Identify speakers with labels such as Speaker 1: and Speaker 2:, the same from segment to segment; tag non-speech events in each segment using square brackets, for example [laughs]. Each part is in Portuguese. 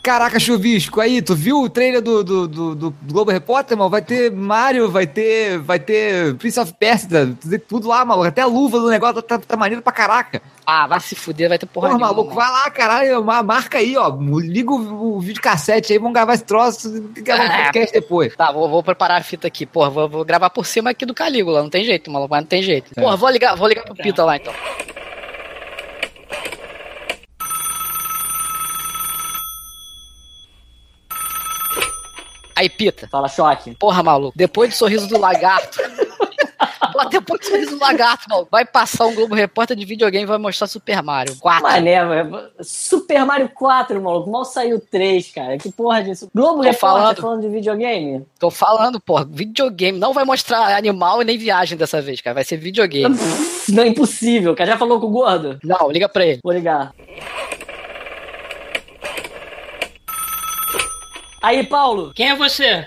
Speaker 1: Caraca, chuvisco, aí, tu viu o trailer do, do, do, do Globo Repórter, mano? Vai ter Mario, vai ter, vai ter Prince of Persia, tá, tudo lá, maluco. Até a luva do negócio tá, tá maneiro pra caraca.
Speaker 2: Ah, vai se fuder, vai ter porra
Speaker 1: Porra,
Speaker 2: nenhuma,
Speaker 1: maluco,
Speaker 2: mano.
Speaker 1: vai lá, caralho, ma- marca aí, ó. Liga o, o videocassete aí, vamos gravar esse troço, gravar um
Speaker 2: Ah.
Speaker 1: podcast depois.
Speaker 2: Tá, vou, vou preparar a fita aqui, porra. Vou, vou gravar por cima aqui do Calígula. Não tem jeito, maluco, mas não tem jeito. Porra, vou ligar, vou ligar pro
Speaker 1: É.
Speaker 2: Pita lá então. Aí, Pita.
Speaker 3: Fala, choque.
Speaker 2: Porra, maluco. Depois do sorriso do lagarto. [laughs] Lá depois do sorriso do lagarto, maluco. Vai passar um Globo Repórter de videogame e vai mostrar Super Mario 4.
Speaker 3: Mané, mano. Super Mario 4, maluco. Mal saiu 3, cara. Que porra disso. Globo
Speaker 2: Tô
Speaker 3: Repórter
Speaker 2: falando.
Speaker 3: falando. de videogame?
Speaker 2: Tô falando, porra. Videogame. Não vai mostrar animal e nem viagem dessa vez, cara. Vai ser videogame.
Speaker 3: Não, é impossível, cara. Já falou com o gordo?
Speaker 2: Não, liga pra ele.
Speaker 3: Vou ligar. Aí, Paulo,
Speaker 4: Quem é você?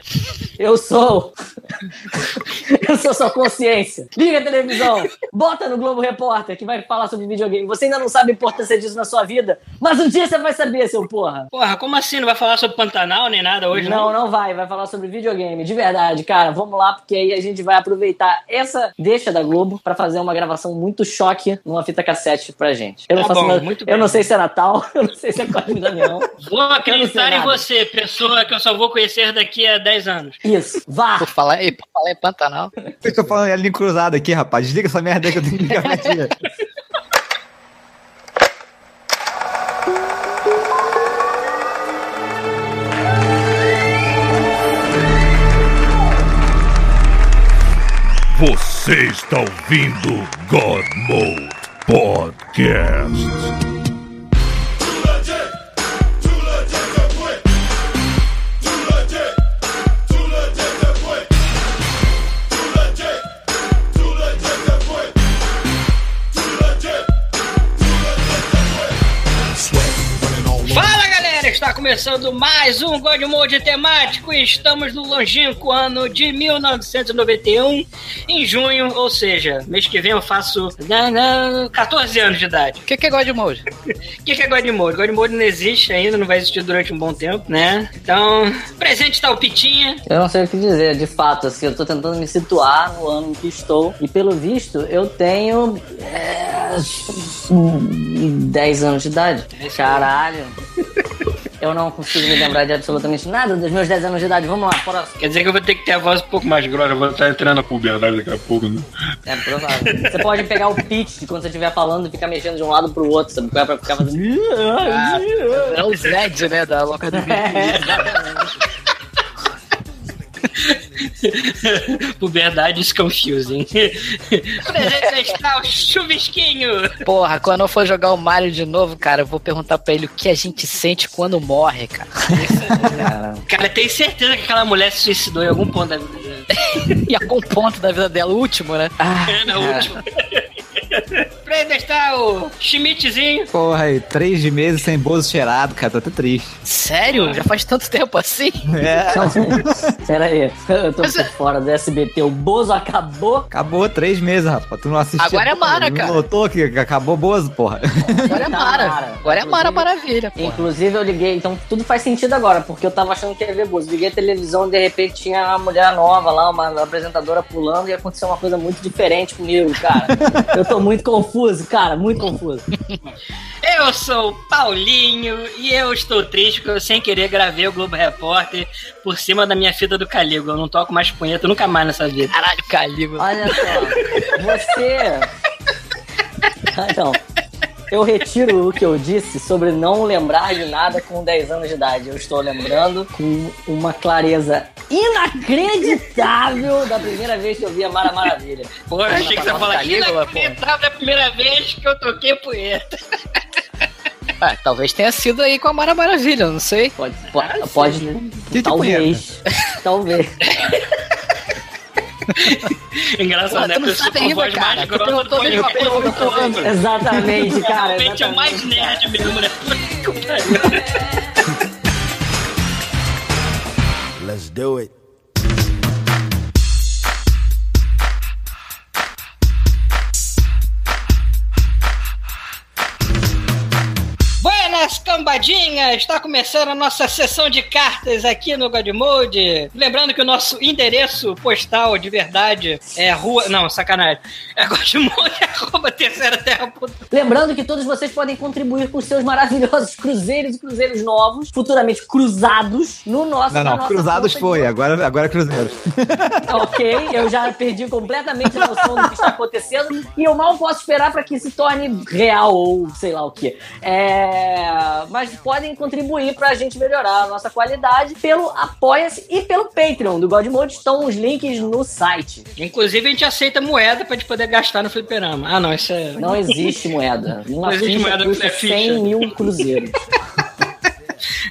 Speaker 3: eu sou. [laughs] eu sou sua consciência. Liga a televisão, bota no Globo Repórter que vai falar sobre videogame. Você ainda não sabe a importância disso na sua vida, mas um dia você vai saber, seu porra.
Speaker 4: Porra, como assim? Não vai falar sobre Pantanal nem nada hoje,
Speaker 3: Não, não vai. Vai falar sobre videogame, de verdade, cara. Vamos lá, porque aí a gente vai aproveitar essa deixa da Globo pra fazer uma gravação muito choque numa fita cassete pra gente. Eu não
Speaker 4: Tá
Speaker 3: faço
Speaker 4: bom,
Speaker 3: nada-
Speaker 4: muito
Speaker 3: Eu
Speaker 4: bem.
Speaker 3: não sei se é Natal, [laughs] eu não sei se é Cosme e Damião.
Speaker 4: Vou acreditar
Speaker 3: sei
Speaker 4: em
Speaker 3: nada.
Speaker 4: você, pessoa que eu só vou conhecer daqui a 10 anos.
Speaker 3: Isso, vá.
Speaker 2: Por falar, em- por falar em Pantanal.
Speaker 1: Eu tô falando em linha cruzada aqui, rapaz. Desliga essa merda aí que eu tenho que ligar minha tia.
Speaker 5: Você está ouvindo God Mode Podcast.
Speaker 4: Fala galera, está começando mais um God Mode temático e estamos no longínquo ano de 1991, em junho, ou seja, mês que vem eu faço na- na- 14 anos de idade.
Speaker 2: O que, que é Godmode?
Speaker 4: O que que é God Mode? God Mode não existe ainda, não vai existir durante um bom tempo, né? Então, presente está o Pitinha,
Speaker 3: Eu não sei o que dizer, de fato, assim, eu tô tentando me situar no ano em que estou. E pelo visto, eu tenho. É, 10 anos de idade. Caralho. Eu não consigo me lembrar de absolutamente nada dos meus 10 anos de idade. Vamos lá, próximo.
Speaker 4: quer dizer que eu vou ter que ter a voz um pouco mais grossa, vou
Speaker 5: Tá entrando na puberdade daqui a pouco, né?
Speaker 3: É provável. Você pode pegar o pitch de quando você estiver falando e ficar mexendo de um lado pro outro, sabe? Pra ficar fazendo.
Speaker 2: É o Zed, né? Da Loca do Vídeo.
Speaker 4: Puberdade is confusing. Presente está o é Chuvisquinho.
Speaker 2: Porra, quando eu for jogar o Mario de novo, cara, eu vou perguntar pra ele o que a gente sente quando morre, cara.
Speaker 4: Cara, tem certeza que aquela mulher se suicidou em algum ponto da vida dela.
Speaker 2: E a algum ponto da vida dela, o último, né?
Speaker 4: É, na última. Presente está o Schmidtzinho.
Speaker 1: [laughs] Porra, aí, três de meses sem bozo cheirado, cara. Tô até triste.
Speaker 2: Sério? Já faz tanto tempo assim?
Speaker 1: É.
Speaker 3: [laughs] Pera aí, eu tô
Speaker 2: é-
Speaker 3: por fora do SBT. O Bozo acabou.
Speaker 1: Acabou três meses, rapaz. Tu não assistiu.
Speaker 2: Agora é Mara, cara.
Speaker 1: Não notou que acabou bozo, porra.
Speaker 2: Agora é Mara.
Speaker 3: Tá Mara.
Speaker 2: Agora é Mara Maravilha, porra.
Speaker 3: Inclusive eu liguei, então tudo faz sentido agora, porque eu tava achando que ia ver Bozo. Liguei a televisão e de repente tinha uma mulher nova lá, uma apresentadora pulando e aconteceu uma coisa muito diferente comigo, cara. eu tô muito confuso, cara, muito confuso.
Speaker 4: Eu sou o Paulinho e eu estou triste porque eu sem querer gravei o Globo Repórter por cima da minha fita do Calígula. Eu não toco mais punheta nunca mais nessa vida.
Speaker 2: Caralho, Calígula.
Speaker 3: Olha só, você. Ah, Então, eu retiro o que eu disse sobre não lembrar de nada com 10 anos de idade. Eu estou lembrando com uma clareza inacreditável da primeira vez que eu vi a Mara Maravilha.
Speaker 4: Pô, eu Ah, achei que você ia falar
Speaker 2: Calígula, pô.
Speaker 4: inacreditável a primeira vez que eu toquei punheta.
Speaker 2: Ah, talvez tenha sido aí com a Mara Maravilha, eu não sei.
Speaker 3: Pode, pode, pode
Speaker 1: Ah, Que
Speaker 3: talvez, talvez.
Speaker 4: Engraçado,
Speaker 2: Pô,
Speaker 4: né?
Speaker 2: tu não sabe
Speaker 4: pessoa com a
Speaker 2: ainda,
Speaker 4: voz
Speaker 2: cara.
Speaker 4: mais
Speaker 2: Tu
Speaker 4: grossa
Speaker 2: perguntou
Speaker 4: do Paulinho
Speaker 2: desde
Speaker 4: Capô,
Speaker 2: que eu tô
Speaker 4: eu
Speaker 2: vendo.
Speaker 4: tô falando.
Speaker 3: Exatamente, cara.
Speaker 4: Realmente é o mais
Speaker 3: exatamente.
Speaker 4: nerd mesmo, né? Puta que pariu.
Speaker 6: Let's do it.
Speaker 4: Buenas cambadinha! Está começando a nossa sessão de cartas aqui no Godmode. Lembrando que o nosso endereço postal de verdade é rua. Não, sacanagem. É Godmode, [laughs] arroba terceira terra.
Speaker 3: Lembrando que todos vocês podem contribuir com seus maravilhosos cruzeiros e cruzeiros novos, futuramente cruzados, no nosso
Speaker 1: Não,
Speaker 3: na
Speaker 1: não,
Speaker 3: nossa
Speaker 1: Cruzados
Speaker 3: conta
Speaker 1: foi, agora, agora é Cruzeiros.
Speaker 3: de- Ok, eu já perdi completamente a noção do que está acontecendo e eu mal posso esperar para que se torne real ou sei lá o que. É... Mas podem contribuir para a gente melhorar a nossa qualidade pelo Apoia-se e pelo Patreon do Godmode. Estão os links no site.
Speaker 4: Inclusive, a gente aceita moeda pra gente poder gastar no fliperama. Ah, não, isso é.
Speaker 3: Não existe moeda. Uma
Speaker 4: Não existe
Speaker 3: ficha
Speaker 4: moeda,
Speaker 3: custa
Speaker 4: é ficha.
Speaker 3: 100 mil cruzeiros.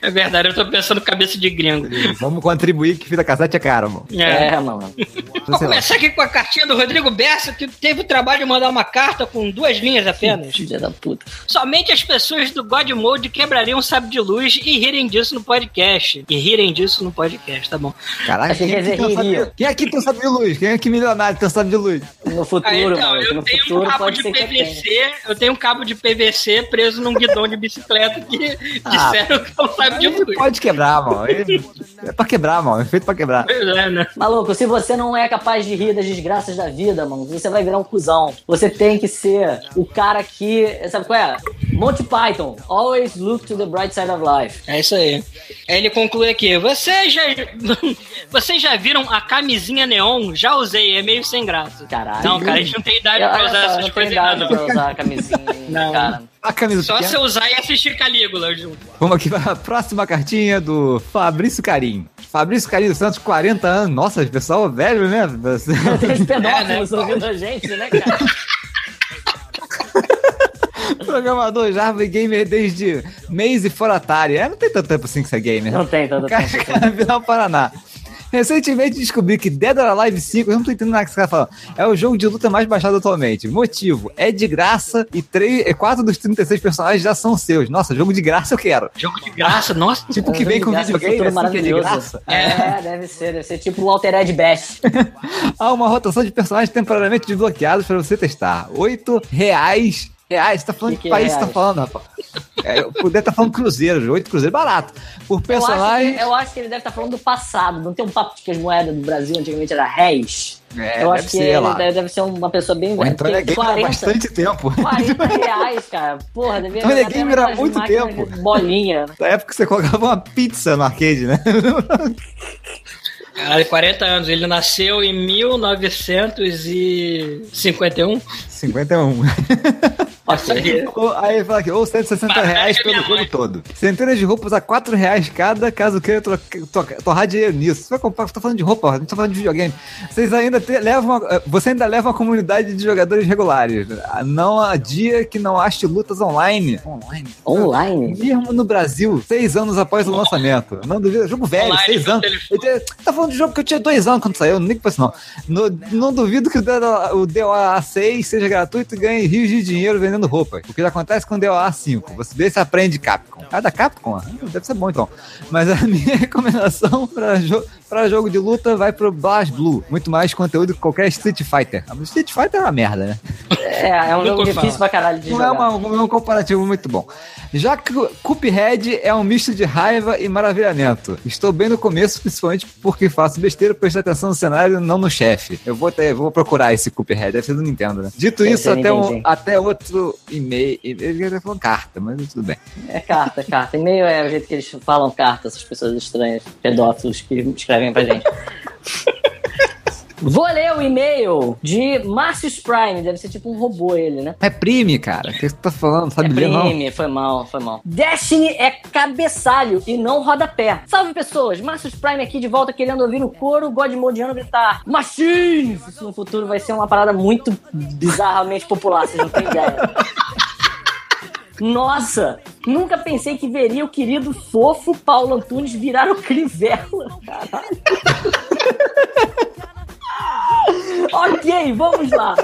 Speaker 4: É verdade, eu tô pensando cabeça de gringo.
Speaker 1: Vamos contribuir que fita cassete é caro, mano.
Speaker 4: É.
Speaker 3: É, mano.
Speaker 1: Então,
Speaker 4: Vamos
Speaker 1: sei lá.
Speaker 4: começar aqui com a cartinha do Rodrigo Bessa, que teve o trabalho de mandar uma carta com duas linhas apenas.
Speaker 3: Filha da puta.
Speaker 4: Somente as pessoas do God Mode quebrariam o sábio de luz e rirem disso no podcast. E rirem disso no podcast, tá bom.
Speaker 1: Caralho,
Speaker 3: Achei
Speaker 1: quem aqui,
Speaker 3: que ia
Speaker 1: tem um
Speaker 3: dizer
Speaker 1: sabre-
Speaker 3: Rio.
Speaker 1: quem aqui tem um sabre de luz? Quem aqui é milionário tem um sabre de luz?
Speaker 3: No futuro,
Speaker 4: Aí, então,
Speaker 3: mano.
Speaker 4: eu
Speaker 3: no
Speaker 4: tenho um
Speaker 3: futuro
Speaker 4: cabo
Speaker 3: pode
Speaker 4: de
Speaker 3: ser que é tenha.
Speaker 4: PVC, eu tenho um cabo de PVC preso num guidão de bicicleta que
Speaker 1: Ah.
Speaker 4: disseram que é o sábio de
Speaker 1: Ele
Speaker 4: luz.
Speaker 1: pode quebrar, mano. Ele- É pra quebrar, mano. É feito pra quebrar.
Speaker 4: Pois é, né?
Speaker 3: Maluco, se você não é capaz de rir das desgraças da vida, mano, você vai virar um cuzão. Você tem que ser o cara que. Sabe qual é? Monty Python. Always look to the bright side of life.
Speaker 4: É isso aí. Aí ele conclui aqui: Vocês já, [laughs] vocês já viram a camisinha neon? Já usei, é meio sem graça.
Speaker 3: Caralho.
Speaker 4: Não, cara, é a gente não tem idade
Speaker 3: Eu-
Speaker 4: pra
Speaker 3: olha
Speaker 4: usar
Speaker 3: só, eu
Speaker 4: essas
Speaker 3: não
Speaker 4: coisas
Speaker 3: tenho
Speaker 4: ainda,
Speaker 3: idade
Speaker 4: não.
Speaker 3: pra usar a camisinha,
Speaker 4: [laughs] Não.
Speaker 3: cara.
Speaker 1: A camisa
Speaker 4: Só
Speaker 1: pequena.
Speaker 4: se eu usar e assistir Calígula, Ju.
Speaker 1: Vamos aqui para a próxima cartinha do Fabrício Carim. Fabrício Carim dos Santos, 40 anos. Nossa, pessoal velho, né? [laughs]
Speaker 3: Tem os
Speaker 4: É,
Speaker 3: pedófilos
Speaker 4: né?
Speaker 3: ouvindo a gente, né, cara?
Speaker 1: Programador Java e gamer desde mês e fora Atari. É, não tem tanto tempo assim que você é gamer.
Speaker 3: Não tem tanto
Speaker 1: Cara, [laughs]
Speaker 3: tempo.
Speaker 1: cara, Viral Paraná. Recentemente descobri que Dead or Alive 5, eu não tô entendendo nada que esse cara falando, é o jogo de luta mais baixado atualmente. Motivo, é de graça e 3, 4 dos 36 personagens já são seus. Nossa, jogo de graça eu quero.
Speaker 4: Jogo de graça, nossa.
Speaker 1: Tipo que
Speaker 3: É um
Speaker 1: vem
Speaker 3: jogo
Speaker 1: com
Speaker 3: de graça,
Speaker 1: videogame,
Speaker 3: futuro
Speaker 1: assim, que é de graça.
Speaker 3: É, deve ser, deve ser tipo o Altered Best.
Speaker 1: Há uma rotação de personagens temporariamente desbloqueados pra você testar. 8 reais. Reais, você tá falando
Speaker 3: Que
Speaker 1: que,
Speaker 3: que é
Speaker 1: país você tá
Speaker 3: reais?
Speaker 1: falando, rapaz? É, eu poderia estar falando cruzeiros, 8 cruzeiros barato. Por
Speaker 3: Eu acho,
Speaker 1: personagem.
Speaker 3: que, é eu acho que ele deve estar falando do passado. Não tem um papo de que as moedas do Brasil antigamente era réis.
Speaker 1: É,
Speaker 3: eu
Speaker 1: deve
Speaker 3: acho que
Speaker 1: ser
Speaker 3: ele
Speaker 1: lá.
Speaker 3: deve, deve ser uma pessoa bem
Speaker 1: Ou Então ele é
Speaker 3: porque
Speaker 1: gamer há bastante tempo. [laughs]
Speaker 3: 40 reais, cara. Porra, devia
Speaker 1: Então ele é
Speaker 3: até
Speaker 1: gamer há
Speaker 3: naquelas
Speaker 1: muito
Speaker 3: máquinas
Speaker 1: tempo.
Speaker 3: de Bolinha.
Speaker 1: Da época que você colocava uma pizza no arcade, né? [laughs]
Speaker 4: Caralho, 40 anos. Ele nasceu em 1951.
Speaker 1: 51.
Speaker 4: É. Ok.
Speaker 1: Ou- um. Aí ele fala aqui, ou 160 reais
Speaker 4: Bastante
Speaker 1: pelo
Speaker 4: é minha
Speaker 1: jogo
Speaker 4: mãe.
Speaker 1: todo. Centenas de roupas a 4 reais cada, caso queira tro- to- torrar dinheiro nisso. Você vai comprar, você tá falando de roupa, não tá falando de videogame. Vocês ainda te- levam, a- eh, você ainda leva uma comunidade de jogadores regulares. Ah, Não há dia que não ache lutas online. Online?
Speaker 3: Online?
Speaker 1: Mesmo no Brasil, seis anos após o lançamento. Não duvido, jogo velho,
Speaker 4: Online,
Speaker 1: seis
Speaker 4: no
Speaker 1: anos.
Speaker 4: telefone.
Speaker 1: Eu tinha- tá falando de jogo que eu tinha dois anos quando saiu, não ligo pra isso não. No- não duvido que o DOA o DOA 6 seja gratuito e ganhe rios de dinheiro vendendo roupa. O que acontece com o DOA 5? Você vê se aprende Capcom. Ah, da Capcom? Ah, Deve ser bom então. Mas a [laughs] minha recomendação pra, jo- pra jogo de luta vai pro Blast Blue. Muito mais conteúdo que qualquer Street Fighter. Ah, mas Street Fighter é uma merda, né?
Speaker 3: É, é um
Speaker 4: Nunca
Speaker 3: jogo
Speaker 4: ouvi
Speaker 3: difícil pra caralho de
Speaker 1: Não é
Speaker 3: jogar.
Speaker 1: uma- um comparativo muito bom. Já que o Cuphead é um misto de raiva e maravilhamento. Estou bem no começo, principalmente porque faço besteira, presto atenção no cenário e não no chefe. Eu vou, até, vou procurar esse Cuphead, deve ser do Nintendo, né? Dito
Speaker 3: Deve
Speaker 1: isso,
Speaker 3: ser
Speaker 1: até, um-
Speaker 3: Nintendo, hein?
Speaker 1: até outro e-mail. Ele até falou carta, mas tudo bem.
Speaker 3: É carta, carta. E-mail é o jeito que eles falam carta, essas pessoas estranhas, pedófilos que escrevem
Speaker 1: [laughs]
Speaker 3: pra gente. Vou ler o e-mail de Marcius Prime. Deve ser tipo um robô ele, né?
Speaker 1: É prime, cara. O que você tá falando?
Speaker 3: É
Speaker 1: Sabe ler, não?
Speaker 3: prime, foi mal, foi mal. Destiny é cabeçalho e não rodapé. Salve pessoas, Marcius Prime aqui de volta querendo ouvir o coro Godmodiano gritar Machines! Isso no futuro vai ser uma parada muito bizarramente popular, vocês não têm [laughs] ideia. Nossa, nunca pensei que veria o querido fofo Paulo Antunes virar o Crivella. Caralho. ok, vamos lá.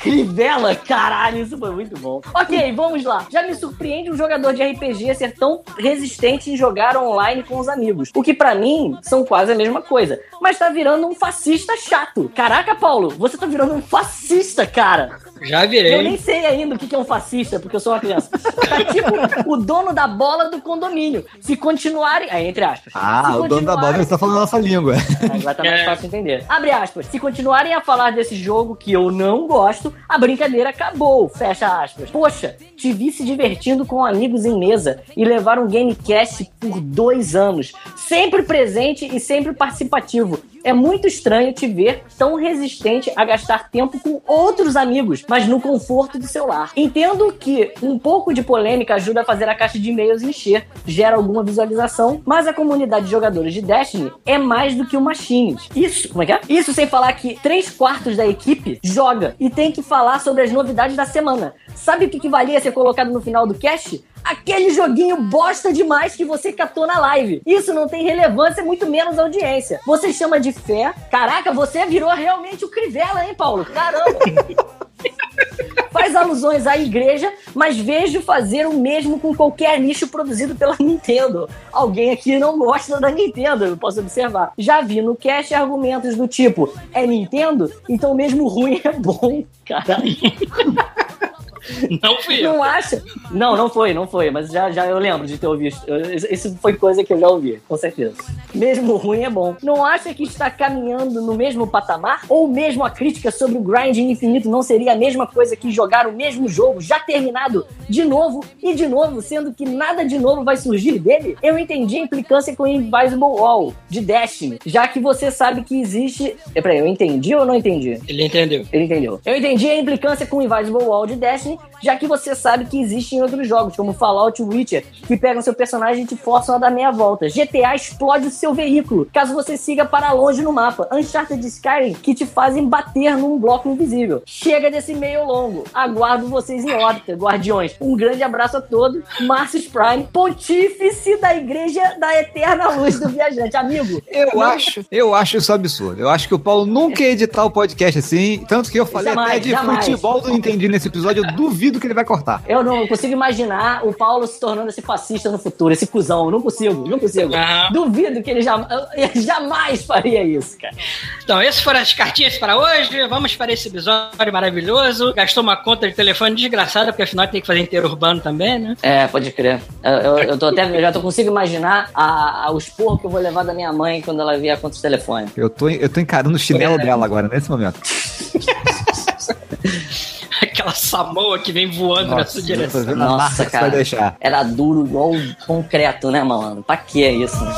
Speaker 3: Crivella, caralho, isso foi muito bom. Ok, vamos lá. Já me surpreende um jogador de RPG ser tão resistente em jogar online com os amigos. O que pra mim são quase a mesma coisa. Mas tá virando um fascista chato. Caraca, Paulo, você tá virando um fascista, cara.
Speaker 4: Já
Speaker 3: Eu
Speaker 4: virei.
Speaker 3: nem sei ainda o que que é um fascista, porque eu sou uma criança. Tá tipo o dono da bola do condomínio. Se continuarem. É, entre aspas.
Speaker 1: Ah,
Speaker 3: Se
Speaker 1: o dono da bola
Speaker 3: continuarem-
Speaker 1: está falando a nossa língua.
Speaker 3: Agora tá mais
Speaker 4: É.
Speaker 3: fácil entender. Abre aspas. Se continuarem a falar desse jogo que eu não gosto, a brincadeira acabou. Fecha aspas. Poxa, te vi se divertindo com amigos em mesa e levar um Gamecast por dois anos. Sempre presente e sempre participativo. É muito estranho te ver tão resistente a gastar tempo com outros amigos, mas no conforto do seu lar. Entendo que um pouco de polêmica ajuda a fazer a caixa de e-mails encher, gera alguma visualização, mas a comunidade de jogadores de Destiny é mais do que uma Machines. Isso, como é que é? Isso sem falar que três quartos da equipe joga e tem que falar sobre as novidades da semana. Sabe o que, que valia ser colocado no final do cast? Aquele joguinho bosta demais que você catou na live. Isso não tem relevância, muito menos audiência. Você chama de fé. Caraca, você virou realmente o Crivella, hein, Paulo? Caramba! Faz alusões à igreja, mas vejo fazer o mesmo com qualquer nicho produzido pela Nintendo. Alguém aqui não gosta da Nintendo, eu posso observar. Já vi no cast argumentos do tipo: é Nintendo? Então mesmo ruim é bom. Caralho.
Speaker 4: Não fui eu.
Speaker 3: Não acha? Não, não foi, não foi, mas já, já eu lembro de ter ouvido. Eu- Isso foi coisa que eu já ouvi, com certeza. Mesmo ruim é bom. Não acha que está caminhando no mesmo patamar? Ou mesmo a crítica sobre o grind infinito não seria a mesma coisa que jogar o mesmo jogo já terminado de novo e de novo, sendo que nada de novo vai surgir dele? Eu entendi a implicância com Invisible Wall de Destiny, já que você sabe que existe. É, Peraí, eu entendi ou não entendi?
Speaker 4: Ele entendeu.
Speaker 3: Ele entendeu. Eu entendi a implicância com o Invisible Wall de Destiny, já que você sabe que existe em outros jogos, como Fallout e Witcher, que pegam seu personagem e te forçam a dar meia volta. GTA explode o seu veículo, caso você siga para longe no mapa. Uncharted e Skyrim, que te fazem bater num bloco invisível. Chega desse meio longo. Aguardo vocês em órbita, guardiões. Um grande abraço a todos. Marcius Prime, pontífice da Igreja da Eterna Luz do Viajante. Amigo,
Speaker 1: Eu acho, eu acho isso absurdo. Eu acho que o Paulo nunca ia editar o podcast assim, tanto que eu falei
Speaker 3: Jamais,
Speaker 1: até de
Speaker 3: jamais.
Speaker 1: futebol do Nintendo nesse episódio, eu duvido que ele vai cortar.
Speaker 3: Eu não consigo imaginar o Paulo se tornando esse fascista no futuro, esse cuzão. Eu Não consigo, não consigo.
Speaker 4: Aham.
Speaker 3: Duvido que ele jamais, jamais faria isso, cara.
Speaker 4: Então, essas foram as cartinhas para hoje. Vamos para esse episódio maravilhoso. Gastou uma conta de telefone desgraçada, porque afinal tem que fazer inteiro urbano também, né? [laughs]
Speaker 3: É, pode crer. Eu, eu, eu tô até, eu já tô, consigo imaginar a, a, o esporro que eu vou levar da minha mãe quando ela vier contra os telefones.
Speaker 1: Eu tô, eu tô encarando o chinelo
Speaker 3: É.
Speaker 1: dela agora, nesse momento.
Speaker 4: Aquela samoa que vem voando na sua
Speaker 1: eu tô
Speaker 4: direção.
Speaker 1: vendo a marca
Speaker 3: Nossa,
Speaker 1: que você vai
Speaker 3: cara.
Speaker 1: deixar.
Speaker 3: Era duro igual concreto, né, malandro? Pra que isso? né?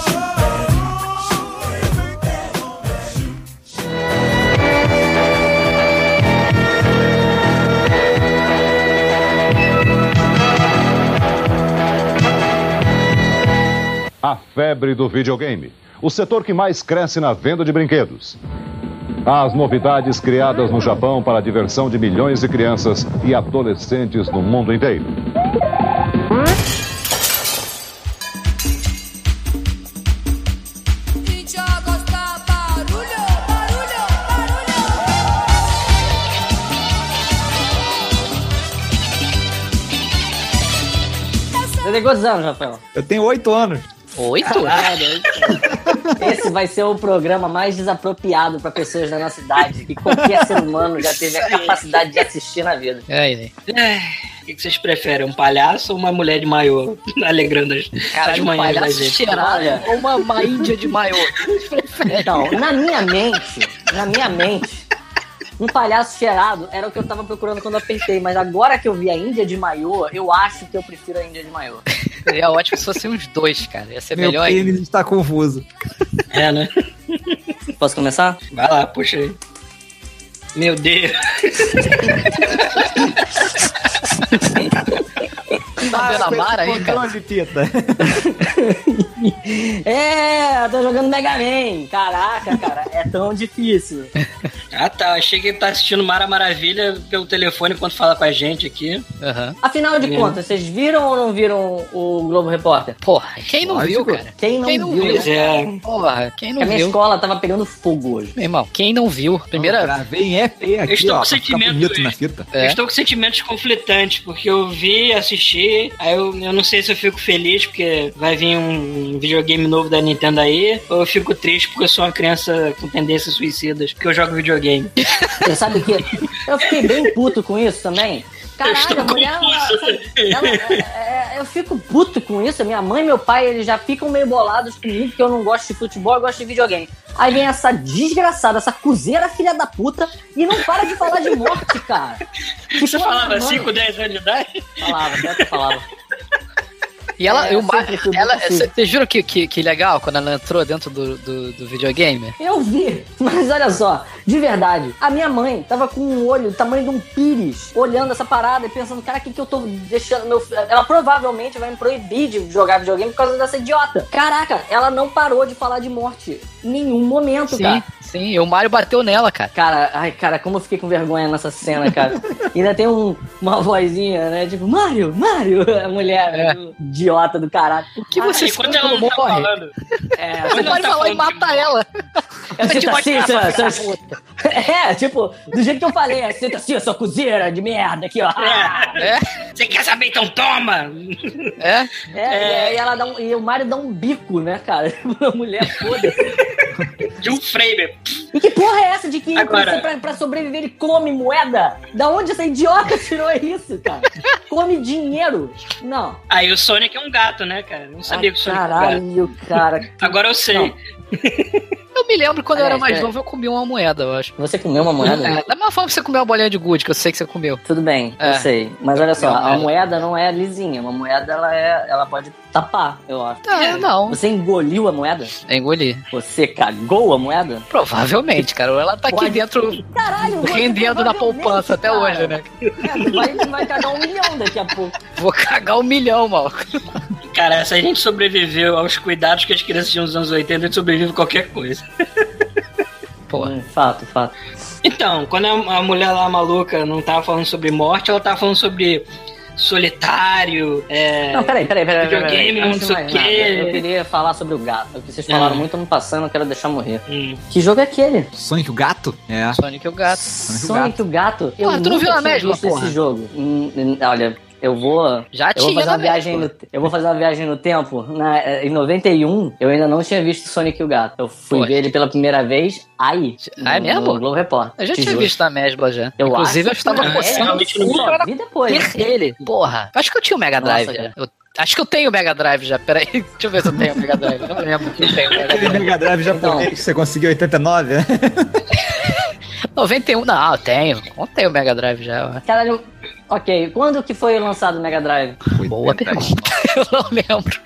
Speaker 7: A febre do videogame. O setor que mais cresce na venda de brinquedos. As novidades criadas no Japão para a diversão de milhões de crianças e adolescentes no mundo inteiro.
Speaker 8: DJ Agosta, barulho, barulho, barulho.
Speaker 3: Você tem quantos anos, Rafael?
Speaker 1: Eu tenho oito anos.
Speaker 2: Oito?
Speaker 3: Esse vai ser o programa mais desapropriado pra pessoas da nossa idade, que qualquer ser humano já teve a capacidade de assistir na vida.
Speaker 2: É, é.
Speaker 4: É, O que que vocês preferem? Um palhaço ou uma mulher de maiô? [laughs] Alegrando as, as
Speaker 2: Cara, um
Speaker 4: manhãs da
Speaker 2: palhaço
Speaker 4: né, gente.
Speaker 2: cheirado
Speaker 3: Olha.
Speaker 2: ou uma, uma índia de maiô.
Speaker 3: Então, na minha mente, na minha mente, um palhaço cheirado era o que eu tava procurando quando eu apertei, mas agora que eu vi a Índia de maiô, eu acho que eu prefiro a Índia de maiô.
Speaker 2: Seria ótimo se fossem uns dois, cara. Ia ser
Speaker 1: Meu
Speaker 2: É melhor ainda.
Speaker 1: pênis está confuso.
Speaker 4: É, né?
Speaker 3: Posso começar?
Speaker 4: Vai lá, puxa aí. Meu Deus.
Speaker 2: Tá vendo a Mara aí, cara?
Speaker 1: Controle, Pita.
Speaker 2: [laughs]
Speaker 3: É, eu tô jogando Mega Man. Caraca, cara, é tão difícil.
Speaker 4: Ah, tá. Achei que ele tá assistindo Mara Maravilha pelo telefone quando fala com a gente aqui.
Speaker 2: Aham.
Speaker 3: Afinal de contas, vocês viram ou não viram o Globo Repórter?
Speaker 2: Porra, quem não viu, cara?
Speaker 3: Quem não,
Speaker 2: Quem não
Speaker 3: viu,
Speaker 2: viu,
Speaker 3: né?
Speaker 4: Pois é.
Speaker 2: Porra, quem
Speaker 3: A
Speaker 2: não
Speaker 3: minha
Speaker 2: viu?
Speaker 3: escola tava pegando fogo hoje.
Speaker 2: Meu irmão, quem não viu?
Speaker 1: Eu
Speaker 2: Primeira.
Speaker 1: Gravei em EP
Speaker 4: Eu
Speaker 1: aqui,
Speaker 4: estou
Speaker 1: ó, pra
Speaker 4: com
Speaker 1: ficar
Speaker 4: sentimento
Speaker 1: bonito
Speaker 4: hoje.
Speaker 1: na fita.
Speaker 4: Eu
Speaker 2: É.
Speaker 4: estou com sentimentos conflitantes, porque eu vi, assisti, aí eu, eu não sei se eu fico feliz porque vai vir um videogame novo da Nintendo aí, ou eu fico triste porque eu sou uma criança com tendências suicidas, porque eu jogo videogame videogame.
Speaker 3: Você sabe que eu fiquei bem puto com isso também.
Speaker 4: estou
Speaker 3: Caralho, a mulher, ela,
Speaker 4: confuso.
Speaker 3: sabe, ela- é, é, eu fico puto com isso. Minha mãe e meu pai, eles já ficam meio bolados comigo que eu não gosto de futebol, eu gosto de videogame. Aí vem essa desgraçada, essa cuzeira filha da puta, e não para de falar de morte, cara. assim Que
Speaker 4: Você
Speaker 3: porra,
Speaker 4: falava
Speaker 3: Tipo, mano?
Speaker 4: 5, 10 anos de idade?
Speaker 3: Falava, pior que eu falava.
Speaker 2: E ela,
Speaker 3: É,
Speaker 2: eu, ma-
Speaker 3: sempre fui
Speaker 2: ela,
Speaker 3: muito assim.
Speaker 2: vocês viram que, que, que legal quando ela entrou dentro do, do, do videogame?
Speaker 3: Eu vi, [laughs] mas olha só, de verdade, a minha mãe tava com um olho do tamanho de um pires, olhando essa parada e pensando, cara, o que, que eu tô deixando meu filho. Ela provavelmente vai me proibir de jogar videogame por causa dessa idiota. Caraca, ela não parou de falar de morte em nenhum momento,
Speaker 2: Sim,
Speaker 3: cara.
Speaker 2: sim, e o Mario bateu nela, cara.
Speaker 3: Cara, ai, cara, como eu fiquei com vergonha nessa
Speaker 2: [laughs]
Speaker 3: cena, cara. E ainda tem um- uma vozinha, né? Tipo, Mário, Mário, [laughs] a mulher,
Speaker 2: É.
Speaker 3: né, idiota do caralho.
Speaker 2: Que você
Speaker 4: Aí,
Speaker 2: se
Speaker 4: quando ela não tá
Speaker 2: morre.
Speaker 4: falando.
Speaker 3: É,
Speaker 2: Você
Speaker 4: Quando
Speaker 2: pode
Speaker 4: ela tá
Speaker 2: falar e
Speaker 4: falando de
Speaker 2: mata ela.
Speaker 3: Eu
Speaker 2: Você
Speaker 3: sinto
Speaker 2: vai
Speaker 3: assim,
Speaker 2: ficar
Speaker 3: sua,
Speaker 2: essa
Speaker 3: sua- [laughs] É, tipo, do jeito que eu falei, eu sinto assim, sua cozeira de merda aqui, ó.
Speaker 2: É,
Speaker 4: Você quer saber? Então toma!
Speaker 2: é.
Speaker 3: É, E, aí ela dá um, e o Mário dá um bico, né, cara? [laughs] Uma mulher foda.
Speaker 4: De um frame.
Speaker 3: E que porra é essa de que
Speaker 4: Agora-
Speaker 3: você, pra, pra sobreviver ele come moeda? Da onde essa idiota [laughs] tirou isso, cara? Come dinheiro? Não.
Speaker 4: Aí o Sonic é um gato, né, cara? Não sabia que o
Speaker 3: Ah,
Speaker 4: Sonic é um
Speaker 3: caralho,
Speaker 4: gato.
Speaker 3: cara.
Speaker 4: Agora eu sei.
Speaker 3: Não.
Speaker 2: Eu me lembro quando eu era
Speaker 3: É,
Speaker 2: mais
Speaker 3: é.
Speaker 2: novo, eu comi uma moeda, eu acho.
Speaker 3: Você comeu uma
Speaker 2: É, da mesma forma que você comeu uma bolinha de gude, que eu sei que você comeu.
Speaker 3: Tudo bem,
Speaker 2: É.
Speaker 3: eu sei. Mas olha só,
Speaker 2: Não,
Speaker 3: a
Speaker 2: mas-
Speaker 3: moeda não é lisinha. Uma moeda, ela, é, ela pode tapar, eu acho.
Speaker 2: Ah, não.
Speaker 3: Você engoliu a moeda?
Speaker 2: Engoli.
Speaker 3: Você cagou a moeda?
Speaker 2: Provavelmente, cara. Ela tá aqui
Speaker 3: Pode-
Speaker 2: dentro
Speaker 3: Caralho, você
Speaker 2: rendendo na
Speaker 3: provavelmente,
Speaker 2: poupança até
Speaker 3: cara.
Speaker 2: hoje, né?
Speaker 3: É, tu vai, tu vai cagar um milhão daqui a pouco.
Speaker 2: Vou cagar um milhão, maluco.
Speaker 4: Cara, se a gente sobreviveu aos cuidados que as crianças tinham nos anos 80, a gente sobrevive a qualquer coisa.
Speaker 2: Pô,
Speaker 3: Hum, Fato, fato.
Speaker 4: Então, quando a, a mulher lá maluca não tava falando sobre morte, ela tava falando sobre solitário, é,
Speaker 3: Não, peraí, peraí, peraí. peraí, peraí.
Speaker 4: Videogame,
Speaker 3: Antes de
Speaker 4: não sei
Speaker 3: mais
Speaker 4: o quê.
Speaker 3: nada, Eu queria falar sobre o gato. O que
Speaker 2: É.
Speaker 3: vocês falaram
Speaker 4: Ah.
Speaker 3: muito ano passado, eu quero deixar morrer.
Speaker 4: hum,
Speaker 3: Que jogo é aquele?
Speaker 1: Sonic o Gato? É.
Speaker 2: Sonic é o gato.
Speaker 3: Sonic o Gato. Eu
Speaker 2: Porra, tu não
Speaker 3: nunca
Speaker 2: viu na
Speaker 3: tinha
Speaker 2: mesma,
Speaker 3: visto
Speaker 2: porra?
Speaker 3: esse jogo. Hum, hum, Olha, eu vou...
Speaker 2: Já
Speaker 3: Eu vou,
Speaker 2: tinha
Speaker 3: fazer
Speaker 2: na
Speaker 3: uma viagem
Speaker 2: mesma.
Speaker 3: no, eu vou fazer uma viagem no tempo. Na- eh, em 91, eu ainda não tinha visto Sonic o Gato. Eu fui
Speaker 2: Poxa.
Speaker 3: ver ele pela primeira vez aí.
Speaker 2: Ah, é
Speaker 3: no-
Speaker 2: mesmo?
Speaker 3: No Globo Repórter.
Speaker 2: Eu já
Speaker 3: Te
Speaker 2: tinha
Speaker 3: juro.
Speaker 2: visto na mesma já.
Speaker 3: Eu
Speaker 2: Inclusive,
Speaker 3: acho
Speaker 2: eu estava
Speaker 3: que é,
Speaker 2: coçando
Speaker 4: realmente não
Speaker 2: o cu
Speaker 4: tinha.
Speaker 2: pra
Speaker 3: vi depois.
Speaker 2: ter ele. Porra. Acho que eu tinha o Mega
Speaker 3: Nossa,
Speaker 2: Drive.
Speaker 3: cara.
Speaker 2: eu, acho que eu tenho o Mega Drive já. Peraí. [laughs] Deixa eu ver se eu tenho o Mega Drive. Eu não lembro que eu tenho o Mega
Speaker 1: Aquele
Speaker 3: [laughs]
Speaker 2: Drive.
Speaker 1: Mega Drive japonês
Speaker 3: Então.
Speaker 1: que você conseguiu em 89, né?
Speaker 2: 91. Não, eu tenho. Ontem o Mega Drive já. eu acho. [laughs]
Speaker 3: Caralho, um, ok. Quando que foi lançado o Mega Drive?
Speaker 2: Boa pergunta. Eu não lembro.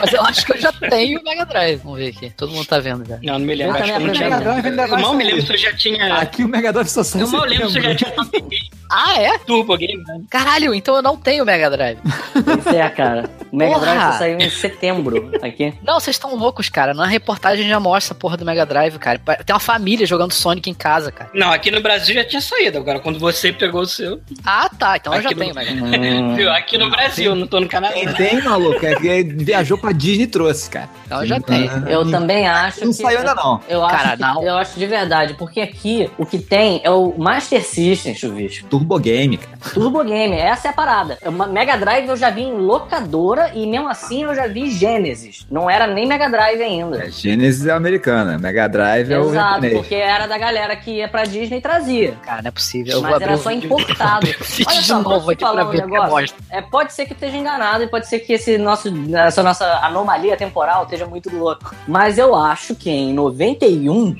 Speaker 2: Mas eu acho que eu já tenho o Mega Drive. Vamos ver aqui. Todo mundo tá vendo já.
Speaker 4: não, não me
Speaker 3: Eu
Speaker 4: lembro. Acho
Speaker 3: também
Speaker 4: que eu não
Speaker 3: aprendi Ah,
Speaker 4: tinha.
Speaker 1: Mega Drive ainda
Speaker 4: Eu
Speaker 1: vai
Speaker 4: mal me
Speaker 1: sair.
Speaker 4: lembro se eu já tinha.
Speaker 1: [laughs] Aqui o Mega Drive só sai
Speaker 4: Eu
Speaker 1: em
Speaker 4: mal lembro se eu já
Speaker 1: setembro.
Speaker 4: tinha
Speaker 2: Ah, é?
Speaker 4: Turbo Game, né?
Speaker 2: Caralho, então eu não tenho o Mega Drive.
Speaker 3: Pois é, cara. O Mega
Speaker 2: Porra!
Speaker 3: Drive só saiu em setembro aqui.
Speaker 2: Não, vocês estão loucos, cara. Na reportagem já mostra a porra do Mega Drive, cara. Pa- Tem uma família jogando Sonic em casa, cara.
Speaker 4: Não, aqui no Brasil já tinha saído. Agora, quando você pegou o seu.
Speaker 2: Ah, tá. Então eu já
Speaker 4: Aqui no-
Speaker 2: tenho o Mega Drive.
Speaker 3: Hum.
Speaker 4: Viu? Aqui no Brasil, não tô no Canadá.
Speaker 1: Tem, tem, maluco. É que viajou pra Disney e trouxe, cara.
Speaker 2: Então eu já tenho.
Speaker 3: Eu também acho
Speaker 1: Não
Speaker 3: que...
Speaker 1: saiu ainda não.
Speaker 3: Eu acho,
Speaker 2: Cara,
Speaker 3: que-
Speaker 2: não.
Speaker 3: eu acho de verdade, porque aqui o que tem é o Master System, chuvisco.
Speaker 1: Turbo Game, cara.
Speaker 3: Turbo Game, essa é a parada. É uma- Mega Drive eu já vi em locadora e mesmo assim eu já vi Genesis. Não era nem Mega Drive ainda.
Speaker 1: Genesis é americana, Mega Drive é o
Speaker 3: Exato,
Speaker 1: japonês.
Speaker 3: porque era da galera que ia pra Disney e trazia.
Speaker 2: Cara, não é possível. Eu
Speaker 3: Mas
Speaker 2: vou abrir
Speaker 3: era
Speaker 2: o
Speaker 3: só
Speaker 2: vídeo-
Speaker 3: importado.
Speaker 2: o vídeo
Speaker 3: Olha
Speaker 2: [laughs] de
Speaker 3: só, posso
Speaker 2: novo
Speaker 3: te
Speaker 2: aqui pra
Speaker 3: falar um
Speaker 2: ver o que
Speaker 3: negócio?
Speaker 2: mostra.
Speaker 3: É, pode ser que eu esteja enganado e pode ser que esse nosso, essa nossa anomalia temporal esteja muito louca. Mas eu acho que em 91,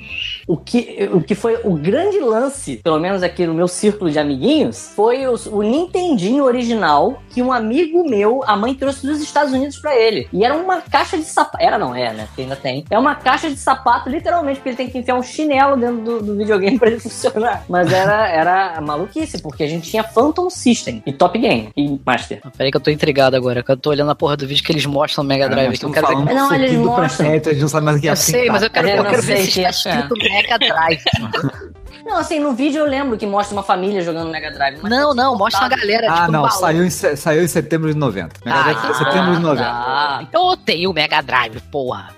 Speaker 3: o que, o que foi o grande lance, pelo menos aqui no meu círculo de amiguinhos, foi o, o Nintendinho original que um amigo meu, a mãe trouxe dos Estados Unidos pra ele. E era uma caixa de sapato. Era não, é, né? Porque ainda tem. É uma caixa de sapato, literalmente, porque ele tem que enfiar um chinelo dentro do, do videogame pra ele [laughs] funcionar. Mas era, era maluquice, porque a gente tinha Phantom System e Top Game e Master.
Speaker 2: Peraí que eu tô intrigado agora, que eu tô olhando a porra do vídeo que eles mostram o Mega
Speaker 1: Cara,
Speaker 2: Drive
Speaker 1: nós
Speaker 2: aqui. Eu
Speaker 1: estamos
Speaker 2: quero ver... é
Speaker 1: falando
Speaker 3: Não,
Speaker 1: isso
Speaker 3: eles
Speaker 1: aqui do
Speaker 3: mostram.
Speaker 1: presente, a gente não sabe mais o que é
Speaker 2: Eu
Speaker 1: assim,
Speaker 2: sei,
Speaker 1: tá?
Speaker 2: mas eu quero,
Speaker 3: É,
Speaker 2: eu
Speaker 3: não
Speaker 2: quero ver
Speaker 3: sei
Speaker 2: se
Speaker 3: que
Speaker 2: está
Speaker 3: essa é.
Speaker 2: escrito Mega Drive.
Speaker 3: Não, assim, no vídeo eu lembro que mostra uma família jogando Mega Drive. mas-
Speaker 2: Não, não, mostra uma galera.
Speaker 1: Ah,
Speaker 2: tipo, um
Speaker 1: não,
Speaker 2: baú.
Speaker 1: saiu em, se- saiu em setembro de 90. Mega
Speaker 2: Ah,
Speaker 1: Drive foi em setembro de 90.
Speaker 3: tá.
Speaker 2: Então eu tenho o Mega Drive, porra.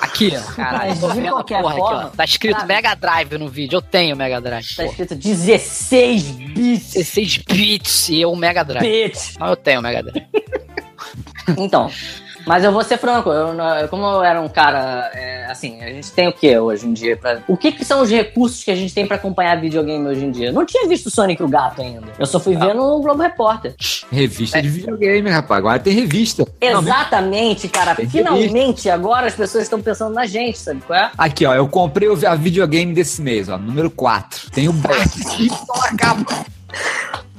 Speaker 2: Aqui, ó. Caralho,
Speaker 3: Mas
Speaker 2: tô
Speaker 3: de
Speaker 2: vendo a
Speaker 3: qualquer
Speaker 2: porra
Speaker 3: forma,
Speaker 2: aqui, ó. Tá escrito
Speaker 3: sabe?
Speaker 2: Mega Drive no vídeo. Eu tenho o Mega Drive.
Speaker 3: Tá
Speaker 2: porra.
Speaker 3: escrito 16 bits.
Speaker 2: 16 bits e eu o Mega Drive.
Speaker 3: Bitch.
Speaker 2: Não, eu tenho o Mega Drive.
Speaker 3: Então, mas eu vou ser franco, eu, não- eu- como eu era um cara é, assim, a gente tem o que hoje em dia? pra- O que, que são os recursos que a gente tem pra acompanhar videogame hoje em dia? Eu Não tinha visto Sonic o Gato ainda. Eu só fui
Speaker 1: Tá.
Speaker 3: ver no Globo Repórter.
Speaker 1: Revista de videogame, rapaz. Agora tem revista.
Speaker 3: Exatamente, cara.
Speaker 1: Tem que
Speaker 3: Finalmente, agora as pessoas estão pensando na gente, sabe qual é?
Speaker 1: Aqui, ó, eu comprei o vi- a videogame desse mês, ó, número 4. Tem o Bart Simpson na capa.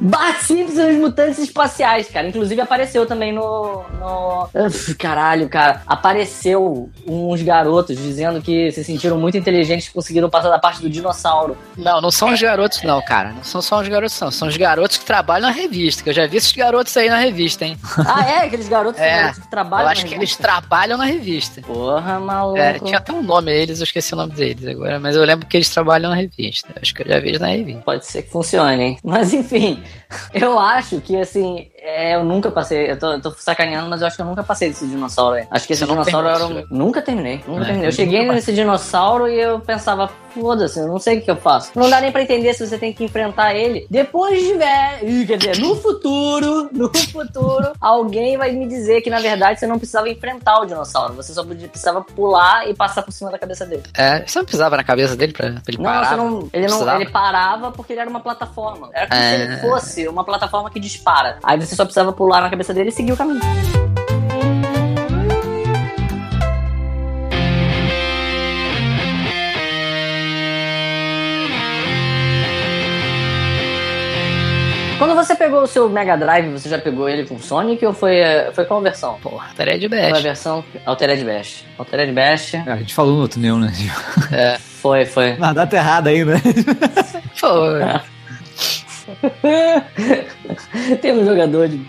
Speaker 3: Bart Simpson e os mutantes espaciais, cara. Inclusive apareceu também no. no- Uf, caralho, cara. Apareceu uns garotos dizendo que se sentiram muito inteligentes e conseguiram passar da parte
Speaker 2: [laughs]
Speaker 3: do dinossauro.
Speaker 2: Não, não são os garotos, não, cara. Não são só os garotos, não. São os garotos que trabalham na revista. Que eu já vi esses garotos aí na revista, hein?
Speaker 3: Ah, é? Aqueles garotos
Speaker 2: É.
Speaker 3: garotos que trabalham.
Speaker 2: Eu acho
Speaker 3: na
Speaker 2: que eles
Speaker 3: revista.
Speaker 2: trabalham na revista.
Speaker 3: Porra, maluco.
Speaker 2: É, tinha até um nome eles, eu esqueci o nome deles agora, mas eu lembro que eles trabalham na revista. Acho que eu já vi eles na revista.
Speaker 3: Pode ser que funcione, hein? Mas enfim, [laughs] eu acho que assim, é, eu nunca passei, eu tô, eu tô sacaneando, mas eu acho que eu nunca passei desse dinossauro aí. Acho que esse
Speaker 2: Você não
Speaker 3: dinossauro era
Speaker 2: terminou
Speaker 3: um. Nunca terminei, nunca
Speaker 2: É,
Speaker 3: terminei.
Speaker 2: nunca
Speaker 3: Eu cheguei
Speaker 2: mais.
Speaker 3: nesse dinossauro e eu pensava, foda-se, eu não sei o que eu faço. Não dá nem pra entender se você tem que enfrentar ele. Depois de velho. Ih, Quer dizer, no futuro, [laughs] no futuro, alguém vai me dizer que na verdade você não precisava enfrentar o dinossauro. Você só podia- precisava pular e passar por cima da cabeça dele.
Speaker 2: É, você não pisava na cabeça dele pra, pra ele
Speaker 3: Não,
Speaker 2: parar?
Speaker 3: você não- ele, não,
Speaker 2: precisava.
Speaker 3: ele parava porque ele era uma plataforma. Era como se
Speaker 2: É.
Speaker 3: ele fosse uma plataforma que dispara. Aí você só precisava pular na cabeça dele e seguir o caminho. Quando você pegou o seu Mega Drive, você já pegou ele com Sonic ou foi, eh, foi qual versão?
Speaker 2: Porra, tareia de
Speaker 3: Foi a
Speaker 2: best.
Speaker 3: versão Altered Bash. Altered Bash.
Speaker 1: É, a gente falou no
Speaker 2: [laughs]
Speaker 1: outro neon, né?
Speaker 3: Foi, foi.
Speaker 1: Na data errada ainda. né?
Speaker 2: Foi.
Speaker 3: É. [laughs] Tem um jogador de.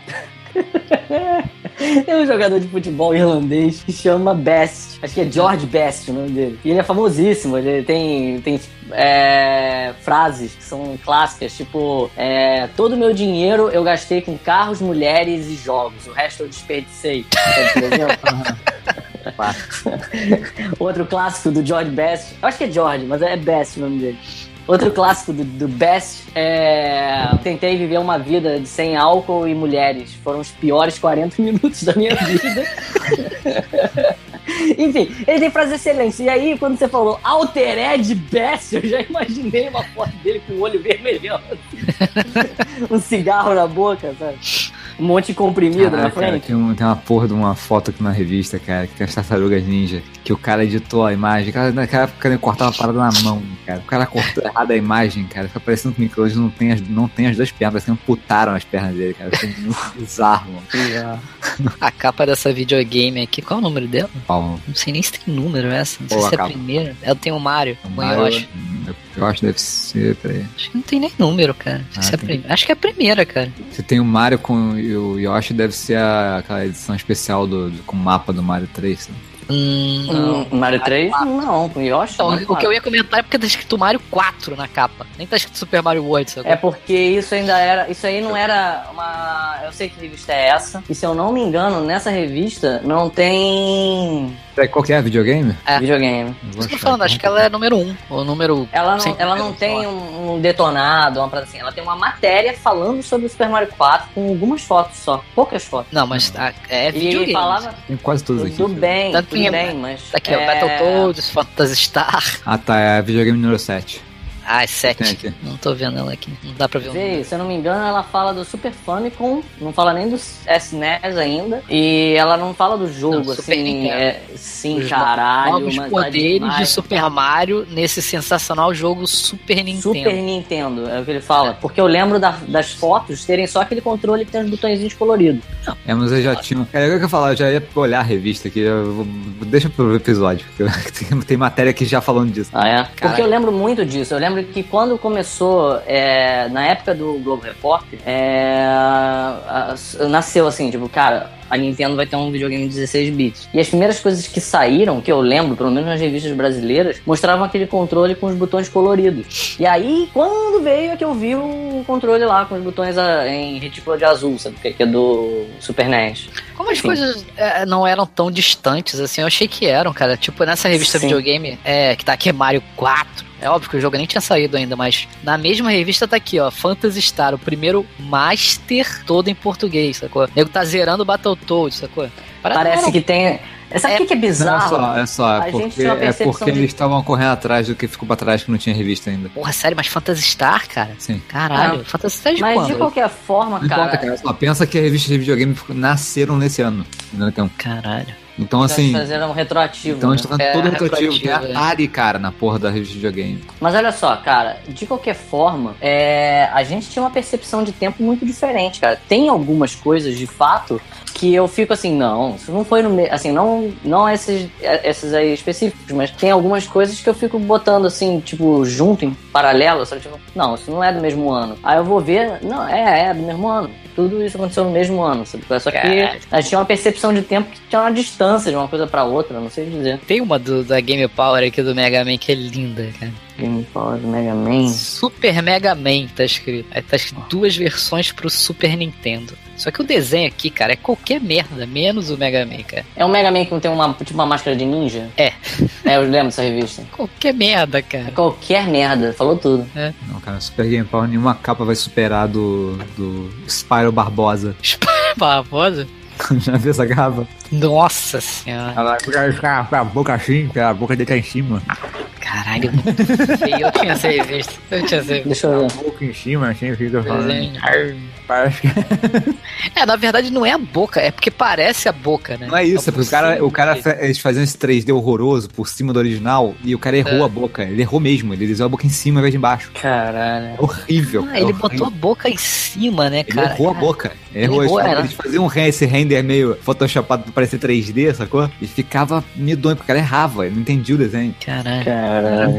Speaker 3: Tem um jogador de futebol irlandês que chama Best. Acho que é George Best o nome dele. E ele é famosíssimo. Ele tem, tem é, frases que são clássicas, tipo: é, Todo meu dinheiro eu gastei com carros, mulheres e jogos. O resto eu desperdicei. Tá Sabe, Por exemplo? Outro clássico do George Best. Eu acho que é George, mas é Best o nome dele. Outro clássico do, do Best é. Tentei viver uma vida de sem álcool e mulheres. Foram os piores 40 [laughs] minutos da minha vida. [laughs] Enfim, ele tem frases excelentes. E aí, quando você falou Altered Best, eu já imaginei uma foto dele com o olho vermelhão. [laughs] um cigarro na boca, sabe? Um monte de
Speaker 2: Ah,
Speaker 3: comprimido na
Speaker 2: é,
Speaker 1: Caralho, cara,
Speaker 3: frente.
Speaker 1: tem, um- tem uma porra de uma foto aqui na revista, cara, que tem as tartarugas ninja, que o cara editou a imagem. O cara, naquela época ele cortava a parada na mão, cara. O cara
Speaker 2: [laughs]
Speaker 1: cortou errado a imagem, cara. Fica parecendo que o Michelangelo não tem as, não tem as duas pernas, parece que amputaram as pernas dele, cara. Foi muito [laughs] bizarro, mano.
Speaker 2: A capa dessa videogame aqui, qual é o número dela?
Speaker 1: Paulo,
Speaker 2: Não sei nem se tem número essa. Não sei
Speaker 1: Boa
Speaker 2: se é a
Speaker 1: capa.
Speaker 2: primeira. Ela tem o Mario,
Speaker 1: o
Speaker 2: o
Speaker 1: Mario-
Speaker 2: Yoshi.
Speaker 1: eu, eu acho que deve ser, peraí.
Speaker 2: Acho que não tem nem número, cara.
Speaker 1: Ah,
Speaker 2: Se é a
Speaker 1: tem.
Speaker 2: primeira. Acho que é a primeira, cara.
Speaker 1: Se tem o Mario com e o Yoshi, deve ser a, aquela edição especial do, do- com o mapa do Mario 3. né?
Speaker 2: Hum, não.
Speaker 3: Hum, Mario 3? Não, com Yoshi.
Speaker 2: Então,
Speaker 3: não,
Speaker 2: o que eu ia comentar é porque tá escrito Mario 4 na capa. Nem tá escrito Super Mario World, sacou?
Speaker 3: É porque isso ainda era. Isso aí não era uma. Eu sei que revista é essa. E se eu não me engano, nessa revista não tem
Speaker 1: Peraí, Qual que é? Videogame?
Speaker 2: É.
Speaker 3: videogame.
Speaker 1: Eu vou
Speaker 2: Isso que eu
Speaker 1: achar
Speaker 2: tô falando,
Speaker 1: aqui.
Speaker 2: acho que ela é número 1, ou número...
Speaker 3: Ela não,
Speaker 2: Sim,
Speaker 3: ela não
Speaker 2: eu
Speaker 3: tem
Speaker 2: só.
Speaker 3: um, um detonado, uma parada assim. Ela tem uma matéria falando sobre o Super Mario 4 com algumas fotos só. Poucas fotos.
Speaker 2: Não, mas a- é
Speaker 3: E ele
Speaker 2: videogame.
Speaker 3: falava É.
Speaker 1: Tem quase todos aqui.
Speaker 3: tudo bem,
Speaker 2: Tanto
Speaker 3: tudo
Speaker 2: em-
Speaker 3: bem, mas.
Speaker 2: Tá aqui, ó, Battletoads, Phantasy Star.
Speaker 1: Ah, tá. É videogame número 7.
Speaker 2: Ah,
Speaker 1: Tem
Speaker 2: é 7.
Speaker 1: aqui.
Speaker 2: Não tô vendo ela aqui. Não dá pra ver um o número.
Speaker 3: Vê, se eu não me engano, ela fala do Super Famicom, não fala nem do SNES ainda, e ela não fala do jogo,
Speaker 2: Não, Super
Speaker 3: assim,
Speaker 2: Nintendo.
Speaker 3: é, sim,
Speaker 2: Os
Speaker 3: caralho,
Speaker 2: novos
Speaker 3: mas tá
Speaker 2: poderes de
Speaker 3: demais.
Speaker 2: Super Mario nesse sensacional jogo Super Nintendo.
Speaker 3: Super Nintendo, é o que ele fala. Porque eu lembro da- das fotos terem só aquele controle que tem os botõezinhos coloridos.
Speaker 1: É, mas eu já tinha. Cara, agora que eu falar, eu já ia olhar a revista aqui. eu vou- Deixa pro episódio, porque eu- [laughs] tem- tem matéria aqui já falando disso.
Speaker 3: Ah, é? Porque
Speaker 2: Caralho.
Speaker 3: eu lembro muito disso. Eu lembro que quando começou, é, na época do Globo Repórter, é, a- a- nasceu assim, tipo, cara, a Nintendo vai ter um videogame de 16 bits. E as primeiras coisas que saíram, que eu lembro, pelo menos nas revistas brasileiras, mostravam aquele controle com os botões coloridos. E aí, quando veio é que eu vi o controle lá com os botões ah, em retícula de azul, sabe? Que que é do Super NES.
Speaker 2: Como as
Speaker 3: Sim.
Speaker 2: coisas é, não eram tão distantes assim, eu achei que eram, cara. Tipo, nessa revista
Speaker 3: Sim.
Speaker 2: videogame, é, que tá aqui é Mario 4. É óbvio que o jogo nem tinha saído ainda, mas na mesma revista tá aqui, ó, Phantasy Star, o primeiro Master todo em português, sacou? O nego tá zerando o Battletoads, sacou?
Speaker 3: Parece que tem. Sabe o que, que é
Speaker 1: Não, é
Speaker 3: bizarro?
Speaker 1: só, é só,
Speaker 3: A
Speaker 1: é
Speaker 3: gente
Speaker 1: porque,
Speaker 3: tem uma
Speaker 1: é
Speaker 3: percepção
Speaker 1: porque
Speaker 3: de-
Speaker 1: eles estavam correndo atrás do que ficou pra trás que não tinha revista ainda.
Speaker 2: Porra, sério, mas Phantasy Star, cara?
Speaker 1: Sim.
Speaker 2: Caralho, Phantasy Star de
Speaker 3: Mas
Speaker 2: quando?
Speaker 3: de qualquer forma,
Speaker 1: Não importa,
Speaker 3: Ah, cara.
Speaker 1: cara. Só pensa que as revistas de videogame nasceram nesse ano. entendeu? Então,
Speaker 2: Caralho.
Speaker 1: então
Speaker 3: Eles
Speaker 1: assim.
Speaker 3: fizeram um retroativo.
Speaker 1: Então a gente
Speaker 3: né?
Speaker 1: tá falando todo
Speaker 2: É,
Speaker 1: retroativo. Tem
Speaker 2: retroativo, é.
Speaker 1: Atari, cara, na porra da revista de videogame.
Speaker 3: Mas olha só, cara, de qualquer forma, é, a gente tinha uma percepção de tempo muito diferente, cara. Tem algumas coisas, de fato, que eu fico assim, não, isso não foi no mesmo. Assim, não, não esses, é, esses aí específicos, mas tem algumas coisas que eu fico botando assim, tipo, junto, em paralelo, sabe? Tipo, não, isso não é do mesmo ano. Aí eu vou ver, não, é, é do mesmo ano. Tudo isso aconteceu no mesmo ano, sabe? Só que
Speaker 2: Caralho.
Speaker 3: a gente tinha uma percepção de tempo que tinha uma distância de uma coisa pra outra, não sei dizer.
Speaker 2: Tem uma do, da Game Power aqui do Mega Man que é linda, cara.
Speaker 3: Game Power, Mega
Speaker 1: Hum.
Speaker 3: Man.
Speaker 2: Super Mega Man tá escrito. Aí tá
Speaker 1: Ah.
Speaker 2: escrito duas versões pro Super Nintendo. Só que o desenho aqui, cara, é qualquer merda, menos o Mega Man, cara.
Speaker 3: É um Mega Man que não tem uma, tipo, uma máscara de ninja?
Speaker 2: É.
Speaker 3: É, eu lembro dessa revista. É
Speaker 2: Qualquer merda, cara.
Speaker 3: Qualquer merda, falou tudo.
Speaker 1: Não, cara, Super Game Power, nenhuma capa vai superar do, do Spyro Barbosa. [laughs]
Speaker 2: é Barbosa.
Speaker 1: Já viu essa capa?
Speaker 2: Nossa senhora.
Speaker 1: Ela fica com a boca assim, com a boca dele tá em cima.
Speaker 2: Caralho, muito feio.
Speaker 1: [laughs]
Speaker 2: Eu tinha essa revista. Eu tinha essa revista.
Speaker 3: Deixa eu ver.
Speaker 1: A boca em cima, assim, fica
Speaker 2: Desenho.
Speaker 1: [laughs] Parece que-
Speaker 2: É, na verdade não é a boca, é porque parece a boca, né?
Speaker 1: Não é isso, é porque o cara, o cara
Speaker 2: Sim.
Speaker 1: fe- eles faziam esse 3D horroroso por cima do original e o cara errou
Speaker 2: É.
Speaker 1: a boca. Ele errou mesmo, ele desenhou a boca em cima ao invés de embaixo.
Speaker 3: Caralho.
Speaker 1: É horrível.
Speaker 2: Ah, ele
Speaker 1: é horrível.
Speaker 2: botou a boca em cima, né,
Speaker 1: Ele
Speaker 2: cara?
Speaker 1: errou a boca. Ele errou,
Speaker 2: errou,
Speaker 1: eles,
Speaker 2: era.
Speaker 1: eles faziam um re- esse render meio photoshopado pra parecer 3D, sacou? E ficava medonho, porque o cara errava, ele não entendia o desenho.
Speaker 2: Caralho.
Speaker 3: Caralho.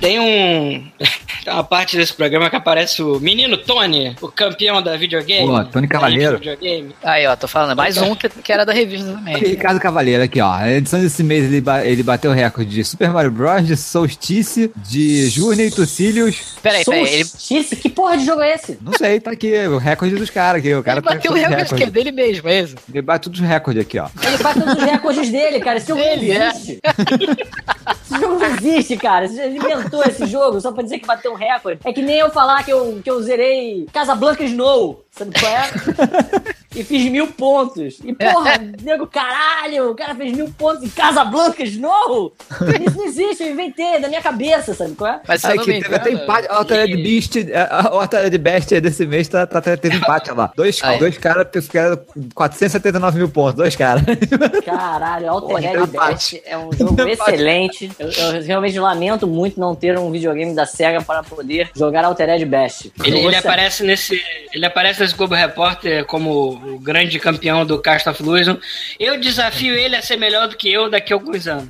Speaker 4: Tem um. [laughs] Tem uma parte desse programa que aparece o menino Tony, o campeão da videogame.
Speaker 1: Pô, Tony Cavaleiro.
Speaker 4: Da Videogame.
Speaker 2: Aí, ó, tô falando, mais um que, que era da revista
Speaker 1: E
Speaker 2: também.
Speaker 1: Ricardo Cavaleiro, aqui ó, a edição desse mês ele, ba- ele bateu o recorde de Super Mario Bros, de Solstice, de Journey to Cílios,
Speaker 2: Peraí, peraí, ele,
Speaker 3: Solstice? Que porra de jogo é esse?
Speaker 1: não sei, tá aqui, o recorde dos caras aqui, o cara
Speaker 2: ele bateu o
Speaker 1: tá todos os
Speaker 2: recorde que é
Speaker 1: recordes.
Speaker 2: dele mesmo, é isso?
Speaker 1: Ele bateu todos os recordes aqui, ó.
Speaker 3: Ele faz todos os recordes dele, cara. Esse jogo
Speaker 2: Dele,
Speaker 3: não
Speaker 2: é.
Speaker 3: existe. Esse jogo não existe, cara. Esse- Ele inventou esse jogo só pra dizer que bateu um recorde. É que nem eu falar que eu, que eu zerei Casablanca Snow. Sabe qual é? E fiz mil pontos. E porra, nego, caralho, o cara fez mil pontos em Casablanca Snow? Isso não existe, eu inventei, é da minha cabeça, sabe qual é?
Speaker 2: Mas se eu
Speaker 1: Aí
Speaker 2: não
Speaker 1: que
Speaker 2: me
Speaker 1: teve até
Speaker 2: engano,
Speaker 1: empate. A Otária de Beast, a a Otária de Best desse mês tá, tá, tá- teve empate olha lá. Dois,
Speaker 2: Ah, é.
Speaker 1: dois caras ficaram com 479 mil pontos, dois caras.
Speaker 3: Caralho, é Altered
Speaker 1: Porra,
Speaker 3: Beast é um jogo excelente. Eu, eu realmente lamento muito não ter um videogame da SEGA para poder jogar Altered Beast.
Speaker 4: Ele,
Speaker 3: Eu
Speaker 4: ele
Speaker 3: gosto-
Speaker 4: aparece nesse. Ele aparece nesse Globo Repórter como o grande campeão do Cast of Illusion. Eu desafio ele a ser melhor do que eu daqui a alguns anos.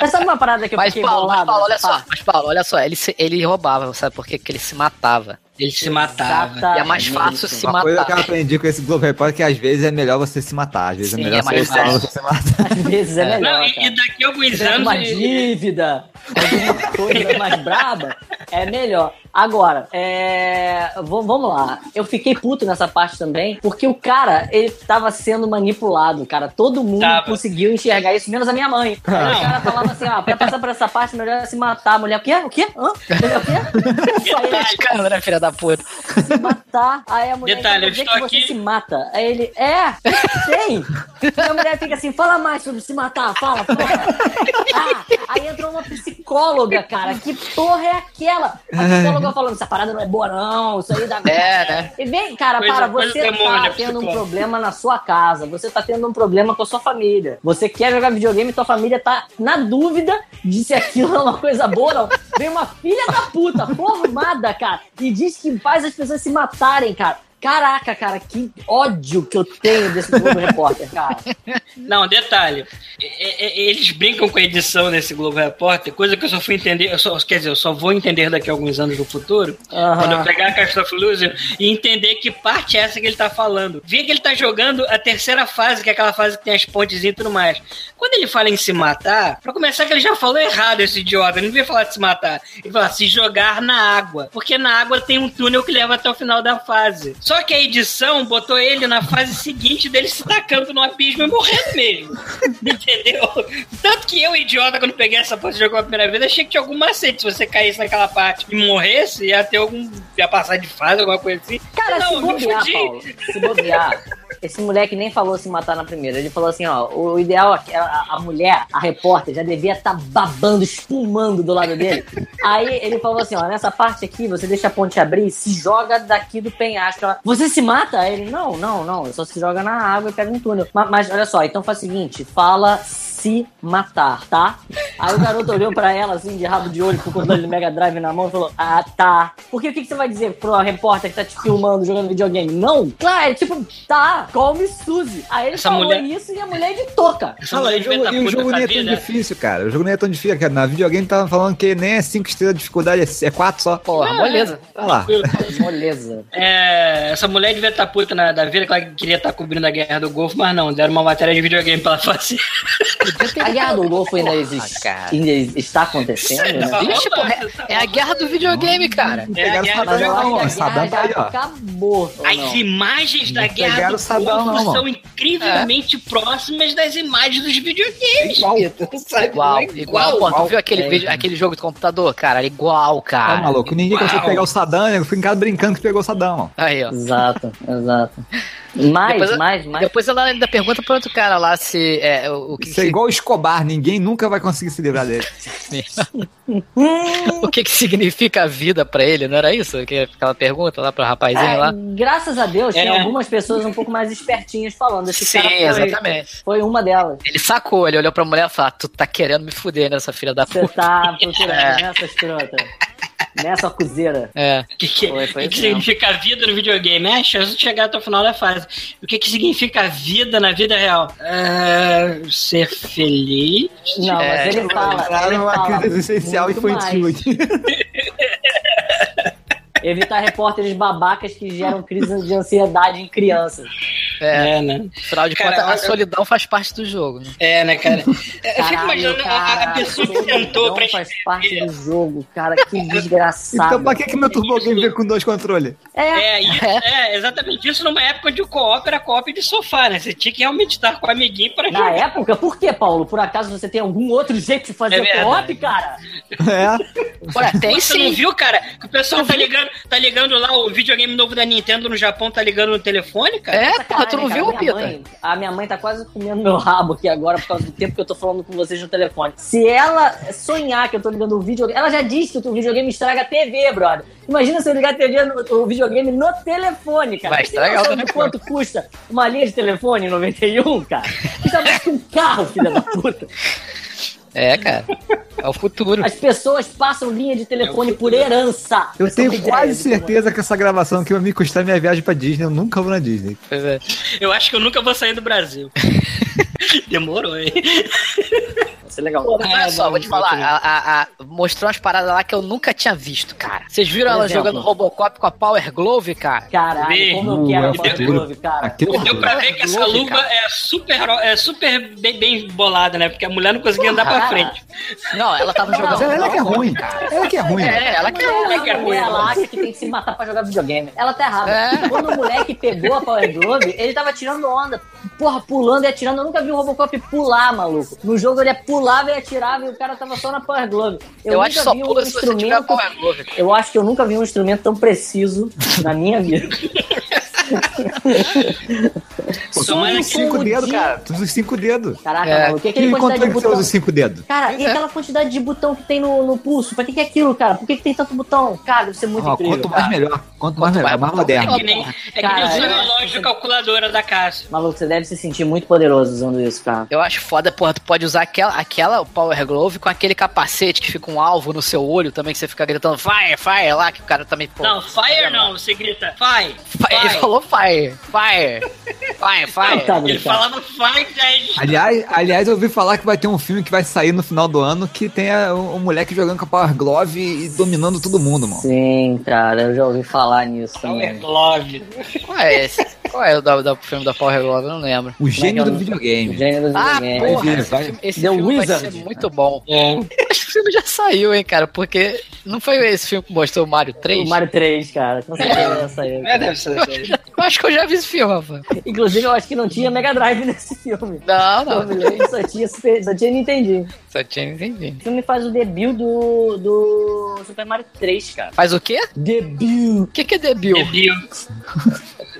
Speaker 3: Mas sabe uma parada que eu
Speaker 2: Mas
Speaker 3: fiquei
Speaker 2: Paulo, mas
Speaker 3: bolado?
Speaker 2: Paulo, olha
Speaker 1: né?
Speaker 3: nessa
Speaker 2: só,
Speaker 3: parte?
Speaker 2: mas Paulo, olha só, ele, se- ele roubava, sabe por quê? Porque ele se matava.
Speaker 4: Ele se
Speaker 3: Tá,
Speaker 4: matava.
Speaker 2: E é mais fácil se
Speaker 1: Uma coisa que eu
Speaker 2: matar.
Speaker 1: aprendi com esse Globo Repórter é que às vezes é melhor você se matar, às vezes
Speaker 2: Sim,
Speaker 1: é melhor
Speaker 2: é mais
Speaker 1: você, falar,
Speaker 2: fácil.
Speaker 1: você se matar.
Speaker 3: Às vezes é melhor,
Speaker 4: Não, e, e
Speaker 3: cara.
Speaker 4: daqui a alguns
Speaker 3: Tem
Speaker 4: anos.
Speaker 3: uma
Speaker 4: ele-
Speaker 3: dívida, alguma coisa mais braba, é melhor. Agora, é, v- vamos lá. Eu fiquei puto nessa parte também, porque o cara, ele tava sendo manipulado, cara. Todo mundo
Speaker 4: Tava.
Speaker 3: conseguiu enxergar isso, menos a minha mãe. Aí o cara falava assim, ó, pra passar por essa parte, melhor é se matar. A mulher, o quê? O quê? Hã? Mulher,
Speaker 4: [laughs]
Speaker 3: o quê?
Speaker 2: [laughs]
Speaker 3: Aí
Speaker 4: Tá.
Speaker 3: ele,
Speaker 2: Pescando, né, filha da puta?
Speaker 3: se matar. Aí a mulher
Speaker 4: Detalhe,
Speaker 3: então, quer
Speaker 4: eu
Speaker 3: dizer
Speaker 4: estou
Speaker 3: que
Speaker 4: aqui.
Speaker 3: você se mata. Aí ele, é, tem. E a mulher fica assim, fala mais sobre se matar, fala, fala. Ah, aí entrou uma psicóloga, cara. Que porra é aquela? A psicóloga falando, essa parada não é boa não, isso aí dá...
Speaker 2: É, né?
Speaker 3: E vem, cara,
Speaker 4: Coisa-
Speaker 3: para,
Speaker 4: coisa
Speaker 3: você
Speaker 4: demônio, é
Speaker 3: tá tendo um
Speaker 4: psicóloga.
Speaker 3: problema na sua casa, você tá tendo um problema com a sua família. Você quer jogar videogame e tua família tá na dúvida de se aquilo [laughs] é uma coisa boa ou não. Vem uma filha da puta, formada, cara, e diz que faz as pessoas se matarem, cara. Caraca, cara, que ódio que eu tenho desse Globo Repórter, cara.
Speaker 4: Não, detalhe. E- e- Eles brincam com a edição nesse Globo Repórter, coisa que eu só fui entender, eu só, quer dizer, eu só vou entender daqui a alguns anos no futuro,
Speaker 3: Aham.
Speaker 4: quando eu pegar a Cast of Illusion e entender que parte é essa que ele tá falando. Vi que ele tá jogando a terceira fase, que é aquela fase que tem as pontes e tudo mais. Quando ele fala em se matar, pra começar que ele já falou errado, esse idiota, ele não devia falar de se matar. Ele fala se jogar na água, porque na água tem um túnel que leva até o final da fase. Só que a edição botou ele na fase seguinte dele se tacando no abismo e morrendo mesmo. [laughs] Entendeu? Tanto que eu, idiota, quando peguei essa porra e jogou a primeira vez, achei que tinha algum macete. Se você caísse naquela parte e morresse, ia ter algum. ia passar de fase, alguma coisa assim.
Speaker 3: Cara,
Speaker 4: Não,
Speaker 3: se
Speaker 4: me
Speaker 3: bobear,
Speaker 4: fudi.
Speaker 3: Paulo, se bobear, esse moleque nem falou se matar na primeira. Ele falou assim, ó, o ideal é que a, a mulher, a repórter, já devia estar babando, espumando do lado dele. Aí ele falou assim, ó, nessa parte aqui, você deixa a ponte abrir e se joga daqui do penhasco. Ela, Você se mata? Aí ele, não, não, não, só se joga na água e pega um túnel. Ma- Mas, olha só, então faz o seguinte, fala se matar, tá? Aí o garoto olhou pra ela assim, de rabo de olho, com o controle do Mega Drive na mão e falou, ah, tá. Porque o que, que você vai dizer pro repórter que tá te filmando, jogando videogame? Não? Claro, é tipo, tá, come Suzy. Aí ele
Speaker 4: Essa
Speaker 3: falou
Speaker 4: mulher-
Speaker 3: isso e a mulher é de toca.
Speaker 4: Essa
Speaker 1: Fala,
Speaker 4: mulher
Speaker 1: e o jogo,
Speaker 4: devia tá
Speaker 1: e o
Speaker 4: puta,
Speaker 1: jogo nem é tão
Speaker 4: sabia, né?
Speaker 1: difícil, cara. O jogo nem é tão difícil. Cara. Na videogame tava falando que nem é 5 estrelas de dificuldade, é- é 4 só.
Speaker 2: Porra, moleza.
Speaker 1: Olha lá.
Speaker 3: Moleza.
Speaker 4: É, essa mulher devia estar puta na, da vida que ela queria estar cobrindo a guerra do Golfo, mas não, deram uma matéria de videogame pra ela fazer.
Speaker 3: A guerra do Golfo ainda existe.
Speaker 2: cara.
Speaker 3: Ainda está acontecendo, né?
Speaker 2: Existe, porra. É, é a guerra do videogame, cara.
Speaker 1: Pegaram
Speaker 4: guerra
Speaker 1: o
Speaker 4: do
Speaker 3: Mas eu
Speaker 1: Saddam,
Speaker 3: acho que
Speaker 1: não,
Speaker 3: a
Speaker 1: ó. Saddam tá
Speaker 3: guerra
Speaker 1: aí,
Speaker 3: já
Speaker 1: ó.
Speaker 3: acabou. ou
Speaker 4: As
Speaker 3: não?
Speaker 4: imagens da
Speaker 1: Não
Speaker 4: guerra
Speaker 1: pegaram
Speaker 4: do
Speaker 1: o Saddam,
Speaker 4: Golfo
Speaker 1: não, mano.
Speaker 4: são incrivelmente próximas das imagens dos videogames. Igual, [laughs] sabe?
Speaker 2: Igual,
Speaker 4: Não é
Speaker 2: igual, pô. Tu viu aquele, vídeo, aquele jogo de computador, cara? Igual,
Speaker 1: Ah,
Speaker 2: cara.
Speaker 1: maluco, ninguém
Speaker 4: uau.
Speaker 1: consegue pegar o Saddam, eu fico em casa brincando que pegou o Saddam, ó.
Speaker 2: Aí, ó.
Speaker 3: Exato, exato. Mais,
Speaker 2: Depois-
Speaker 3: mais, mais.
Speaker 2: Depois ela ainda pergunta pro outro cara lá se é, o, o que,
Speaker 1: Isso é igual o Escobar, ninguém nunca vai conseguir se livrar dele.
Speaker 2: [laughs] o que, que significa a vida pra ele, não era isso? Que Aquela pergunta lá pro rapazinho lá.
Speaker 3: É, graças a Deus, tem
Speaker 4: É.
Speaker 3: algumas pessoas um pouco mais espertinhas falando. Esse
Speaker 2: Sim,
Speaker 3: cara foi,
Speaker 2: exatamente.
Speaker 3: foi uma delas.
Speaker 2: Ele sacou, ele olhou pra mulher e falou: Tu tá querendo me fuder nessa filha da
Speaker 3: Você
Speaker 2: puta.
Speaker 3: tá procurando
Speaker 2: É.
Speaker 3: nessa escrota. Nessa Né, cozeira.
Speaker 2: É.
Speaker 4: O que, que,
Speaker 3: Foi, foi assim,
Speaker 4: o que
Speaker 3: isso
Speaker 4: significa a vida no videogame? É a chance de chegar até o final da fase. O que, que significa a vida na vida real? É, ser feliz?
Speaker 3: Não,
Speaker 2: É,
Speaker 3: mas ele fala. Ele
Speaker 1: Entraram numa
Speaker 3: fala
Speaker 1: crise existencial
Speaker 3: muito
Speaker 1: infantil
Speaker 3: mais.
Speaker 1: aqui.
Speaker 3: Evitar repórteres babacas que geram crise de ansiedade em crianças.
Speaker 2: É,
Speaker 4: É, né?
Speaker 2: afinal de
Speaker 4: Cara,
Speaker 2: contas, a
Speaker 4: eu-
Speaker 2: solidão faz parte do jogo. [laughs] né?
Speaker 4: É, né,
Speaker 3: [laughs]
Speaker 4: cara? Eu fico imaginando a, a
Speaker 3: cara,
Speaker 4: pessoa que
Speaker 3: todo
Speaker 4: sentou
Speaker 3: mundo
Speaker 4: pra
Speaker 3: faz parte do jogo, cara. Que desgraçado.
Speaker 1: Então pra que, que meu Turbogame veio com dois controles?
Speaker 3: É, [laughs]
Speaker 4: É, isso, é, exatamente isso numa época onde o co-op era co-op de sofá, né? Você tinha que realmente estar com o amiguinho pra
Speaker 3: na época, por que, Paulo? Por acaso você tem algum outro jeito de fazer
Speaker 4: É verdade.
Speaker 3: co-op, cara?
Speaker 1: É.
Speaker 2: Ué, tem
Speaker 4: Você não
Speaker 2: sim.
Speaker 4: viu, cara? Que o pessoal tá ligando, tá ligando lá o videogame novo da Nintendo no Japão, tá ligando no telefone, cara?
Speaker 2: É, porra, tu não
Speaker 3: Caralho,
Speaker 2: viu,
Speaker 3: cara, minha
Speaker 2: Pita?
Speaker 3: mãe- a minha mãe tá quase comendo meu rabo aqui agora por causa do tempo que eu tô falando com vocês no telefone. Se ela sonhar que eu tô ligando o videogame. Ela já disse que o videogame estraga a TV, brother. Imagina se eu ligar a TV no, o videogame no telefone, cara.
Speaker 2: Vai
Speaker 3: Você
Speaker 2: estragar o
Speaker 3: tem noção de
Speaker 2: telefone.
Speaker 3: quanto custa uma linha de telefone em 91, cara? Isso é mais que um carro, filha da puta.
Speaker 2: É, cara. É o futuro.
Speaker 3: As pessoas passam linha de telefone por herança.
Speaker 1: Eu
Speaker 3: Essa é uma
Speaker 1: tenho
Speaker 3: ideia
Speaker 1: quase
Speaker 3: de como-
Speaker 1: certeza que essa gravação aqui vai me custar minha viagem pra Disney. Eu nunca vou na Disney.
Speaker 2: Pois é.
Speaker 4: Eu acho que eu nunca vou sair
Speaker 3: [laughs]
Speaker 4: do Brasil. Demorou, hein?
Speaker 3: Isso é legal.
Speaker 2: Pô, mas olha só, vou te falar. A, a- a- mostrou umas paradas lá que eu nunca tinha visto, cara. Vocês viram
Speaker 3: Por
Speaker 2: ela
Speaker 3: exemplo?
Speaker 2: jogando Robocop com a Power Glove, cara?
Speaker 3: Caralho, como eu quero a
Speaker 1: Meu
Speaker 3: Power Glove, cara.
Speaker 1: Aquele
Speaker 4: Deu pra ver que essa luva é super, é super bem, bem bolada, né? Porque a mulher não conseguia andar pra
Speaker 3: Cara,
Speaker 4: frente.
Speaker 2: Não, ela tava jogando.
Speaker 1: Mas
Speaker 2: [laughs]
Speaker 1: ela, ela que é ruim. Ela que é ruim.
Speaker 2: É, ela que é ruim.
Speaker 3: Ela,
Speaker 4: que é ruim,
Speaker 3: ela
Speaker 4: mano.
Speaker 3: acha que tem que se matar pra jogar videogame. Ela tá errada.
Speaker 2: É.
Speaker 3: Quando o moleque pegou a Power Glove, ele tava tirando onda. Porra, pulando e atirando. Eu nunca vi o Robocop pular, maluco. No jogo ele pulava e atirava e o cara tava só na Power Glove.
Speaker 2: Eu, acho que
Speaker 3: nunca
Speaker 2: só
Speaker 3: vi um
Speaker 2: pula se você tiver a Power Glove.
Speaker 3: Eu acho que eu nunca vi um instrumento tão preciso na minha vida.
Speaker 1: Pô, tu
Speaker 4: Só
Speaker 1: usa
Speaker 4: ela
Speaker 1: os
Speaker 3: que
Speaker 1: cinco
Speaker 3: o
Speaker 1: dedos,
Speaker 3: dia-
Speaker 1: cara. Tu usa os cinco dedos.
Speaker 3: Caraca,
Speaker 2: É.
Speaker 3: maluco. E
Speaker 1: Quem
Speaker 3: aquele
Speaker 1: encontrou
Speaker 3: quantidade
Speaker 1: que
Speaker 3: de
Speaker 1: você usa
Speaker 3: botão...
Speaker 1: os cinco dedos?
Speaker 3: Cara, e
Speaker 2: Pois é.
Speaker 3: aquela quantidade de botão que tem no, no pulso? Pra que, que é aquilo, cara? Por que, que tem tanto botão? Cara, deve ser muito
Speaker 2: Ah,
Speaker 1: Ó,
Speaker 3: incrível.
Speaker 1: quanto mais melhor. Quanto mais
Speaker 2: Quanto
Speaker 1: melhor.
Speaker 2: mais
Speaker 1: Mais
Speaker 2: botão,
Speaker 1: moderno.
Speaker 4: É que nem, é que nem
Speaker 3: Cara,
Speaker 4: usando
Speaker 3: eu
Speaker 4: a
Speaker 3: acho
Speaker 4: loja de calculadora da Cássio.
Speaker 3: Maluco, você deve se sentir muito poderoso usando isso, cara.
Speaker 2: Eu acho foda, porra, tu pode usar aquela, aquela Power Glove com aquele capacete que fica um alvo no seu olho também, que você fica gritando fire, fire lá, que o cara também. Pô,
Speaker 4: Não, fire não, você grita fire.
Speaker 2: Fire. Ele falou fire, fire, fire, fire.
Speaker 3: Tá bom,
Speaker 4: Ele
Speaker 3: cara.
Speaker 4: falava fire, aí
Speaker 1: Aliás, aliás, eu ouvi falar que vai ter um filme que vai sair no final do ano que tem a- um um moleque jogando com a Power Glove e dominando todo mundo, mano.
Speaker 3: Sim, cara, eu já ouvi falar nisso também.
Speaker 4: Power Glove.
Speaker 2: Ué, esse- Qual é o da, da- filme da Power Glove? Eu não lembro.
Speaker 1: O gênio do
Speaker 3: Mega-
Speaker 1: videogame.
Speaker 3: Gênero
Speaker 2: Ah,
Speaker 3: videogame.
Speaker 2: porra! Esse
Speaker 1: Vai-
Speaker 2: filme, esse
Speaker 3: The
Speaker 2: filme vai
Speaker 3: Wizard.
Speaker 2: ser muito bom.
Speaker 4: É.
Speaker 2: Acho que o filme já saiu, hein, cara? Porque não foi esse filme que mostrou o Mario 3?
Speaker 3: O Mario 3, cara. Com certeza vai
Speaker 2: [laughs]
Speaker 3: sair.
Speaker 4: É, deve ser. deve ser.
Speaker 2: Eu acho que eu já vi esse filme, rapaz.
Speaker 3: Inclusive, eu acho que não tinha Mega Drive [laughs] nesse filme.
Speaker 2: Não,
Speaker 3: Eu
Speaker 2: não.
Speaker 3: me lembro, só tinha, Super- só tinha Nintendinho.
Speaker 2: Só tinha entendido.
Speaker 3: O filme faz o debut do, do Super Mario 3, cara.
Speaker 2: Faz o quê?
Speaker 3: Debut!
Speaker 2: O que, que é debil?
Speaker 4: The Bill.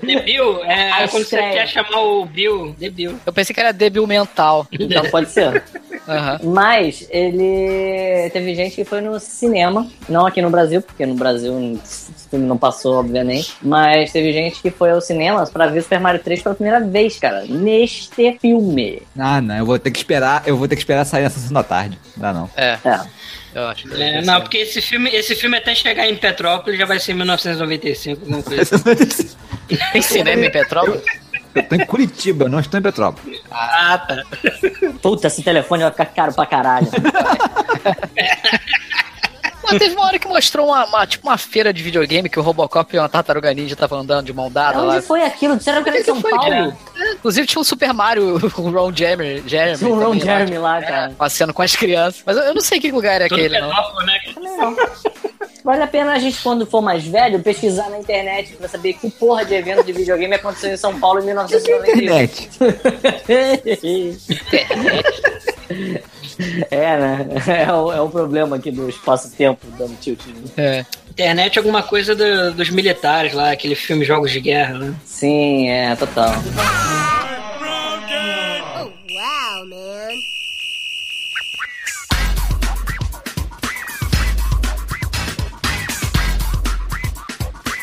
Speaker 4: The Bill, é
Speaker 3: A
Speaker 4: quando você
Speaker 3: estreia.
Speaker 4: quer chamar o Bill, The Bill.
Speaker 2: Eu pensei que era debil [laughs] mental.
Speaker 3: Então pode ser.
Speaker 2: Aham.
Speaker 3: Mas ele teve gente que foi no cinema, não aqui no Brasil, porque no Brasil esse filme não passou, obviamente. Mas teve gente que foi ao cinema pra ver Super Mario 3 pela primeira vez, cara. Neste filme.
Speaker 1: Ah, não, eu vou ter que esperar, eu vou ter que esperar sair na sessão da tarde. Não dá não. [laughs]
Speaker 2: É,
Speaker 3: É.
Speaker 2: eu acho. que
Speaker 4: É,
Speaker 2: deve
Speaker 4: não,
Speaker 2: ser.
Speaker 4: porque esse filme, esse filme até chegar em Petrópolis já vai ser em 1995, alguma coisa.
Speaker 2: Tem cinema em Petrópolis?
Speaker 1: Eu tô em Curitiba, eu não estou em Petrópolis.
Speaker 4: Ah, tá.
Speaker 3: Puta, esse telefone vai ficar caro pra caralho.
Speaker 2: [laughs] Não, teve uma hora que mostrou uma, uma- tipo uma feira de videogame que o Robocop e uma tartaruga ninja estavam andando de mão dada lá.
Speaker 3: Onde foi aquilo? Disseram que era em São
Speaker 2: foi,
Speaker 3: Paulo.
Speaker 2: É, Inclusive tinha um Super Mario, [laughs] o Ron Jeremy. Jeremy
Speaker 3: Tinha um Ron
Speaker 2: também lá,
Speaker 3: Jeremy lá,
Speaker 2: tipo,
Speaker 3: cara.
Speaker 2: passeando com as crianças. Mas eu, eu não sei que lugar era
Speaker 4: Todo
Speaker 2: aquele, não.
Speaker 4: Petrópolis, né?
Speaker 3: Vale a pena a gente, quando for mais velho, pesquisar na internet pra saber que porra de evento de videogame aconteceu em São Paulo em 1991.
Speaker 1: Internet.
Speaker 3: é, né? É o, é o problema aqui do espaço-tempo dando tilt.
Speaker 2: É.
Speaker 4: Internet alguma coisa do- dos militares lá, aquele filme Jogos de Guerra, né?
Speaker 3: Sim, é, total.
Speaker 8: Oh, wow, man.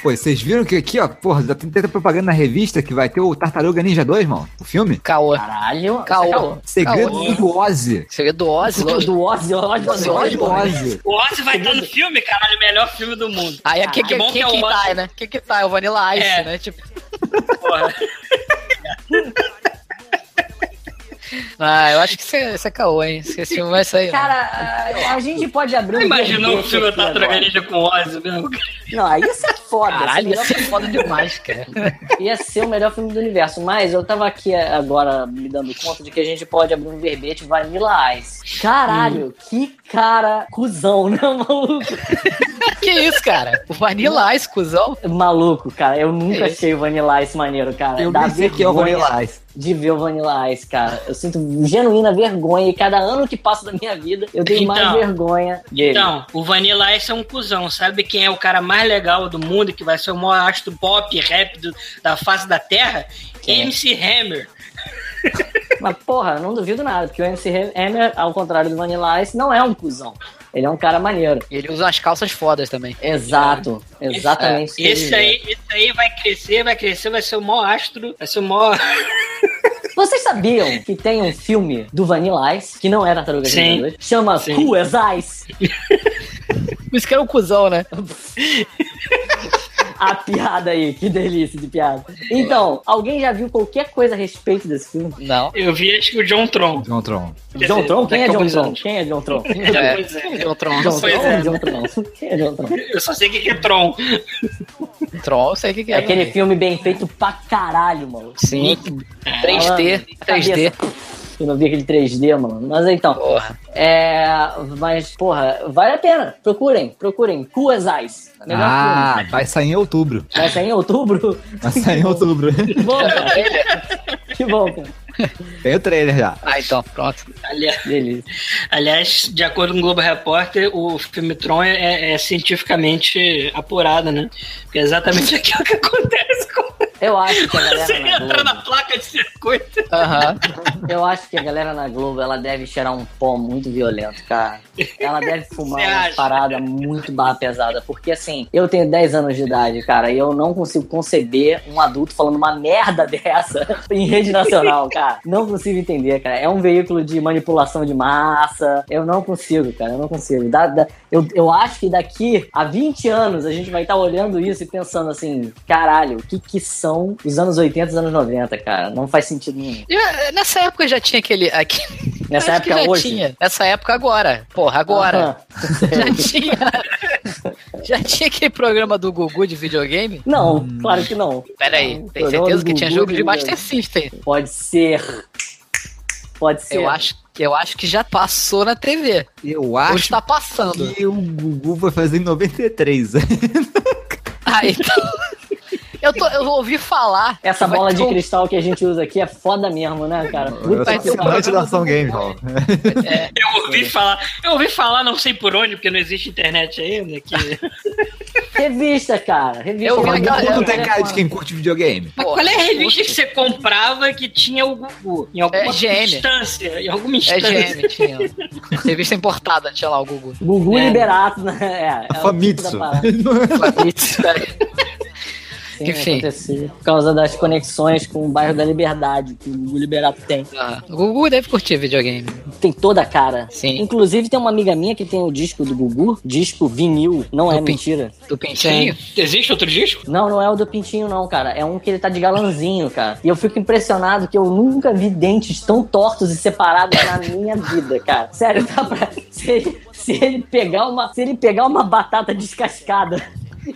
Speaker 1: Pô, vocês viram que aqui, ó, porra, já tem tanta propaganda na revista que vai ter o Tartaruga Ninja 2, mano? O filme?
Speaker 2: Caô.
Speaker 3: Caralho.
Speaker 2: Caô.
Speaker 1: Segredo
Speaker 2: Caô.
Speaker 1: do Ozzy.
Speaker 2: Segredo do Ozzy.
Speaker 3: Caô.
Speaker 2: lógico.
Speaker 3: Do Ozzy, Ozzy, Tá Ozzy,
Speaker 2: Ozzy
Speaker 3: Ozzy.
Speaker 1: Segredo do Ozzy.
Speaker 4: O Ozzy vai estar no filme, caralho, o melhor filme do mundo.
Speaker 3: Ah,
Speaker 2: Aí aqui que,
Speaker 4: Que bom
Speaker 2: que,
Speaker 4: que é o
Speaker 2: que
Speaker 4: Ozzy.
Speaker 2: tá, né? Que que tá? É o Vanilla Ice,
Speaker 4: É.
Speaker 2: né? Tipo,
Speaker 3: [laughs]
Speaker 4: Porra.
Speaker 2: ah, eu acho que isso é, isso é caô, hein? Esse esse filme vai sair. né?
Speaker 3: Cara, a- a gente pode abrir um.
Speaker 4: Você imaginou o
Speaker 3: verbete
Speaker 4: filme tá
Speaker 3: aqui
Speaker 4: da
Speaker 3: agora.
Speaker 4: Tragalija com o Ozzy mesmo?
Speaker 3: Não, aí ia ser foda.
Speaker 2: Caralho,
Speaker 3: ia
Speaker 2: isso
Speaker 3: ser
Speaker 2: é foda demais, cara.
Speaker 3: [laughs] ia ser o melhor filme do universo, mas eu tava aqui agora me dando conta de que a gente pode abrir um verbete Vanilla Ice.
Speaker 1: Hum.
Speaker 3: Caralho, que cara cuzão, né, maluco?
Speaker 2: que isso, cara? O Vanilla Ice, cuzão.
Speaker 3: Maluco, cara, eu nunca
Speaker 2: Que isso?
Speaker 3: achei o Vanilla Ice maneiro, cara.
Speaker 1: É. Eu
Speaker 3: Dá
Speaker 1: nem sei que é o
Speaker 3: vergonha
Speaker 1: Vanilla Ice.
Speaker 3: De ver o Vanilla Ice, cara. Eu sinto genuína vergonha e cada ano que passa da minha vida eu tenho mais
Speaker 4: Então.
Speaker 3: vergonha dele.
Speaker 4: Então, o Vanilla Ice é um cuzão. Sabe quem é o cara mais legal do mundo, que vai ser o maior astro pop e rap do- da face da Terra?
Speaker 3: Quem é?
Speaker 4: MC Hammer.
Speaker 3: Mas, porra, não duvido nada, porque o MC Hammer, ao contrário do Vanilla Ice, não é um cuzão. Ele é um cara maneiro.
Speaker 2: E ele usa umas calças fodas também.
Speaker 3: Exato,
Speaker 1: É.
Speaker 3: exatamente.
Speaker 4: Esse aí, esse aí vai crescer, vai crescer, vai ser o maior astro, vai ser o maior... [laughs]
Speaker 3: Vocês sabiam que tem um filme do Vanilla Ice, que não é Tartaruga
Speaker 4: Sim.
Speaker 3: Ninja 2, chama
Speaker 4: Sim.
Speaker 3: Cool as Ice?
Speaker 2: Por isso que era um cuzão, né?
Speaker 3: A piada aí, que delícia de piada. Então, alguém já viu qualquer coisa a respeito desse filme?
Speaker 2: Não.
Speaker 4: Eu vi, acho que o John Tron.
Speaker 1: John Tron.
Speaker 3: John Tron? Quem é
Speaker 4: daqui a
Speaker 3: John
Speaker 4: alguns
Speaker 3: Tron?
Speaker 4: anos.
Speaker 3: Quem é John Tron?
Speaker 2: É,
Speaker 4: pois é.
Speaker 2: Deu Tron.
Speaker 3: John
Speaker 4: Pois
Speaker 3: Tron?
Speaker 4: é.
Speaker 3: John Tron. Quem é John Tron?
Speaker 4: Eu só sei o que que é Tron.
Speaker 2: Tron, eu sei o que, que
Speaker 3: É
Speaker 2: é.
Speaker 3: aquele filme bem feito pra caralho, mano.
Speaker 2: Sim. 3D. 3D.
Speaker 3: Eu não vi aquele 3D, mano. Mas então,
Speaker 2: Porra.
Speaker 3: é... Mas, porra, vale a pena. Procurem, procurem. Cool as Ice. É Melhor
Speaker 1: Ah, vai sair em outubro.
Speaker 3: filme. Vai sair em outubro.
Speaker 1: Vai sair em outubro.
Speaker 4: [laughs]
Speaker 3: Que bom, cara. Que bom, cara.
Speaker 1: Tem o trailer já.
Speaker 2: Ah, então, pronto.
Speaker 4: Ali-
Speaker 3: Delícia.
Speaker 4: Aliás, de acordo com o Globo Repórter, o filme Tron é, é cientificamente apurado, né? Porque é exatamente [laughs] aquilo que acontece quando
Speaker 3: Eu acho que
Speaker 1: Tá
Speaker 3: a
Speaker 4: você
Speaker 1: né?
Speaker 3: galera na
Speaker 4: entra na
Speaker 3: Globo,
Speaker 4: placa de circuito.
Speaker 2: Aham.
Speaker 3: eu acho que a galera na Globo, ela deve cheirar um pó muito violento, cara. Ela
Speaker 4: [laughs]
Speaker 3: deve fumar
Speaker 4: Você
Speaker 3: uma
Speaker 4: acha?
Speaker 3: parada muito barra pesada, porque assim, eu tenho 10 anos de idade, cara, e eu não consigo conceber um adulto falando uma merda [laughs] dessa em rede nacional, cara. Não consigo entender, cara. É um veículo de manipulação de massa. Eu não consigo, cara, eu não consigo. Dá- dá- eu, eu acho que daqui a 20 anos a gente vai estar olhando isso e pensando assim, caralho, o que que são os anos 80 e os anos 90, cara? Não faz sentido nenhum.
Speaker 2: Já- Nessa época já tinha aquele. aqui-
Speaker 3: Nessa
Speaker 2: acho que
Speaker 3: época
Speaker 2: já
Speaker 3: hoje.
Speaker 2: Tinha. Nessa época agora. Porra, agora.
Speaker 3: Aham.
Speaker 2: Já tinha. Já tinha aquele programa do Gugu de videogame?
Speaker 3: Não, claro que não.
Speaker 2: Pera aí,
Speaker 3: Não,
Speaker 2: tem
Speaker 3: programa
Speaker 2: certeza
Speaker 3: do
Speaker 2: que tinha
Speaker 3: Gugu
Speaker 2: jogo de Master
Speaker 3: videogame.
Speaker 2: System?
Speaker 3: Pode ser. Pode ser.
Speaker 2: Eu acho, eu acho que já passou na TV.
Speaker 1: Eu
Speaker 2: Hoje
Speaker 1: acho
Speaker 2: está passando.
Speaker 1: que o Gugu vai fazer em 93.
Speaker 2: Ah, então. [laughs] Eu, tô, eu ouvi falar.
Speaker 3: Essa
Speaker 2: que vai
Speaker 3: bola
Speaker 2: ter
Speaker 3: de
Speaker 2: um-
Speaker 3: cristal que a gente usa aqui é foda mesmo, né, cara? Puta
Speaker 2: Vai
Speaker 1: Eu
Speaker 2: ter
Speaker 1: sou
Speaker 2: um
Speaker 3: que
Speaker 2: programa
Speaker 1: amante
Speaker 3: pariu.
Speaker 1: da ação game, Paulo.
Speaker 2: É,
Speaker 3: [laughs]
Speaker 4: Eu ouvi falar, eu ouvi falar, não sei por onde, porque não existe internet ainda, que
Speaker 3: Revista, cara. Revista.
Speaker 2: Eu vi
Speaker 1: Mas
Speaker 2: aquela-
Speaker 1: não
Speaker 2: eu
Speaker 1: conta
Speaker 2: vi
Speaker 1: tem cara de quem curte videogame.
Speaker 4: [laughs] Mas qual é a revista que você comprava que tinha o Gugu? Em alguma
Speaker 2: É GM.
Speaker 4: instância. Em alguma
Speaker 2: É
Speaker 4: instância.
Speaker 2: GM, tinha. Revista importada, tinha lá o Gugu.
Speaker 3: Gugu
Speaker 2: É.
Speaker 3: Liberato, né? É, é o tipo
Speaker 1: [laughs] Famitsu. é
Speaker 3: da parada. Sim,
Speaker 2: Enfim.
Speaker 3: aconteceu. Por causa das conexões com o bairro da Liberdade, que o Gugu Liberato tem.
Speaker 2: Ah, o Gugu deve curtir videogame.
Speaker 3: Tem toda a cara.
Speaker 2: Sim.
Speaker 3: Inclusive, tem uma amiga minha que tem o disco do Gugu, disco vinil. Não é
Speaker 2: Do Pin-
Speaker 3: mentira.
Speaker 2: Do Pintinho.
Speaker 4: Existe outro disco?
Speaker 3: Não, não é o do Pintinho, não, cara. É um que ele tá de galanzinho, cara. E eu fico impressionado que eu nunca vi dentes tão tortos e separados na minha vida, cara. Sério, dá pra. Se ele, se ele pegar uma. Se ele pegar uma batata descascada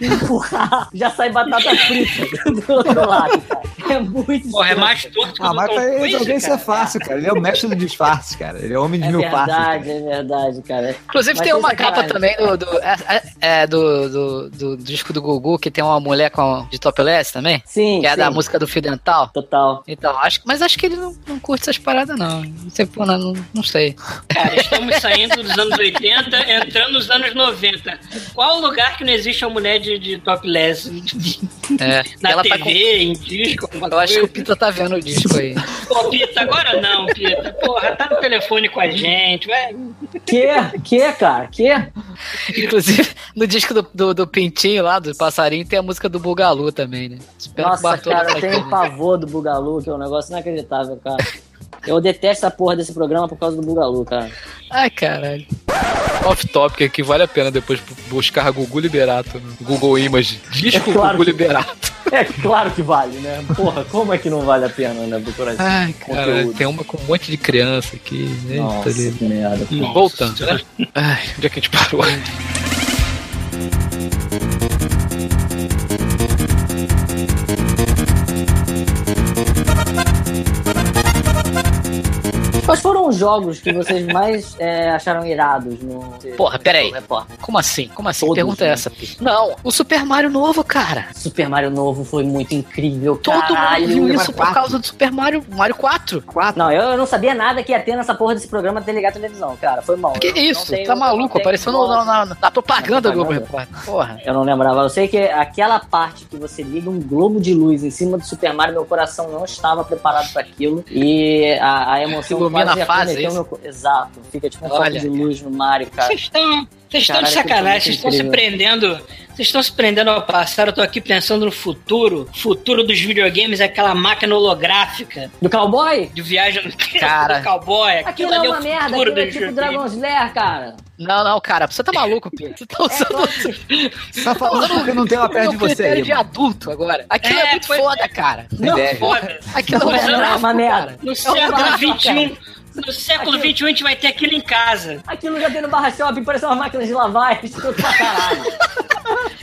Speaker 3: e empurrar, já sai batata frita do outro lado, cara. É muito
Speaker 4: Porra, é
Speaker 3: estranho.
Speaker 4: mais torto que o
Speaker 1: Ah,
Speaker 4: do
Speaker 1: mas
Speaker 4: Tom
Speaker 1: pra ele
Speaker 4: Cruise,
Speaker 1: alguém isso é
Speaker 4: cara.
Speaker 1: fácil, cara. Ele é o mestre do disfarce, cara. Ele é homem de
Speaker 3: É
Speaker 1: mil passos.
Speaker 3: verdade,
Speaker 1: cara.
Speaker 3: é verdade, cara.
Speaker 2: Inclusive
Speaker 3: Mas
Speaker 2: tem uma
Speaker 3: isso é
Speaker 2: capa
Speaker 3: caralho.
Speaker 2: também do, do, é, é, é, do, do, do disco do Gugu que tem uma mulher com, de topless também.
Speaker 3: Sim,
Speaker 2: Que é
Speaker 3: sim.
Speaker 2: da música do Fio Dental.
Speaker 3: Total.
Speaker 2: Então, acho, mas acho que ele não, não curte essas paradas, não. Não sei, pô, não, não- não sei.
Speaker 4: Cara, estamos saindo dos anos 80, entrando nos anos 90. Qual lugar que não existe uma mulher de, de topless?
Speaker 2: É,
Speaker 4: [laughs] Na
Speaker 2: ela
Speaker 4: TV,
Speaker 2: tá com-
Speaker 4: em disco, alguma
Speaker 2: [laughs] Eu acho que o
Speaker 4: coisa?
Speaker 2: Pita tá vendo o disco aí.
Speaker 4: Pô, Pita, agora não, Pita. Porra, tá no telefone com a gente, vai.
Speaker 3: Que? Que, cara? Que?
Speaker 2: Inclusive, [laughs] no disco do, do, do Pintinho lá, do Passarinho, tem a música do Bugalu também, né? Espero que o
Speaker 3: Nossa,
Speaker 2: Bartolo
Speaker 3: cara, eu
Speaker 2: tá
Speaker 3: tenho um
Speaker 2: aqui, né?
Speaker 3: pavor do Bugalu, que é um negócio inacreditável, cara. Eu detesto a porra desse programa por causa do Bugalu, cara.
Speaker 2: Ai, caralho.
Speaker 9: Off-topic aqui, vale a pena depois buscar Gugu Liberato no Google Image. Disco
Speaker 3: É claro
Speaker 9: Gugu
Speaker 3: que-
Speaker 9: Liberato.
Speaker 3: É claro que vale, né? Porra, como é que não vale a pena, né, procurar esse
Speaker 9: Ai, cara,
Speaker 3: conteúdo?
Speaker 9: tem uma com um monte de criança aqui. Eita, ali.
Speaker 3: que merda.
Speaker 9: Voltando.
Speaker 2: né?
Speaker 9: [laughs] Ai, onde é que a gente parou?
Speaker 3: Quais foram os jogos que vocês mais é, acharam irados no.
Speaker 2: Porra, peraí.
Speaker 3: no repórter?
Speaker 2: Como assim? Como assim?
Speaker 3: Todos,
Speaker 2: Pergunta é
Speaker 3: né?
Speaker 2: essa, Pita. Não, o Super Mario novo, cara.
Speaker 3: Super Mario Novo foi muito incrível,
Speaker 2: Todo
Speaker 3: caralho.
Speaker 2: mundo viu isso
Speaker 1: Mario
Speaker 2: por
Speaker 1: 4.
Speaker 2: causa do Super Mario, Mario 4.
Speaker 3: Não, eu, eu não sabia nada que ia ter nessa porra desse programa de ligar a televisão, cara. Foi mal.
Speaker 2: Que
Speaker 3: Eu não
Speaker 2: isso?
Speaker 3: tenho-
Speaker 2: tá
Speaker 3: eu não
Speaker 2: maluco?
Speaker 3: tenho
Speaker 2: Apareceu no-
Speaker 3: voz.
Speaker 2: na, na- na propaganda
Speaker 3: Na
Speaker 2: do Globo
Speaker 3: propaganda.
Speaker 2: Repórter. Porra.
Speaker 3: Eu não lembrava. Eu sei que aquela parte que você liga um globo de luz em cima do Super Mario, meu coração não estava preparado para aquilo. E a, a emoção
Speaker 2: Ilumina
Speaker 3: quase
Speaker 2: a fase, é
Speaker 3: acometeu
Speaker 2: isso?
Speaker 3: meu co- Exato. Fica tipo um
Speaker 2: Olha.
Speaker 3: foco de luz no Mario, cara.
Speaker 4: Vocês estão, vocês estão de
Speaker 3: Caralho, que
Speaker 4: sacanagem,
Speaker 3: coisa
Speaker 4: vocês estão se
Speaker 3: incrível.
Speaker 4: prendendo. Vocês estão se prendendo ao passado, eu tô aqui pensando no futuro. Futuro dos videogames é aquela máquina holográfica
Speaker 3: Do cowboy?
Speaker 4: de viagem no tempo
Speaker 2: Cara.
Speaker 4: do cowboy.
Speaker 3: Aquilo é uma
Speaker 4: o
Speaker 3: merda,
Speaker 4: futuro
Speaker 3: aquilo é
Speaker 4: dos
Speaker 3: tipo
Speaker 4: videogames.
Speaker 3: Dragon Slayer, cara.
Speaker 2: Não, não, cara, você tá maluco, Pedro. Você tá
Speaker 3: É,
Speaker 2: usando
Speaker 3: claro.
Speaker 1: Você tá falando que eu não tenho uma perna
Speaker 2: o
Speaker 1: de você
Speaker 2: um critério
Speaker 1: aí.
Speaker 2: de
Speaker 1: mano.
Speaker 2: adulto agora. Aquilo é,
Speaker 4: É,
Speaker 2: muito
Speaker 4: foi-
Speaker 2: foda, cara.
Speaker 3: não,
Speaker 1: Deve.
Speaker 4: Foda.
Speaker 2: Aquilo é um
Speaker 4: Não, não,
Speaker 2: gráfico,
Speaker 3: é uma merda.
Speaker 2: cara.
Speaker 4: No
Speaker 3: É um
Speaker 4: século
Speaker 3: gráfico,
Speaker 4: XXI. No século
Speaker 3: Aquilo-
Speaker 4: XXI a gente vai ter aquilo em casa.
Speaker 3: aquilo já tem no barra shopping, parece uma máquina de lavar, [laughs] é tudo pra caralho.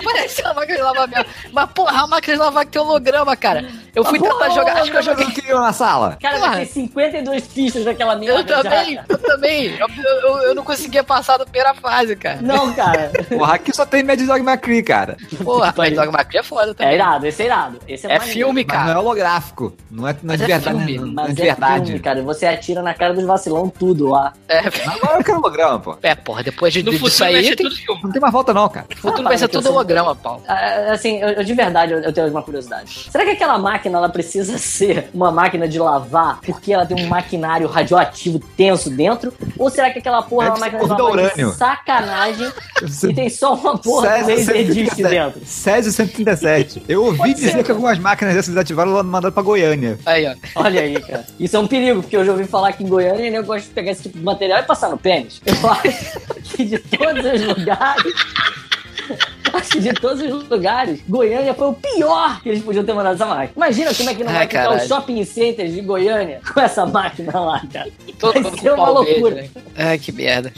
Speaker 2: Parece uma máquina de lavar mesmo. Mas, porra, a máquina de lavar que tem holograma, cara. Eu fui
Speaker 3: Porra,
Speaker 2: tentar jogar, acho que eu
Speaker 1: Jogo
Speaker 2: joguei.
Speaker 1: que criou na sala.
Speaker 3: Cara,
Speaker 2: Porra.
Speaker 3: vai ter 52 fichas daquela merda.
Speaker 2: Eu também,
Speaker 3: já, cara.
Speaker 2: eu também. Eu, eu- eu não conseguia passar da primeira fase, cara.
Speaker 3: Não, cara.
Speaker 1: Porra, aqui só tem Mad Dog McCree, cara.
Speaker 2: Porra, mas Dog Macri é foda
Speaker 3: É
Speaker 2: também.
Speaker 3: irado, esse é irado. Esse é,
Speaker 2: É,
Speaker 3: maneiro.
Speaker 2: filme,
Speaker 1: Mas não
Speaker 2: cara.
Speaker 1: é holográfico. Não é, não é
Speaker 2: Mas
Speaker 1: de
Speaker 2: é
Speaker 1: verdade.
Speaker 2: filme,
Speaker 1: não- Não é
Speaker 3: Mas
Speaker 1: de
Speaker 3: é filme,
Speaker 1: verdade.
Speaker 3: cara. Você atira na cara dos vacilão tudo lá.
Speaker 2: É,
Speaker 1: Agora eu quero um holograma, pô.
Speaker 2: é, porra, depois de,
Speaker 4: No
Speaker 2: disso
Speaker 4: futuro vai
Speaker 2: aí,
Speaker 4: ser
Speaker 2: tem,
Speaker 4: tudo filme.
Speaker 1: Não tem mais volta, não, cara.
Speaker 2: futuro vai ser
Speaker 3: Rapaz,
Speaker 2: tudo
Speaker 3: eu sou-
Speaker 2: holograma, Paulo.
Speaker 3: Ah, Assim, eu, eu de verdade, eu, eu tenho uma curiosidade. Será que aquela máquina, ela precisa [laughs] ser uma máquina de lavar porque ela tem um maquinário radioativo tenso dentro? Ou será que aquela porra é uma
Speaker 1: Deve ser
Speaker 3: máquina de
Speaker 1: porra do
Speaker 3: lavar de
Speaker 1: urânio.
Speaker 3: sacanagem e tem só uma porra um
Speaker 1: Césio
Speaker 3: laser disc
Speaker 1: 137.
Speaker 3: dentro?
Speaker 1: Césio 137. Eu ouvi dizer que algumas máquinas dessas desativaram e mandaram pra Goiânia.
Speaker 2: Aí, ó.
Speaker 3: Olha aí, cara. Isso é um perigo, porque eu já ouvi falar que em Goiânia eu gosto de pegar esse tipo de material e passar no pênis. Eu acho que de todos os lugares. Acho que de todos os lugares, Goiânia foi o pior que eles podiam ter mandado essa máquina. Imagina como é que não
Speaker 2: Ai,
Speaker 3: vai ficar
Speaker 2: caralho.
Speaker 3: os shopping centers de Goiânia com essa máquina lá, cara.
Speaker 2: Todo
Speaker 3: Vai
Speaker 2: mundo
Speaker 3: ser
Speaker 2: com
Speaker 3: uma
Speaker 2: pau verde,
Speaker 3: loucura.
Speaker 2: né? Ai, que merda.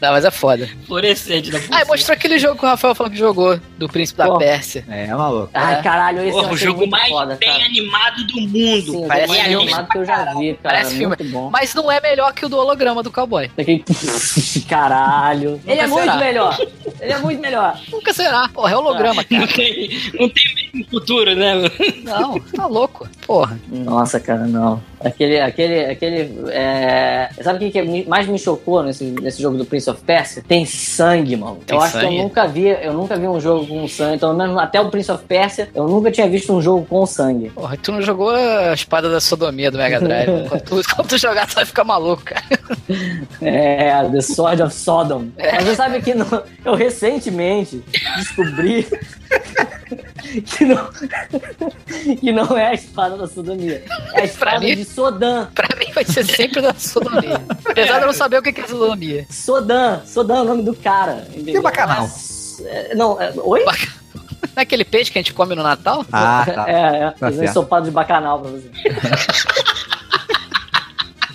Speaker 2: Não, mas é foda.
Speaker 4: Fluorescente da
Speaker 2: Ah, e mostrou aquele jogo que o Rafael falou que jogou, do Príncipe da
Speaker 3: Qual?
Speaker 2: Pérsia.
Speaker 1: É, é maluco.
Speaker 3: Ai,
Speaker 2: É.
Speaker 3: caralho, esse é
Speaker 4: Porra,
Speaker 3: um
Speaker 4: o jogo mais
Speaker 3: foda,
Speaker 4: bem
Speaker 3: cara.
Speaker 4: animado do mundo.
Speaker 3: Sim,
Speaker 2: parece
Speaker 3: parece
Speaker 2: filme.
Speaker 3: animado que eu já vi, cara.
Speaker 2: Parece filme.
Speaker 3: Muito bom.
Speaker 2: Mas não é melhor que o do holograma do cowboy.
Speaker 3: Daquele- [laughs] Caralho. Ele é
Speaker 2: Nunca
Speaker 3: muito
Speaker 2: será.
Speaker 3: melhor. Ele é muito melhor.
Speaker 2: Nunca será. Porra, é holograma,
Speaker 4: [laughs] Não
Speaker 2: cara.
Speaker 4: tem, não tem mesmo futuro, né?
Speaker 2: Não, tá louco. Porra.
Speaker 3: Nossa, cara, não. Aquele, aquele, aquele. é, Sabe o que, que me- mais me chocou nesse, nesse jogo do Prince of Persia? Tem sangue, mano.
Speaker 2: Tem
Speaker 3: eu acho que
Speaker 2: sangue?
Speaker 3: eu nunca vi, eu nunca vi um jogo com sangue. Então, mesmo até o Prince of Persia, eu nunca tinha visto um jogo com sangue. [laughs]
Speaker 2: Porra, tu não jogou a espada da sodomia do Mega [laughs] Drive. Quando tu, quando tu jogar, tu vai ficar maluco, cara.
Speaker 3: É, The Sword of Sodom. Mas você sabe que no- eu recentemente descobri [laughs] que não, [laughs] que não é a espada da sodomia.
Speaker 2: [laughs]
Speaker 3: É a espada
Speaker 2: mim?
Speaker 3: de Sodan.
Speaker 2: Pra mim vai ser sempre da sodomia. Apesar de eu não saber o que que é sodomia.
Speaker 3: Sodan. Sodan é o nome do cara. entendeu?
Speaker 1: Que bacanal.
Speaker 3: Mas, é, não, é, oi?
Speaker 2: Não é aquele peixe que a gente come no Natal?
Speaker 1: Ah, tá.
Speaker 3: É, é.
Speaker 1: Tá
Speaker 3: Fiz um
Speaker 1: certo.
Speaker 3: ensopado de bacanal pra você.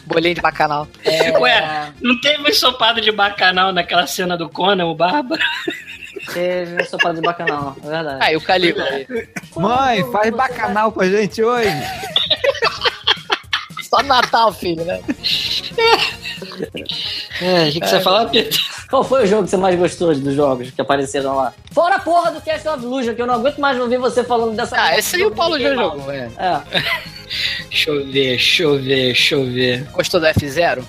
Speaker 2: Bolinho de bacanal.
Speaker 3: É.
Speaker 4: Ué, não teve um ensopado de bacanal naquela cena do Conan, o Bárbaro?
Speaker 3: É. Teve um ensopado de bacanal, é verdade.
Speaker 2: Aí Ah, o Calígula. aí.
Speaker 1: Mãe, faz bacanal pra gente hoje.
Speaker 2: Só Natal, filho, né?
Speaker 4: o que, que você vai falar, Pedro?
Speaker 3: Qual foi o jogo que você mais gostou dos jogos que apareceram lá? Fora a porra do Cast of Illusion, que eu não aguento mais ouvir você falando dessa...
Speaker 2: Ah, esse aí o Paulo já
Speaker 3: Mickey Mouse.
Speaker 2: jogou, é.
Speaker 3: É.
Speaker 4: Deixa eu ver, deixa eu ver, deixa eu ver.
Speaker 2: Gostou do F0?
Speaker 3: É.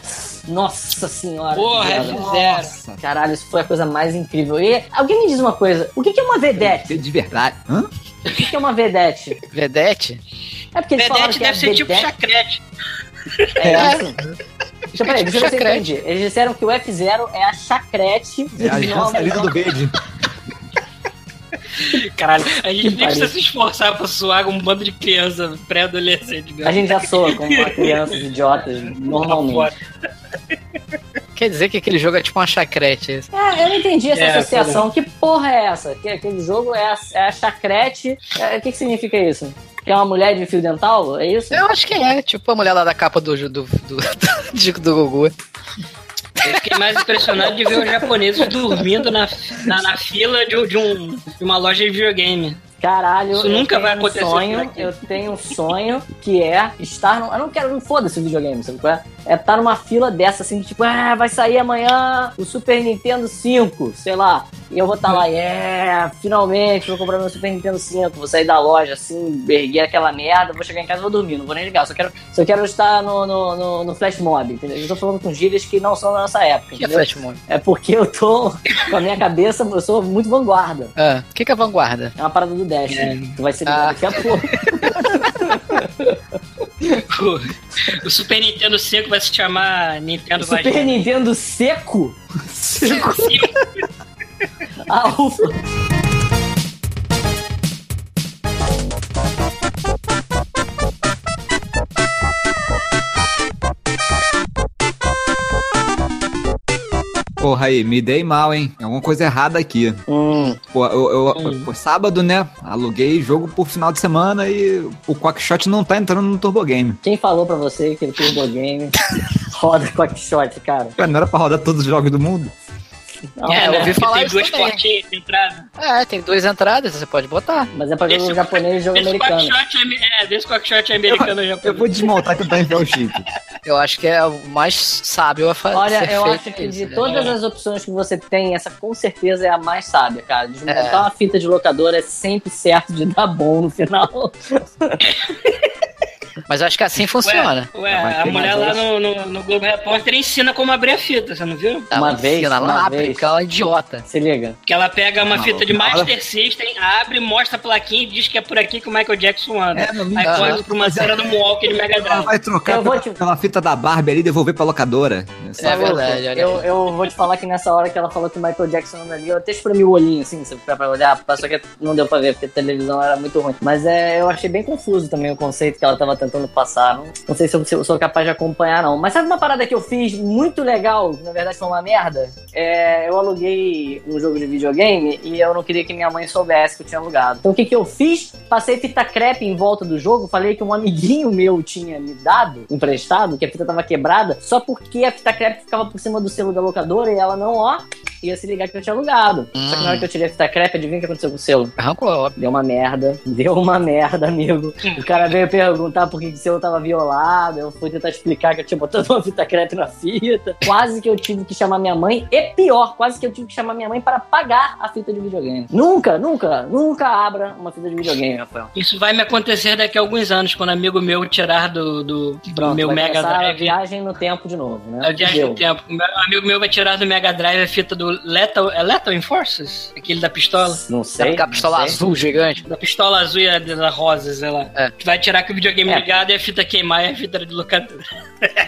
Speaker 3: Nossa senhora.
Speaker 4: Porra,
Speaker 2: é
Speaker 3: que merda.
Speaker 4: F0.
Speaker 3: Caralho, isso foi a coisa mais incrível. E alguém me diz uma coisa: o que que é uma vedete?
Speaker 1: De verdade. Hã?
Speaker 3: O que que é uma vedete?
Speaker 2: Vedete?
Speaker 3: É porque eles falaram
Speaker 4: Vedete
Speaker 3: que é
Speaker 4: deve ser tipo
Speaker 3: vedete.
Speaker 4: chacrete.
Speaker 3: É,
Speaker 2: É.
Speaker 3: isso. Deixa, peraí, deixa eu ver se eu
Speaker 2: Chacrete.
Speaker 3: entendi. Eles disseram que o F0 é a chacrete.
Speaker 1: É a Jansalina do Verde.
Speaker 3: Então,
Speaker 4: Caralho, a gente nem
Speaker 3: pariu.
Speaker 4: precisa se esforçar pra suar um bando de criança pré-adolescente. né?
Speaker 3: A
Speaker 4: mesmo.
Speaker 3: gente já soa como uma crianças idiotas, normalmente.
Speaker 2: Quer dizer que aquele jogo é tipo uma chacrete. isso.
Speaker 3: É, eu não entendi essa
Speaker 4: É,
Speaker 3: associação. Que porra é essa? Que aquele jogo é a, é a chacrete. É, O que, que significa isso? Que é uma mulher de fio dental? É isso?
Speaker 2: Eu acho que é, tipo a mulher lá da capa do do, [laughs] do, do, do Gugu.
Speaker 4: Eu fiquei mais impressionado de ver os japoneses dormindo na, na, na fila de, um- de um, de uma loja de videogame.
Speaker 3: Caralho,
Speaker 4: Isso
Speaker 3: eu
Speaker 4: nunca
Speaker 3: tenho um
Speaker 4: vai acontecer por
Speaker 3: Sonho,
Speaker 4: aqui.
Speaker 3: eu tenho um sonho que é estar. Num, eu não quero, não foda esse videogame, sabe qual é? É estar numa fila dessa, assim, tipo, ah, vai sair amanhã o Super Nintendo 5, sei lá. E eu vou estar lá, yeah, finalmente vou comprar meu Super Nintendo 5, vou sair da loja, assim, erguer aquela merda, vou chegar em casa e vou dormir, não vou nem ligar, só quero, só quero estar no, no, no, no Flash Mob, entendeu? Eu tô falando com gírias que não são da nossa época,
Speaker 2: O que é
Speaker 3: entendeu?
Speaker 2: Flash Mob?
Speaker 3: É porque eu tô com a minha cabeça, eu sou muito vanguarda.
Speaker 2: Ah, o que, que é vanguarda?
Speaker 3: É uma parada do Dash. né? Tu vai ser ligado
Speaker 2: Ah.
Speaker 3: daqui a pouco.
Speaker 4: O, o Super Nintendo 5 vai se chamar Nintendo
Speaker 3: Super
Speaker 4: Vagina.
Speaker 3: Nintendo seco?
Speaker 4: Super...
Speaker 3: [laughs] Ah, ufa.
Speaker 1: Porra aí, me dei mal, hein? Tem Alguma coisa errada aqui.
Speaker 3: Hum.
Speaker 1: Pô, eu, eu- pô, sábado, né? Aluguei jogo pro final de semana e o Quackshot não tá entrando no Turbo Game.
Speaker 3: Quem falou pra você que ele tem um game? Roda Quackshot, cara.
Speaker 1: Cara, não era pra rodar todos os jogos do mundo?
Speaker 3: Não,
Speaker 2: É,
Speaker 4: É,
Speaker 2: eu
Speaker 4: né?
Speaker 2: ouvi
Speaker 4: Porque
Speaker 2: falar
Speaker 4: tem
Speaker 2: isso
Speaker 4: duas
Speaker 2: também.
Speaker 4: portinhas de entrada.
Speaker 2: É, tem duas entradas, você pode botar.
Speaker 3: Mas é pra jogo
Speaker 4: Esse-
Speaker 3: japonês e jogo
Speaker 4: Esse
Speaker 3: americano.
Speaker 4: cockshot é, ame- é, desse cockshot é americano já.
Speaker 1: Eu vou desmontar e tentar enfiar o chip.
Speaker 2: Eu acho que é o mais sábio a fazer.
Speaker 3: Olha, eu acho que
Speaker 2: né?
Speaker 3: de todas
Speaker 4: É.
Speaker 3: as opções que você tem, essa com certeza é a mais sábia, cara. Desmontar uma fita de locadora é sempre certo de dar bom no final. [laughs]
Speaker 2: Mas eu acho que assim funciona.
Speaker 4: Ué, ué,
Speaker 1: Ah, mas
Speaker 4: a
Speaker 1: tem
Speaker 4: mulher
Speaker 1: mais
Speaker 4: lá no, no, no Globo Repórter ensina como abrir a fita, você não viu?
Speaker 2: Tá,
Speaker 3: Uma
Speaker 2: mas
Speaker 3: vez,
Speaker 2: ensina lá
Speaker 3: uma
Speaker 2: abre,
Speaker 3: vez.
Speaker 2: que ela é uma idiota.
Speaker 3: Se liga.
Speaker 4: Que ela pega uma
Speaker 1: Maluco,
Speaker 4: fita de
Speaker 1: na hora-
Speaker 4: Master System, abre, mostra a plaquinha e diz que é por aqui que o Michael Jackson anda.
Speaker 1: É, meu amigo.
Speaker 4: Aí
Speaker 2: Ah,
Speaker 4: corre pra uma cena do Moonwalk de Mega
Speaker 1: Ela
Speaker 4: Drive.
Speaker 1: vai trocar
Speaker 3: Eu vou
Speaker 1: pela,
Speaker 3: te-
Speaker 1: pela fita da Barbie ali e devolver pra locadora. Só-
Speaker 2: É verdade, olha
Speaker 3: eu, eu vou te falar que nessa hora que ela falou que o Michael Jackson anda ali, eu até espremi o olhinho, assim, sabe, pra pra olhar, só que não deu pra ver, porque a televisão era muito ruim. Mas é, eu achei bem confuso também o conceito que ela tava tentando passar. Não, não sei se eu, se eu sou capaz de acompanhar, não. Mas sabe uma parada que eu fiz muito legal, que na verdade foi uma merda? é, eu aluguei um jogo de videogame e eu não queria que minha mãe soubesse que eu tinha alugado. Então o que, que eu fiz? Passei fita crepe em volta do jogo, falei que um amiguinho meu tinha me dado, emprestado, que a fita tava quebrada, só porque a fita crepe ficava por cima do selo da locadora e ela não, ó, ia se ligar que eu tinha alugado. Só que na hora que eu tirei a fita crepe, adivinha o que aconteceu com o selo?
Speaker 2: Arrancou, óbvio.
Speaker 3: Deu uma merda. [laughs] Deu uma merda, amigo. O cara veio perguntar por que que o selo tava violado. Eu fui tentar explicar que eu tinha botado uma fita crepe na fita. Quase que eu tive que chamar minha mãe. E pior, quase que eu tive que chamar minha mãe para pagar a fita de videogame. Nunca, nunca, nunca abra uma fita de videogame, Rafael.
Speaker 4: Isso vai me acontecer daqui a alguns anos, quando um amigo meu tirar do, do, do
Speaker 3: Pronto,
Speaker 4: meu
Speaker 3: vai
Speaker 4: Mega
Speaker 3: começar a
Speaker 4: Drive.
Speaker 3: viagem no tempo de novo, né?
Speaker 4: A viagem
Speaker 3: Deu.
Speaker 4: do tempo. Um amigo meu vai tirar do Mega Drive a fita do Lethal. É Lethal Enforces? Aquele da pistola?
Speaker 2: Sabe
Speaker 3: Não sei.
Speaker 2: aquela
Speaker 3: não
Speaker 2: pistola
Speaker 3: sei.
Speaker 2: azul gigante?
Speaker 4: Da pistola azul e a da rosa, sei lá.
Speaker 2: É.
Speaker 4: Tu vai tirar com o videogame
Speaker 3: É.
Speaker 4: ligado e a fita queimar e a fita de locadora.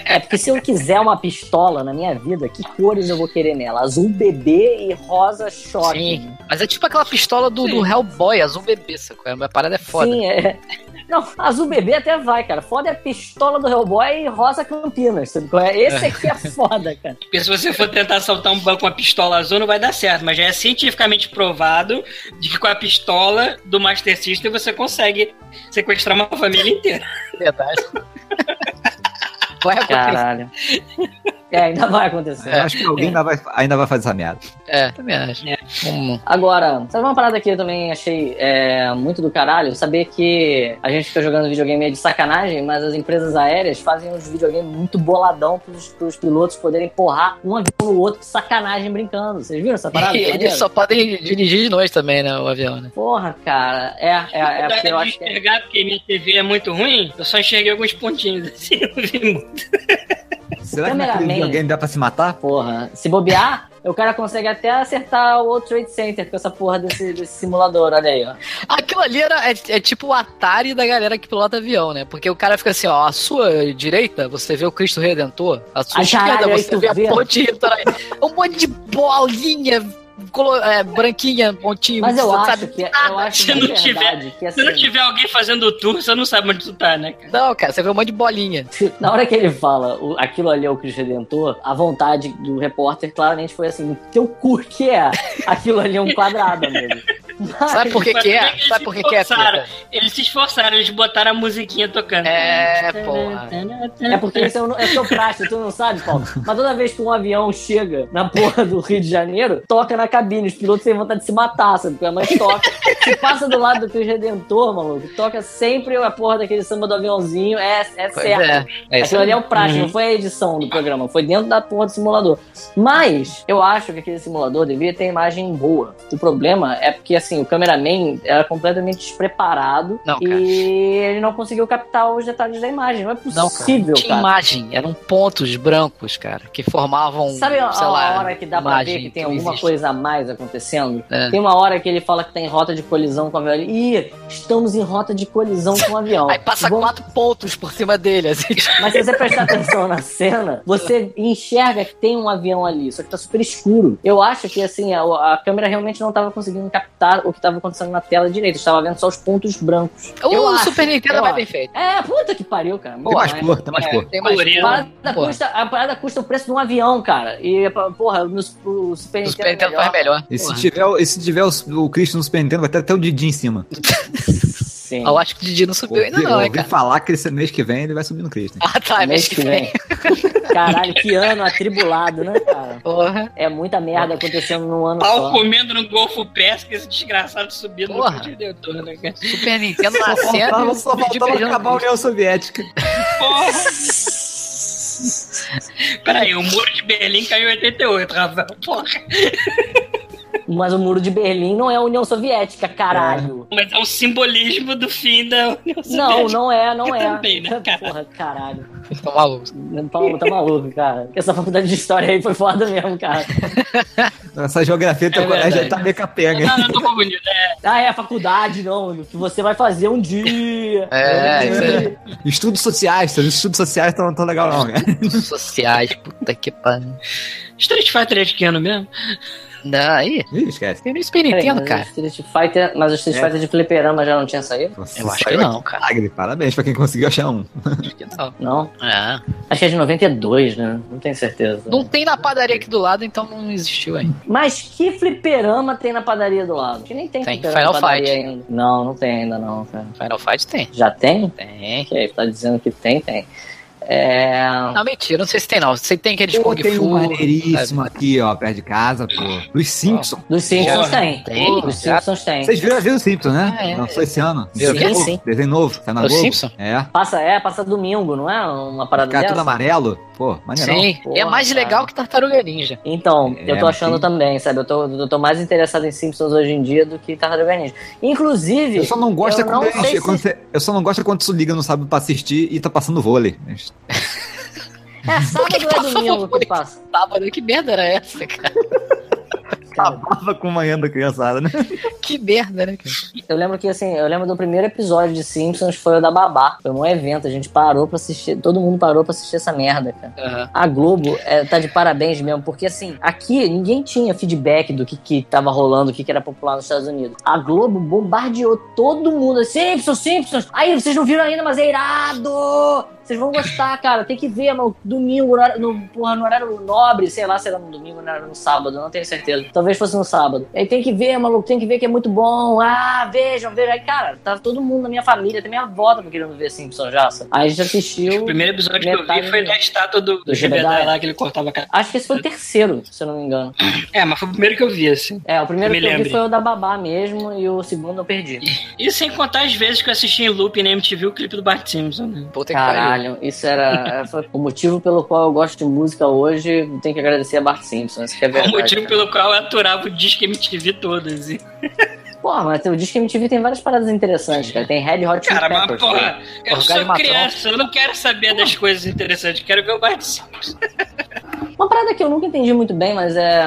Speaker 3: É porque se eu quiser uma pistola na minha vida, que cores eu vou querer nela? Azul bebê e rosa choque.
Speaker 2: Sim. Mas é tipo aquela pistola do, do
Speaker 4: Sim.
Speaker 2: Hellboy, azul bebê, sacou? A parada é foda.
Speaker 3: Sim, é. [laughs] Não, azul bebê até vai, cara. Foda é a pistola do Hellboy e rosa Campinas. Sabe qual é? Esse aqui é foda, cara.
Speaker 4: Porque se você for tentar assaltar um banco com a pistola azul, não vai dar certo. Mas já é cientificamente provado de que com a pistola do Master System você consegue sequestrar uma família inteira.
Speaker 2: Verdade. [laughs] Vai acontecer.
Speaker 3: Caralho. É, ainda vai acontecer.
Speaker 1: Eu acho que alguém ainda, vai, ainda vai fazer essa meada.
Speaker 2: É, também acho.
Speaker 4: É.
Speaker 2: Hum.
Speaker 3: Agora, sabe uma parada que eu também achei é, muito do caralho? Saber que a gente fica jogando videogame é de sacanagem, mas as empresas aéreas fazem uns videogames muito boladão pros, pros pilotos poderem porrar um avião no outro de sacanagem brincando. Vocês viram essa
Speaker 2: [laughs]
Speaker 3: parada?
Speaker 2: E eles
Speaker 3: Maneiro?
Speaker 2: só podem dirigir de noite também, né? O avião, né?
Speaker 3: Porra, cara. É, é, é, porque eu
Speaker 4: eu de
Speaker 3: acho que é.
Speaker 4: enxergar, porque minha TV é muito ruim, eu só enxerguei alguns pontinhos [laughs] assim. eu vi muito.
Speaker 1: Será que é
Speaker 3: Cameraman.
Speaker 1: naquele videogame dá pra se matar?
Speaker 3: Porra, se bobear, o cara consegue até acertar o World Trade Center com essa porra desse, desse simulador, olha aí, ó.
Speaker 2: Aquilo ali era, é, é tipo o Atari da galera que pilota avião, né? Porque o cara fica assim, ó, a sua direita, você vê o Cristo Redentor, a sua
Speaker 3: Ai,
Speaker 2: esquerda,
Speaker 3: caralho, aí
Speaker 2: você
Speaker 3: tu
Speaker 2: vê a
Speaker 3: vê.
Speaker 2: ponte de Niterói. É um monte de bolinha colo- é, branquinha, pontinho,
Speaker 3: Mas eu
Speaker 2: você
Speaker 3: acho que é, eu acho
Speaker 4: Se
Speaker 3: de
Speaker 4: não tiver-
Speaker 3: verdade que
Speaker 4: Se não
Speaker 3: assim.
Speaker 4: tiver alguém fazendo o tour, você não sabe onde tu tá,
Speaker 3: é.
Speaker 4: né, cara?
Speaker 2: Não, cara, você vê um monte de bolinha.
Speaker 3: [laughs] Na hora que ele fala o- aquilo ali é o Cristo Redentor, a vontade do repórter claramente foi assim: teu cu que é? Aquilo ali é um quadrado, amigo. Mas-
Speaker 2: Sabe por que,
Speaker 4: Mas
Speaker 2: que
Speaker 4: por
Speaker 2: é?
Speaker 4: que que
Speaker 2: Sabe por que, que é?
Speaker 4: forçaram?
Speaker 2: Peter?
Speaker 4: Eles se esforçaram, eles botaram a musiquinha tocando.
Speaker 2: É, porra.
Speaker 3: É porque isso é, o- é seu praxe, tu não sabe, Paulo. Mas toda vez que um avião chega na porra do Rio de Janeiro, toca na cabine. Os pilotos têm vontade de se matar, sabe? Porque a mãe toca. Se passa do lado do Cristo Redentor, maluco, toca sempre a porra daquele samba do aviãozinho. É, é
Speaker 2: Pois
Speaker 3: certo.
Speaker 2: é. é isso
Speaker 3: Aquilo ali
Speaker 2: aí.
Speaker 3: é o praxe, não foi a edição do programa, foi dentro da porra do simulador. Mas eu acho que aquele simulador devia ter imagem boa. O problema é porque assim, o cameraman era completamente despreparado
Speaker 2: Não,
Speaker 3: e
Speaker 2: cara.
Speaker 3: ele não conseguiu captar os detalhes da imagem. Não é
Speaker 2: Não,
Speaker 3: possível,
Speaker 2: Tinha
Speaker 3: cara.
Speaker 2: imagem, eram pontos brancos, cara, que formavam,
Speaker 3: Sabe a,
Speaker 2: sei
Speaker 3: a
Speaker 2: lá,
Speaker 3: hora que dá pra
Speaker 2: imagem
Speaker 3: ver que tem
Speaker 2: não
Speaker 3: alguma
Speaker 2: existe.
Speaker 3: coisa a mais acontecendo?
Speaker 2: É.
Speaker 3: Tem uma hora que ele fala que tá em rota de colisão com o avião. Ih, estamos em rota de colisão com o avião.
Speaker 2: Aí passa
Speaker 3: Vamos-
Speaker 2: quatro pontos por cima dele, assim.
Speaker 3: Mas se você prestar atenção na cena, você enxerga que tem um avião ali, só que tá super escuro. Eu acho que, assim, a, a câmera realmente não tava conseguindo captar o que tava acontecendo na tela direito. Estava vendo só os pontos brancos. [laughs] Eu
Speaker 2: o
Speaker 3: acho,
Speaker 2: Super Nintendo
Speaker 3: eu
Speaker 2: vai
Speaker 3: acho.
Speaker 2: bem feito.
Speaker 3: É, puta que pariu, cara. né?
Speaker 1: Tem mais cor, tem mais
Speaker 2: É,
Speaker 1: cor.
Speaker 2: tem mais
Speaker 4: Colorido.
Speaker 3: A parada,
Speaker 2: Porra.
Speaker 3: custa, a parada custa o preço de um avião, cara. E, porra, no, o Super
Speaker 2: O
Speaker 3: Nintendo.
Speaker 2: Super
Speaker 3: é
Speaker 2: Nintendo
Speaker 3: melhor.
Speaker 2: faz melhor.
Speaker 1: E se
Speaker 2: Porra.
Speaker 1: tiver, o- e se tiver os- o Cristo no Super Nintendo, vai ter até o Didi em cima.
Speaker 3: Sim.
Speaker 2: Eu acho que o Didi não subiu ainda
Speaker 1: ouvi,
Speaker 2: não, hein,
Speaker 1: ouvi
Speaker 2: cara. [laughs]
Speaker 1: falar que esse mês que vem ele vai subir no Cristo. hein?
Speaker 2: Ah, tá,
Speaker 3: Mês que vem. Caralho, que ano atribulado, né, cara?
Speaker 2: Porra.
Speaker 3: É muita merda acontecendo num ano
Speaker 4: Pau
Speaker 3: só.
Speaker 4: comendo no Golfo Pesca, esse desgraçado subindo
Speaker 2: Porra.
Speaker 4: no Redentor, né, cara?
Speaker 2: Super Nintendo nascendo.
Speaker 1: Faltava-
Speaker 2: e
Speaker 1: Só
Speaker 2: o Didi
Speaker 1: faltava
Speaker 2: beijando
Speaker 1: acabar a
Speaker 2: o Cristo.
Speaker 1: União Soviética.
Speaker 3: [laughs]
Speaker 4: Porra! Peraí, o muro de Berlim caiu em 88, Rafael. Porra!
Speaker 3: Mas o muro de Berlim não é a União Soviética, caralho.
Speaker 4: Mas é um simbolismo do
Speaker 3: [laughs]
Speaker 4: fim da União
Speaker 3: Não,
Speaker 4: Soviética.
Speaker 3: não é, não é.
Speaker 4: Também, né, cara?
Speaker 3: Porra, caralho.
Speaker 2: Tô Tá maluco.
Speaker 3: Paulo tá maluco, cara. Essa faculdade de história aí foi foda mesmo, cara.
Speaker 1: Essa geografia do teu
Speaker 2: É
Speaker 1: colégio já
Speaker 2: verdade.
Speaker 1: tá meio capenga.
Speaker 4: Não, não, não, tô bonito. É,
Speaker 3: Ah, é a faculdade, não. Que você vai fazer um dia.
Speaker 2: É, isso
Speaker 1: Estudos sociais, seus estudos sociais não né? tão legal não, cara.
Speaker 2: aí. Sociais, puta que pariu.
Speaker 4: Street Fighter é de que ano mesmo?
Speaker 2: Não, aí.
Speaker 1: Ih, esquece.
Speaker 2: Eu nem Super
Speaker 3: Peraí,
Speaker 2: Nintendo,
Speaker 3: mas
Speaker 2: cara.
Speaker 3: o Street Fighter, mas o Street
Speaker 1: É.
Speaker 3: Fighter de fliperama já não tinha saído?
Speaker 1: Nossa,
Speaker 2: Eu acho que
Speaker 1: saiu
Speaker 2: não,
Speaker 1: aqui.
Speaker 2: cara.
Speaker 1: Milagre, Parabéns pra quem conseguiu achar um.
Speaker 2: Acho que não.
Speaker 3: Não?
Speaker 2: Ah.
Speaker 3: Acho que é de 92, né? Não tenho certeza.
Speaker 2: Não tem na padaria aqui do lado, então não existiu ainda.
Speaker 3: Mas que fliperama tem na padaria do lado? Acho Que nem tem,
Speaker 2: Tem,
Speaker 3: fliperama
Speaker 2: Final
Speaker 3: na padaria
Speaker 2: Fight.
Speaker 3: ainda. Não, não tem ainda não, cara.
Speaker 2: Final Fight tem.
Speaker 3: Já tem?
Speaker 2: Tem.
Speaker 3: Ok, tá dizendo que tem, tem. É...
Speaker 2: Não, mentira, não sei se tem não. Você tem aqueles
Speaker 1: Pô,
Speaker 2: Kung
Speaker 1: tem
Speaker 2: Fu. Ah,
Speaker 1: um maneiríssimo aqui, ó, perto de casa, pô. Dos Simpsons.
Speaker 3: Dos Simpsons
Speaker 2: Já
Speaker 3: tem.
Speaker 2: tem,
Speaker 3: Dos
Speaker 2: já.
Speaker 3: Simpsons tem.
Speaker 1: Vocês viram a vida do Simpsons, né?
Speaker 2: Ah, é.
Speaker 1: Não, foi esse ano.
Speaker 2: Eu
Speaker 1: Desenho
Speaker 2: vi,
Speaker 1: novo,
Speaker 2: sim.
Speaker 1: Desenho novo, tá na
Speaker 2: É o
Speaker 1: Globo.
Speaker 2: Simpson?
Speaker 1: É.
Speaker 3: Passa, é, passa domingo, não é? Uma parada
Speaker 1: Cara,
Speaker 3: dessa?
Speaker 1: tudo amarelo. Pô, maneirão.
Speaker 2: Sim, é
Speaker 3: Porra,
Speaker 2: mais
Speaker 3: cara.
Speaker 2: legal que Tartaruga Ninja.
Speaker 3: Então,
Speaker 1: É,
Speaker 3: eu tô achando
Speaker 1: mas tem-
Speaker 3: também, sabe? Eu tô, eu tô mais interessado em Simpsons hoje em dia do que Tartaruga Ninja. Inclusive,
Speaker 1: Eu só não gosto é
Speaker 3: eu
Speaker 1: quando,
Speaker 3: não
Speaker 1: eles-
Speaker 3: sei
Speaker 1: quando
Speaker 3: se-
Speaker 1: você- eu só não gosto é quando isso liga no sábado pra assistir e tá passando vôlei.
Speaker 3: é sábado
Speaker 2: que
Speaker 1: [laughs]
Speaker 2: que
Speaker 3: ou é
Speaker 2: passa
Speaker 3: domingo
Speaker 2: favor?
Speaker 3: que passa?
Speaker 2: Sábado, né? que merda era essa, cara?
Speaker 1: Acabava com a manhã da criançada, né?
Speaker 2: Que merda, né, cara?
Speaker 3: Eu lembro que, assim, eu lembro do primeiro episódio de Simpsons foi o da Babá. Foi um evento, a gente parou pra assistir, todo mundo parou pra assistir essa merda, cara.
Speaker 2: Aham.
Speaker 3: A Globo é, tá de parabéns mesmo, porque assim, aqui ninguém tinha feedback do que, que tava rolando, o que, que era popular nos Estados Unidos. A Globo bombardeou todo mundo. assim, Simpsons, Simpsons! Aí, vocês não viram ainda, mas é irado! Vocês vão gostar, cara. Tem que ver, mano. Domingo, no horário, no, porra, no horário nobre, sei lá se era no domingo ou no sábado, não tenho certeza. Talvez fosse no sábado. Aí tem que ver, maluco, tem que ver que é muito bom. Ah, vejam, vejam. Aí, cara, tá todo mundo na minha família, até minha avó tava querendo ver Simpsons já. sabe? Aí a gente assistiu.
Speaker 4: O primeiro episódio que eu
Speaker 3: Metade
Speaker 4: vi foi
Speaker 3: do-
Speaker 4: da estátua do, do
Speaker 3: Do Jebediah?
Speaker 4: Jebediah lá que ele cortava a cara.
Speaker 3: Acho que esse foi o terceiro, se eu não me engano.
Speaker 4: É, mas foi o primeiro que eu vi, assim.
Speaker 3: É, o primeiro
Speaker 4: Me
Speaker 3: que eu vi
Speaker 4: lembre.
Speaker 3: foi o da babá mesmo e o segundo eu perdi.
Speaker 4: E sem contar as vezes que eu assisti em loop na MTV o clipe do Bart Simpson, né?
Speaker 2: Puta que pariu.
Speaker 3: Caralho, isso era é, foi o motivo pelo qual eu gosto de música hoje. Tem que agradecer a Bart Simpson, isso que é
Speaker 4: É o
Speaker 3: verdade.
Speaker 4: motivo
Speaker 3: cara.
Speaker 4: pelo qual eu aturava o disco MTV todas. E,
Speaker 3: Porra, mas o disco MTV tem várias paradas interessantes, cara. Tem Red Hot Chili
Speaker 4: cara, mas
Speaker 3: Peppers, né?
Speaker 4: porra, eu sou
Speaker 2: Organimatron.
Speaker 4: criança, eu não quero saber das coisas interessantes, eu quero ver o Bart Simpson.
Speaker 3: Uma parada que eu nunca entendi muito bem, mas é.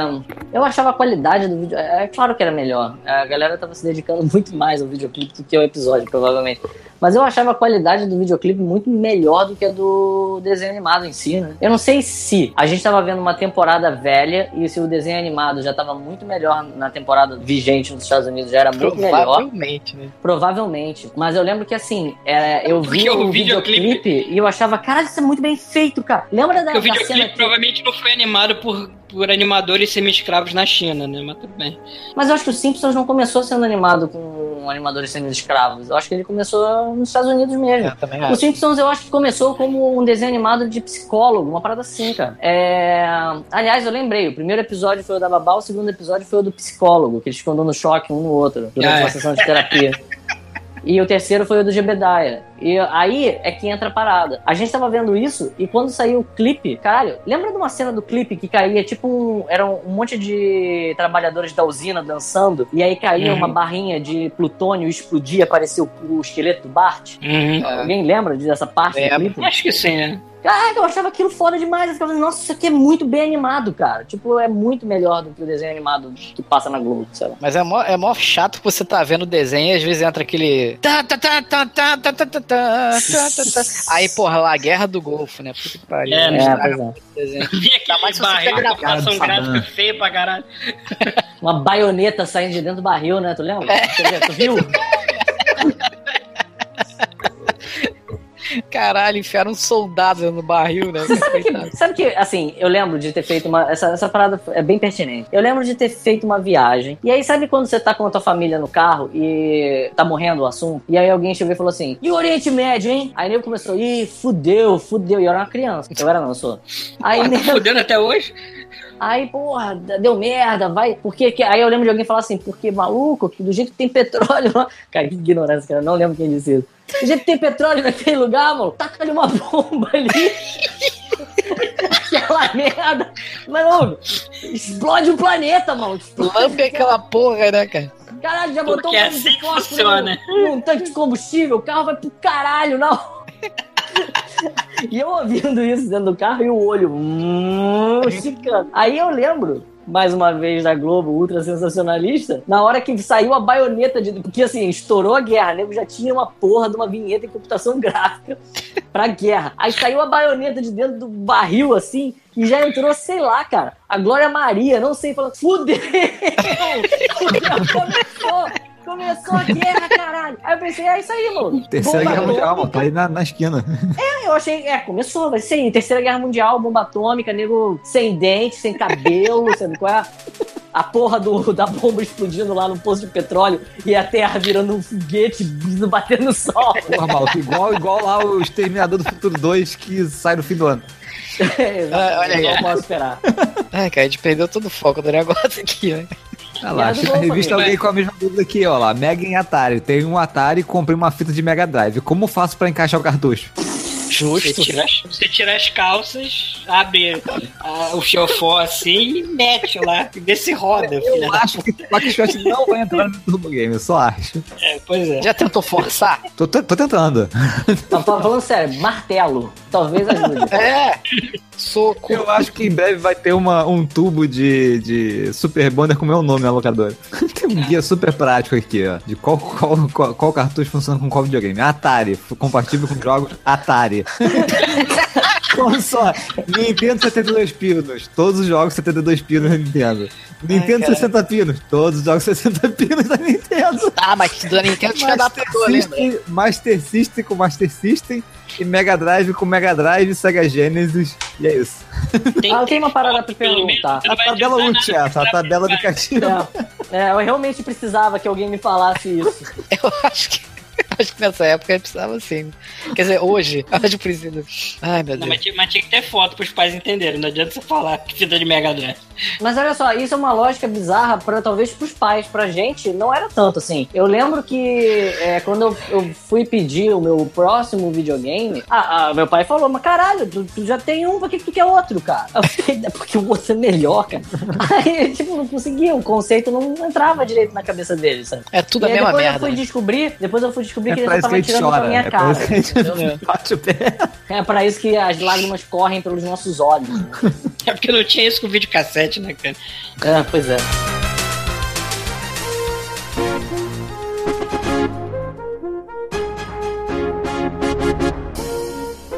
Speaker 3: Eu achava a qualidade do vídeo. É é claro que era melhor. É, A galera tava se dedicando [laughs] muito mais ao videoclipe do que ao episódio, provavelmente. Mas eu achava a qualidade do videoclipe muito melhor do que a do desenho animado em si, né? Eu não sei se a gente tava vendo uma temporada velha e se o desenho animado já tava muito melhor na temporada vigente nos Estados Unidos, já era muito melhor.
Speaker 2: Provavelmente, né?
Speaker 3: Provavelmente. Mas eu lembro que assim, é, eu vi
Speaker 4: Porque o
Speaker 3: o
Speaker 4: videoclipe-
Speaker 3: videoclipe e eu achava, caralho, isso é muito bem feito, cara. Lembra da,
Speaker 2: Tá,
Speaker 4: Porque o
Speaker 3: da cena
Speaker 4: videoclipe
Speaker 3: que
Speaker 4: provavelmente não foi animado por, por animadores semi-escravos na China, né? Mas tudo bem.
Speaker 3: Mas eu acho que o Simpsons não começou sendo animado com animadores sendo escravos. Eu acho que ele começou nos Estados Unidos mesmo.
Speaker 2: Eu É,
Speaker 4: É.
Speaker 2: também
Speaker 3: O
Speaker 2: acho.
Speaker 3: Simpsons eu acho que começou como um desenho animado de psicólogo, uma parada assim, cara. É... Aliás, eu lembrei, o primeiro episódio foi o da Babá, o segundo episódio foi o do psicólogo, que eles ficam dando choque um no outro durante
Speaker 4: Ah, é.
Speaker 3: uma sessão de terapia. E o terceiro foi o do Jebediah. E aí é que entra a parada. A gente tava vendo isso e quando saiu o clipe, caralho, lembra de uma cena do clipe que caía tipo um. Era um monte de trabalhadores da usina dançando e aí caía
Speaker 4: Uhum.
Speaker 3: uma barrinha de plutônio e explodia, aparecia o, o esqueleto do Bart?
Speaker 4: Uhum.
Speaker 3: Alguém lembra dessa parte do
Speaker 2: Lembro.
Speaker 3: clipe?
Speaker 4: Acho que sim, né?
Speaker 3: Caraca, eu achava aquilo foda demais. Eu ficava, nossa, isso aqui é muito bem animado, cara. Tipo, é muito melhor do que o desenho animado que passa na Globo, sei lá.
Speaker 2: Mas é mó, é mó chato você tá vendo o desenho e às vezes entra aquele. tá, tá, tá, tá, tá, tá, tá, tá, tá, tá, tá. Aí, porra, lá, Guerra do Golfo, né? Puta que pariu.
Speaker 4: É,
Speaker 2: né?
Speaker 4: né?
Speaker 3: pois é.
Speaker 2: Desenho.
Speaker 4: Vi
Speaker 2: Ainda mais se você tá pega
Speaker 4: aquele barril com
Speaker 2: na
Speaker 1: cara do
Speaker 4: ocupação
Speaker 1: Saddam.
Speaker 4: gráfica feia pra caralho.
Speaker 3: Uma baioneta saindo de dentro do barril, né? Tu lembra? Tu viu?
Speaker 2: Caralho, enfiaram um soldado no barril, né? Coitado.
Speaker 3: Sabe que, assim, eu lembro de ter feito uma. Essa, essa parada é bem pertinente. Eu lembro de ter feito uma viagem. E aí, sabe quando você tá com a tua família no carro e tá morrendo o assunto? E aí alguém chegou e falou assim: e o Oriente Médio, hein? Aí nego começou, ih, fudeu, fudeu. E eu era uma criança. Eu era não, eu sou. Aí
Speaker 4: Tá
Speaker 3: nego.
Speaker 4: fudendo até hoje?
Speaker 3: Aí, porra, deu merda, vai. Porque que- aí eu lembro de alguém falar assim, porque maluco, que do jeito que tem petróleo [laughs] lá. Cara, que ignorância, cara. eu Não lembro quem disse isso. Do jeito que tem petróleo naquele lugar, mano, taca-lhe uma bomba ali. [laughs] Aquela merda. Mano, explode o planeta, mano.
Speaker 2: Lampe aquela porra, né, cara?
Speaker 3: Caralho, já botou um
Speaker 4: Porque é assim que
Speaker 3: fósforo [laughs]
Speaker 4: funciona.
Speaker 3: num- num Um tanque de combustível, o carro vai pro caralho, não. [laughs] E eu ouvindo isso dentro do carro e o olho hum, esticando. Aí eu lembro mais uma vez da Globo, ultra sensacionalista, na hora que saiu a baioneta de. Porque assim, estourou a guerra, nego já tinha uma porra de uma vinheta em computação [laughs] gráfica pra guerra. Aí saiu a baioneta de dentro do barril, assim, e já entrou, sei lá, cara, a Glória Maria, não sei, falando, fudeu! Começou! Começou a guerra, caralho! Aí eu pensei, é isso aí,
Speaker 1: [laughs]
Speaker 3: louco.
Speaker 1: Terceira
Speaker 3: Bomba
Speaker 1: Guerra Mundial,
Speaker 3: atômica.
Speaker 1: mano, tá aí na, na esquina.
Speaker 3: Eu achei, é, começou, vai ser aí, Terceira Guerra Mundial, bomba atômica, nego sem dente, sem cabelo, [laughs] sabe qual é? A porra do, da bomba explodindo lá no poço de petróleo e a Terra virando um foguete [laughs] batendo no sol.
Speaker 1: Porra, maluco, igual, igual lá o Exterminador do Futuro 2 que sai no fim do ano.
Speaker 3: É,
Speaker 2: Ah, olha aí.
Speaker 3: Não posso esperar.
Speaker 2: Ai, cara, a gente perdeu todo o foco do negócio aqui, né?
Speaker 1: Olha Tá lá,
Speaker 3: Piada
Speaker 1: achei na
Speaker 3: boa,
Speaker 1: revista
Speaker 3: família.
Speaker 1: alguém com a mesma dúvida aqui, ó lá. Mega em Atari. Tenho um Atari e comprei uma fita de Mega Drive. Como faço pra encaixar o cartucho?
Speaker 4: Você
Speaker 2: Justo.
Speaker 4: tira, as- você tira as calças, abre ah, o fiofó assim e mete lá. E vê se roda, filha.
Speaker 1: Eu acho que [laughs] o Quackshot não vai entrar no Turbo Game, eu só acho.
Speaker 4: É, pois é.
Speaker 2: Já tentou forçar?
Speaker 1: Tô, tô- tô tentando.
Speaker 3: Mas tô Tá falando sério, martelo. Talvez ajude.
Speaker 2: É! Soco.
Speaker 1: Eu acho que em breve vai ter uma, um tubo de, de Super Bonder com meu nome na locadora. [laughs] Tem um guia super prático aqui, ó. De qual, qual, qual, qual cartucho funciona com qual videogame. Atari. Compatível com jogos Atari. [laughs] Console. Nintendo 72 pinos. Todos os jogos 72 pinos da Nintendo. Nintendo 60 pinos. Todos os jogos 60 pinos da Nintendo.
Speaker 2: Ah, mas do Nintendo tinha
Speaker 1: Master
Speaker 2: adaptador, né? lembra?
Speaker 1: System, Master System com Master System. E Mega Drive com Mega Drive, Sega Genesis. E é isso.
Speaker 3: Ah, eu tenho uma parada pra
Speaker 4: Pelo menos
Speaker 3: perguntar.
Speaker 4: você
Speaker 1: A
Speaker 4: não vai
Speaker 1: tabela
Speaker 4: adiantar
Speaker 1: útil é essa, a tabela do castigo.
Speaker 3: É, é, eu realmente precisava que alguém me falasse isso.
Speaker 2: Eu acho que. [laughs] Acho que nessa época eu precisava sim. Quer dizer, hoje, [laughs] hoje precisa. Ai, meu
Speaker 4: Não,
Speaker 2: Deus.
Speaker 4: mas, tinha, mas tinha que ter foto pros pais entenderem. Não adianta você falar que fita de Mega Drive.
Speaker 3: Mas olha só, isso é uma lógica bizarra para talvez pros pais, pra gente não era tanto assim. Eu lembro que é, quando eu, eu fui pedir o meu próximo videogame, ah, ah, meu pai falou: Mas caralho, tu, tu já tem um, pra que que tu quer outro, cara? Eu fiquei, "É porque o outro é melhor,
Speaker 1: [laughs]
Speaker 3: cara. Aí, tipo, não conseguia, o conceito não entrava direito na cabeça dele, sabe?
Speaker 2: É tudo a
Speaker 3: E aí
Speaker 2: mesma
Speaker 3: depois eu
Speaker 2: merda.
Speaker 3: fui
Speaker 2: né?
Speaker 3: descobrir, depois eu fui descobrir
Speaker 1: É
Speaker 3: que ele
Speaker 1: pra
Speaker 3: já
Speaker 1: isso que a
Speaker 3: tava
Speaker 1: gente
Speaker 3: tirando da
Speaker 1: chora.
Speaker 3: minha
Speaker 1: É pra
Speaker 3: cara.
Speaker 1: isso que a gente [laughs] bate o pé.
Speaker 3: É pra isso que as lágrimas correm pelos nossos olhos.
Speaker 4: É porque não tinha isso com videocassete, né, cara?
Speaker 3: É, pois é.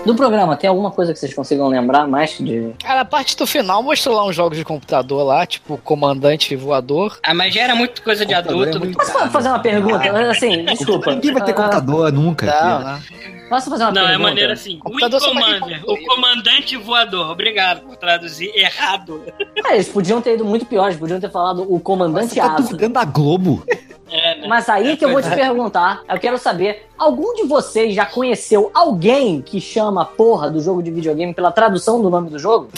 Speaker 3: Do programa, tem alguma coisa que vocês consigam lembrar mais de.
Speaker 2: Cara, a parte do final mostrou lá uns jogos de computador lá, tipo comandante voador.
Speaker 4: Ah, mas já era muito coisa de
Speaker 1: Computador é
Speaker 4: adulto. né?
Speaker 1: muito
Speaker 3: Posso fa- fazer uma pergunta? assim, desculpa.
Speaker 1: Ah, Ninguém vai ter
Speaker 3: Ah,
Speaker 1: computador nunca.
Speaker 2: Não,
Speaker 1: filho.
Speaker 2: né?
Speaker 3: Posso fazer uma
Speaker 4: Não,
Speaker 3: pergunta?
Speaker 4: é maneira assim.
Speaker 2: Computador
Speaker 4: Wing
Speaker 2: só pra quem
Speaker 4: Commander,
Speaker 2: comprou
Speaker 4: o
Speaker 2: isso.
Speaker 4: comandante voador. Obrigado por traduzir errado.
Speaker 3: Ah, eles podiam ter ido muito piores, podiam ter falado o comandante
Speaker 1: Você tá
Speaker 3: Asa.
Speaker 1: duvidando da Globo?
Speaker 4: É, né?
Speaker 3: Mas aí que eu vou te perguntar, eu quero saber, algum de vocês já conheceu alguém que chama a porra do jogo de videogame pela tradução do nome do jogo?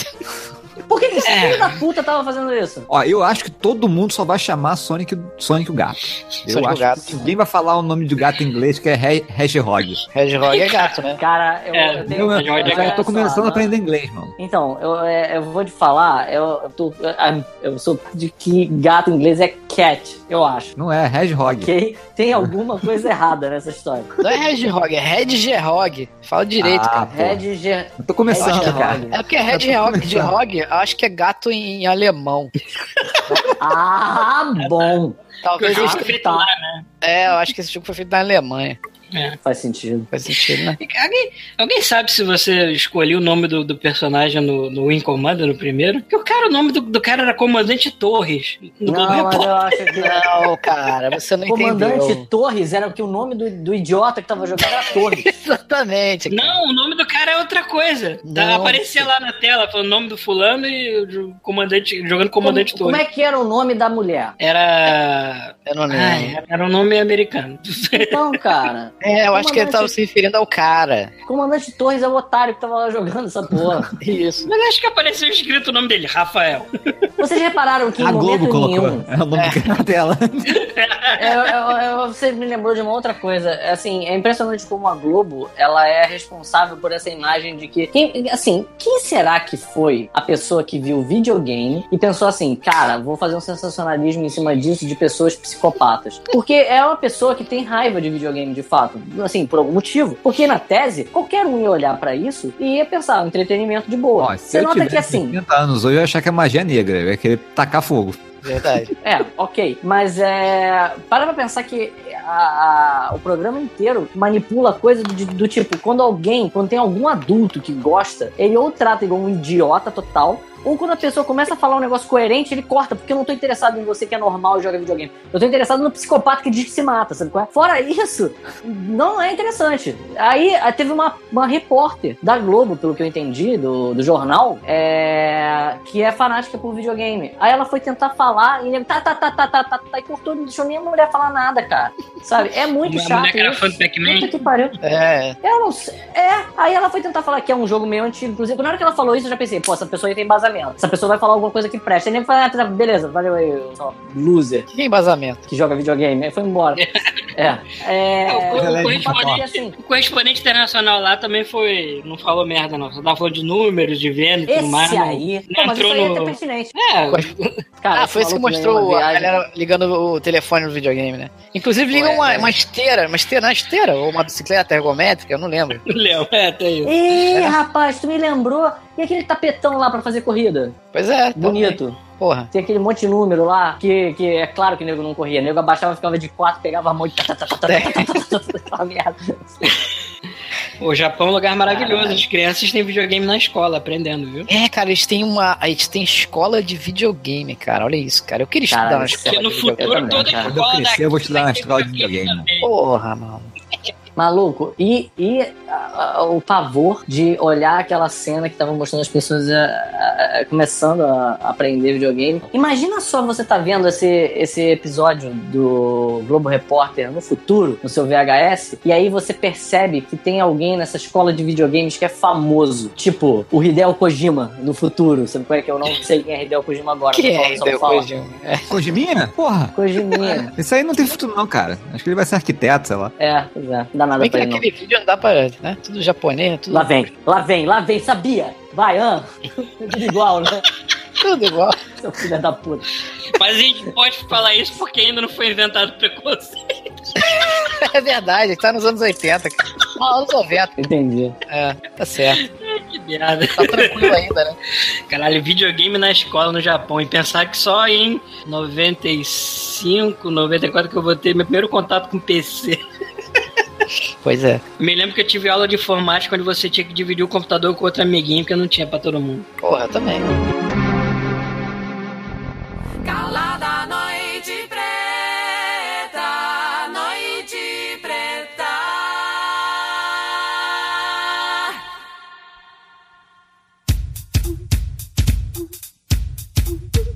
Speaker 3: Por que que esse
Speaker 1: É.
Speaker 3: filho da puta tava fazendo isso?
Speaker 1: Ó, eu acho que todo mundo só vai chamar Sonic, Sonic o gato. Eu
Speaker 2: Sonic o
Speaker 1: acho
Speaker 2: gato.
Speaker 1: que ninguém vai falar o nome do gato em inglês, que é He- Hedgehog.
Speaker 2: Hedgehog é gato, né?
Speaker 3: Cara, eu,
Speaker 4: É,
Speaker 3: eu tenho...
Speaker 1: Eu, eu,
Speaker 4: Hedgehog é
Speaker 1: já
Speaker 4: gato,
Speaker 1: tô começando a
Speaker 3: aprender.
Speaker 1: aprender inglês, mano.
Speaker 3: Então, eu, é, eu vou te falar, eu, eu, tô- eu- eu sou de que gato em inglês é cat, eu acho.
Speaker 1: Não é, Hedgehog.
Speaker 3: Ok? Tem alguma coisa errada nessa história.
Speaker 2: Não é Hedgehog, é Hedgehog. Fala direito,
Speaker 1: Ah,
Speaker 2: cara.
Speaker 1: porra.
Speaker 3: Red G...
Speaker 1: Eu tô começando,
Speaker 3: Hedgehog.
Speaker 1: cara.
Speaker 2: É porque
Speaker 3: Tá
Speaker 2: Hedgehog,
Speaker 3: então.
Speaker 1: começando.
Speaker 2: Hedgehog, eu acho que é gato em, em alemão.
Speaker 3: Ah, bom.
Speaker 2: Talvez.
Speaker 4: Eu
Speaker 3: Ah,
Speaker 4: acho que feito
Speaker 1: né?
Speaker 3: tá.
Speaker 2: É, eu acho que esse jogo foi feito na Alemanha.
Speaker 3: Faz sentido.
Speaker 2: Faz sentido, né?
Speaker 4: Alguém, alguém sabe se você escolheu o nome do, do personagem no, no Wing Commander, no primeiro? Porque o cara, o nome do, do cara era Comandante Torres. No Globo
Speaker 3: Não, é mas
Speaker 4: Repórter.
Speaker 3: eu acho que...
Speaker 2: [laughs] Não, cara, você não
Speaker 3: Comandante
Speaker 2: entendeu.
Speaker 3: Torres era que o nome do, do idiota que tava jogando era Torres.
Speaker 2: [laughs]
Speaker 3: assim,
Speaker 2: Exatamente. cara.
Speaker 4: Não, o nome do cara é outra coisa.
Speaker 3: é
Speaker 4: Tá,
Speaker 2: Não.
Speaker 4: aparecia lá na tela, falando o nome do fulano e o comandante, jogando comandante
Speaker 3: como, como
Speaker 4: Torres.
Speaker 3: é que era o nome da mulher?
Speaker 4: Era.
Speaker 2: Eu não lembro.
Speaker 4: Ai, era- era um nome americano. [laughs]
Speaker 3: Então, cara,
Speaker 2: É, eu acho que ele tava se referindo ao cara.
Speaker 3: Comandante Torres é o otário que tava lá jogando essa porra.
Speaker 2: Isso.
Speaker 4: Mas acho que apareceu escrito o nome dele, Rafael.
Speaker 3: Vocês repararam que em
Speaker 1: A Globo
Speaker 3: momento
Speaker 1: colocou.
Speaker 3: nenhum.
Speaker 1: É [laughs] o nome que na tela.
Speaker 3: É, é, é, você me lembrou de uma outra coisa. É, Assim, é impressionante como a Globo ela é responsável por essa imagem de que. Quem, assim, quem será que foi a pessoa que viu o videogame e pensou assim, cara, vou fazer um sensacionalismo em cima disso de pessoas psicopatas? Porque é uma pessoa que tem raiva de videogame, de fato. fato, assim, por algum motivo. Porque na tese, qualquer um ia olhar pra isso e ia pensar, entretenimento de boa.
Speaker 1: Ó, se
Speaker 3: Você
Speaker 1: eu
Speaker 3: nota
Speaker 1: tivesse
Speaker 3: que assim,
Speaker 1: 30 anos hoje, eu ia achar que é magia negra. Eu ia querer tacar fogo.
Speaker 2: Verdade.
Speaker 3: É, ok. Mas é. Para pra pensar que a- a- o programa inteiro manipula coisa de- do tipo, quando alguém, quando tem algum adulto que gosta, ele ou trata igual um idiota total. Ou quando a pessoa começa a falar um negócio coerente, ele corta, porque eu não tô interessado em você que é normal e joga videogame. Eu tô interessado no psicopata que diz que se mata, sabe qual é? Fora isso, não é interessante. Aí ah, teve uma, uma repórter da Globo, pelo que eu entendi, do, do jornal, é, que é fanática por videogame. Aí ela foi tentar falar e ele tá, tá, tá, tá, tá, tá, tá, e cortou, não deixou nem a mulher falar nada, cara. Sabe? É muito
Speaker 4: Uma
Speaker 3: chato.
Speaker 4: mulher que era
Speaker 3: isso.
Speaker 4: fã do Pac-Man.
Speaker 3: Puta que pariu.
Speaker 2: É,
Speaker 3: Eu não sei. É, aí ela foi tentar falar que é um jogo meio antigo. Inclusive, na hora que ela falou isso, eu já pensei, pô, essa pessoa aí tem embasamento. Essa pessoa vai falar alguma coisa que presta. Aí nem falar, ah, tá, beleza, valeu aí, só loser
Speaker 2: que embasamento.
Speaker 3: que joga videogame. Aí foi embora. é.
Speaker 4: É, o,
Speaker 3: É.
Speaker 4: co- o
Speaker 1: Relé de
Speaker 4: correspondente,
Speaker 3: Pacote, assim.
Speaker 4: o correspondente internacional lá também foi. Não falou merda, não. Só tava falando de números, de venda e tudo mais.
Speaker 3: Esse
Speaker 4: não-
Speaker 3: aí.
Speaker 4: não
Speaker 3: Pô, mas isso
Speaker 4: entrou
Speaker 3: aí é até
Speaker 4: no-
Speaker 3: pertinente.
Speaker 4: É, [laughs]
Speaker 3: Cara,
Speaker 2: ah, foi isso que
Speaker 3: maluco ganhou
Speaker 2: mostrou
Speaker 3: uma
Speaker 2: a
Speaker 3: viagem.
Speaker 2: galera ligando o telefone no videogame, né? Inclusive liga
Speaker 3: Ué,
Speaker 2: uma,
Speaker 3: é.
Speaker 2: uma esteira, uma esteira, uma esteira, ou uma bicicleta ergométrica, eu não lembro.
Speaker 4: não lembro. É, tem isso.
Speaker 3: Ih, rapaz, tu me lembrou. E aquele tapetão lá pra fazer corrida?
Speaker 2: Pois é, então,
Speaker 3: Bonito.
Speaker 2: porra.
Speaker 3: Tem aquele monte de número lá, que, que é claro que o nego não corria. O nego abaixava, ficava de quatro, pegava a mão e... tá, tá, tá, tá, tá, tá, tá, tá, tá, tá, tá, merda.
Speaker 4: O Japão é um lugar maravilhoso. As crianças têm videogame na escola, aprendendo, viu?
Speaker 2: É, cara, eles têm uma. Eles têm escola de videogame, cara. Olha isso, cara. Eu queria estudar
Speaker 3: Cara,
Speaker 2: na
Speaker 3: isso
Speaker 1: é
Speaker 3: é
Speaker 2: escola.
Speaker 4: Porque no
Speaker 2: de videogame.
Speaker 3: também,
Speaker 4: futuro toda
Speaker 3: cara.
Speaker 4: escola.
Speaker 1: Quando eu crescer, eu vou te dar uma
Speaker 4: daqui
Speaker 1: escola de
Speaker 4: vai ter
Speaker 1: videogame. né?
Speaker 4: também.
Speaker 2: Porra, mano.
Speaker 3: Maluco, e, e ah, ah, o pavor de olhar aquela cena que tava mostrando as pessoas ah, ah, começando a aprender videogame. Imagina só você tá vendo esse, esse episódio do Globo Repórter no futuro, no seu VHS, e aí você percebe que tem alguém nessa escola de videogames que é famoso. Tipo, o Hideo Kojima no futuro. Sabe qual é que eu não sei quem é Hideo Kojima agora?
Speaker 2: Que
Speaker 3: mas fala,
Speaker 2: é,
Speaker 3: só
Speaker 2: Hideo
Speaker 3: fala.
Speaker 2: Kojima? É.
Speaker 1: Kojiminha? Porra.
Speaker 3: Kojiminha.
Speaker 1: Isso aí não tem futuro não, cara. Acho que ele vai ser arquiteto, sei lá.
Speaker 3: é, pois é. Não dá nada
Speaker 2: Bem que
Speaker 3: pra ele não.
Speaker 2: naquele vídeo não dá pra. Né? Tudo japonês, né? tudo,
Speaker 3: Lá vem, lá vem, lá vem, sabia? Vai, An. [laughs] Tudo igual, né?
Speaker 2: tudo igual. [laughs]
Speaker 3: Seu filho da puta.
Speaker 4: Mas a gente pode falar isso porque ainda não foi inventado preconceito.
Speaker 2: É verdade, tá nos anos 80, cara. Ah, anos 90.
Speaker 3: Entendi.
Speaker 2: É, tá certo.
Speaker 4: Que merda.
Speaker 2: Tá tranquilo ainda, né?
Speaker 4: Caralho, videogame na escola no Japão. E pensar que só em 95, 94 que eu vou ter meu primeiro contato com PC.
Speaker 2: Pois é.
Speaker 4: Me lembro que eu tive aula de informática onde você tinha que dividir o computador com outro amiguinho porque não tinha pra todo [laughs] mundo.
Speaker 2: Porra, também.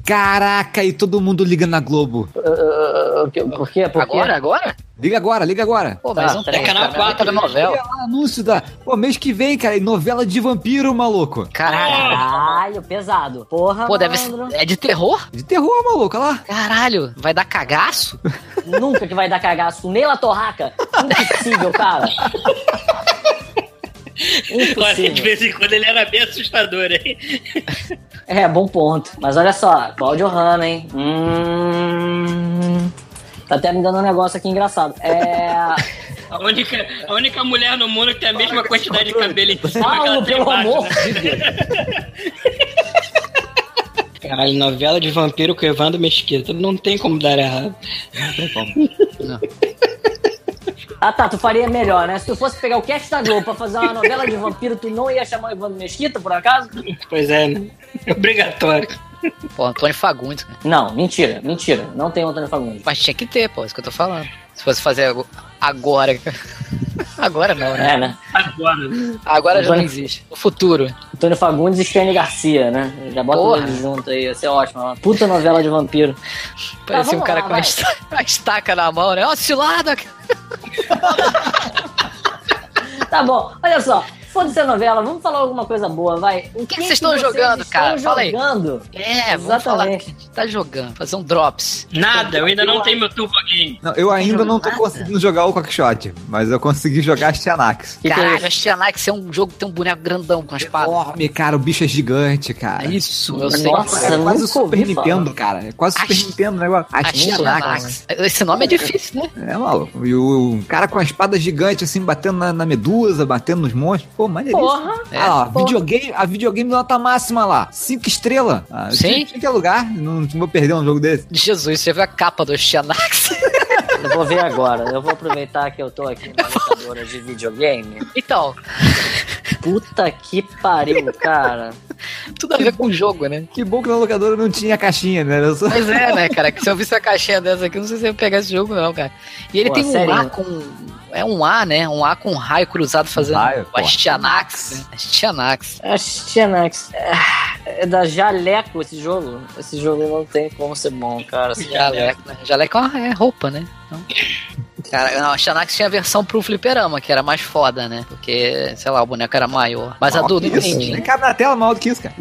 Speaker 1: Caraca, e todo mundo liga na Globo.
Speaker 3: Por quê? Por quê? Por quê?
Speaker 2: Agora, agora?
Speaker 1: Liga agora, liga agora.
Speaker 2: Pô,
Speaker 3: Tá,
Speaker 2: mas não
Speaker 3: peraí,
Speaker 2: tem.
Speaker 4: Canal
Speaker 2: Canal né? 4
Speaker 4: 4,
Speaker 2: da novela.
Speaker 1: Olha lá, anúncio da... Pô, mês que vem, cara, e novela de vampiro, maluco.
Speaker 2: Caralho.
Speaker 3: Caralho, pesado. Porra,
Speaker 2: Pô, deve ser.
Speaker 3: Ah, malandro.
Speaker 2: É de terror?
Speaker 1: De terror, maluco, olha lá.
Speaker 2: Caralho, vai dar cagaço?
Speaker 3: Nunca que vai dar cagaço. Neila Torraca. Impossível, cara.
Speaker 4: Olha, assim, de
Speaker 3: Impossível.
Speaker 4: vez em quando ele era bem assustador, hein?
Speaker 3: É, bom ponto. Mas olha só, Claudio Hanna, hein? Hum... Tá até me dando um negócio aqui engraçado. É...
Speaker 4: A única, a única mulher no mundo que tem a mesma quantidade de cabelo em cima que ela
Speaker 3: Paulo,
Speaker 4: tem
Speaker 3: pelo
Speaker 4: embaixo,
Speaker 3: amor
Speaker 4: né?
Speaker 3: de Deus.
Speaker 4: Caralho, novela de vampiro com Evandro Mesquita. Não tem como dar errado.
Speaker 3: Ah tá, tu faria melhor, né? Se tu fosse pegar o cast da Globo pra fazer uma novela de vampiro, tu não ia chamar o Evandro Mesquita, por acaso?
Speaker 4: Pois é, né? [laughs] Obrigatório.
Speaker 2: Pô, Antônio Fagundes, cara.
Speaker 3: Não, mentira, mentira. Não tem Antônio Fagundes.
Speaker 2: Mas tinha que ter, pô, é isso que eu tô falando. Se fosse fazer ago- agora. [laughs] Agora não, né?
Speaker 3: É, né?
Speaker 4: Agora.
Speaker 2: Agora já não
Speaker 3: Antônio-
Speaker 2: existe. No futuro.
Speaker 3: Antônio Fagundes e Shane Garcia, né? Já bota
Speaker 2: Porra.
Speaker 3: eles juntos aí, ia ser ótimo. Uma puta novela de vampiro.
Speaker 2: Parecia um
Speaker 3: vamos
Speaker 2: cara
Speaker 3: lá,
Speaker 2: com a
Speaker 3: vai.
Speaker 2: esta- [laughs] a estaca na mão, né? Ó, cilada!
Speaker 3: Tá bom, olha só. Foda-se a novela, vamos falar alguma coisa boa, vai.
Speaker 2: O que, que, que vocês estão jogando,
Speaker 3: estão
Speaker 2: cara? Fala aí.
Speaker 3: jogando?
Speaker 2: É, vamos falar que a gente tá jogando, fazer um drops.
Speaker 4: Nada, eu ainda não tenho meu turbo game.
Speaker 1: Não, eu ainda não tô conseguindo jogar o Quackshot, mas eu consegui jogar Xanax.
Speaker 2: Caralho, Xanax é um jogo que tem um boneco grandão com a espada.
Speaker 1: Enorme, cara, o bicho é gigante, cara.
Speaker 2: Isso, eu sei.
Speaker 3: Nossa,
Speaker 1: É quase o
Speaker 3: nunca ouvi
Speaker 1: Super Nintendo,
Speaker 3: falar.
Speaker 1: cara. É quase o Super
Speaker 2: Acho-
Speaker 1: Nintendo, né? agora?
Speaker 2: A Xanax. Esse nome é difícil, né?
Speaker 1: É, maluco. E o o cara com a espada gigante, assim, batendo na, na medusa, batendo nos monstros. Pô, maneiríssimo.
Speaker 3: Porra.
Speaker 1: Ah, lá, videogame, a videogame nota máxima lá. Cinco estrelas. Ah,
Speaker 2: Sim.
Speaker 1: tinha- Tinha que alugar. Não, não vou perder um jogo desse.
Speaker 2: Jesus, você viu a capa do Xanax?
Speaker 3: Eu vou ver agora. Eu vou aproveitar que eu tô aqui na locadora de videogame.
Speaker 2: Então,
Speaker 3: Puta que pariu, cara.
Speaker 2: tudo a ver com o jogo, né?
Speaker 1: Que bom que na locadora não tinha caixinha, né? Era só-
Speaker 2: Pois é, né, cara? Que se eu visse a caixinha dessa aqui, eu não sei se eu ia pegar esse jogo, não, cara. E ele
Speaker 3: Pô,
Speaker 2: tem um
Speaker 3: sério?
Speaker 2: A com. É um A, né? Um A com um raio cruzado fazendo.
Speaker 1: raio,
Speaker 2: a
Speaker 1: pô.
Speaker 2: Xanax. né? Xanax.
Speaker 3: A Xanax. É é da Jaleco esse jogo. Esse jogo não tem como ser bom, cara. Esse
Speaker 2: Jaleco, né? Jaleco é uma é roupa, né? Então, Cara, não, a Xanax tinha a versão pro fliperama, que era mais foda, né? Porque, sei lá, o boneco era maior. Mas a do
Speaker 1: Isso, né? nem
Speaker 2: Nintendinho.
Speaker 1: cabe na tela mal do que isso, cara.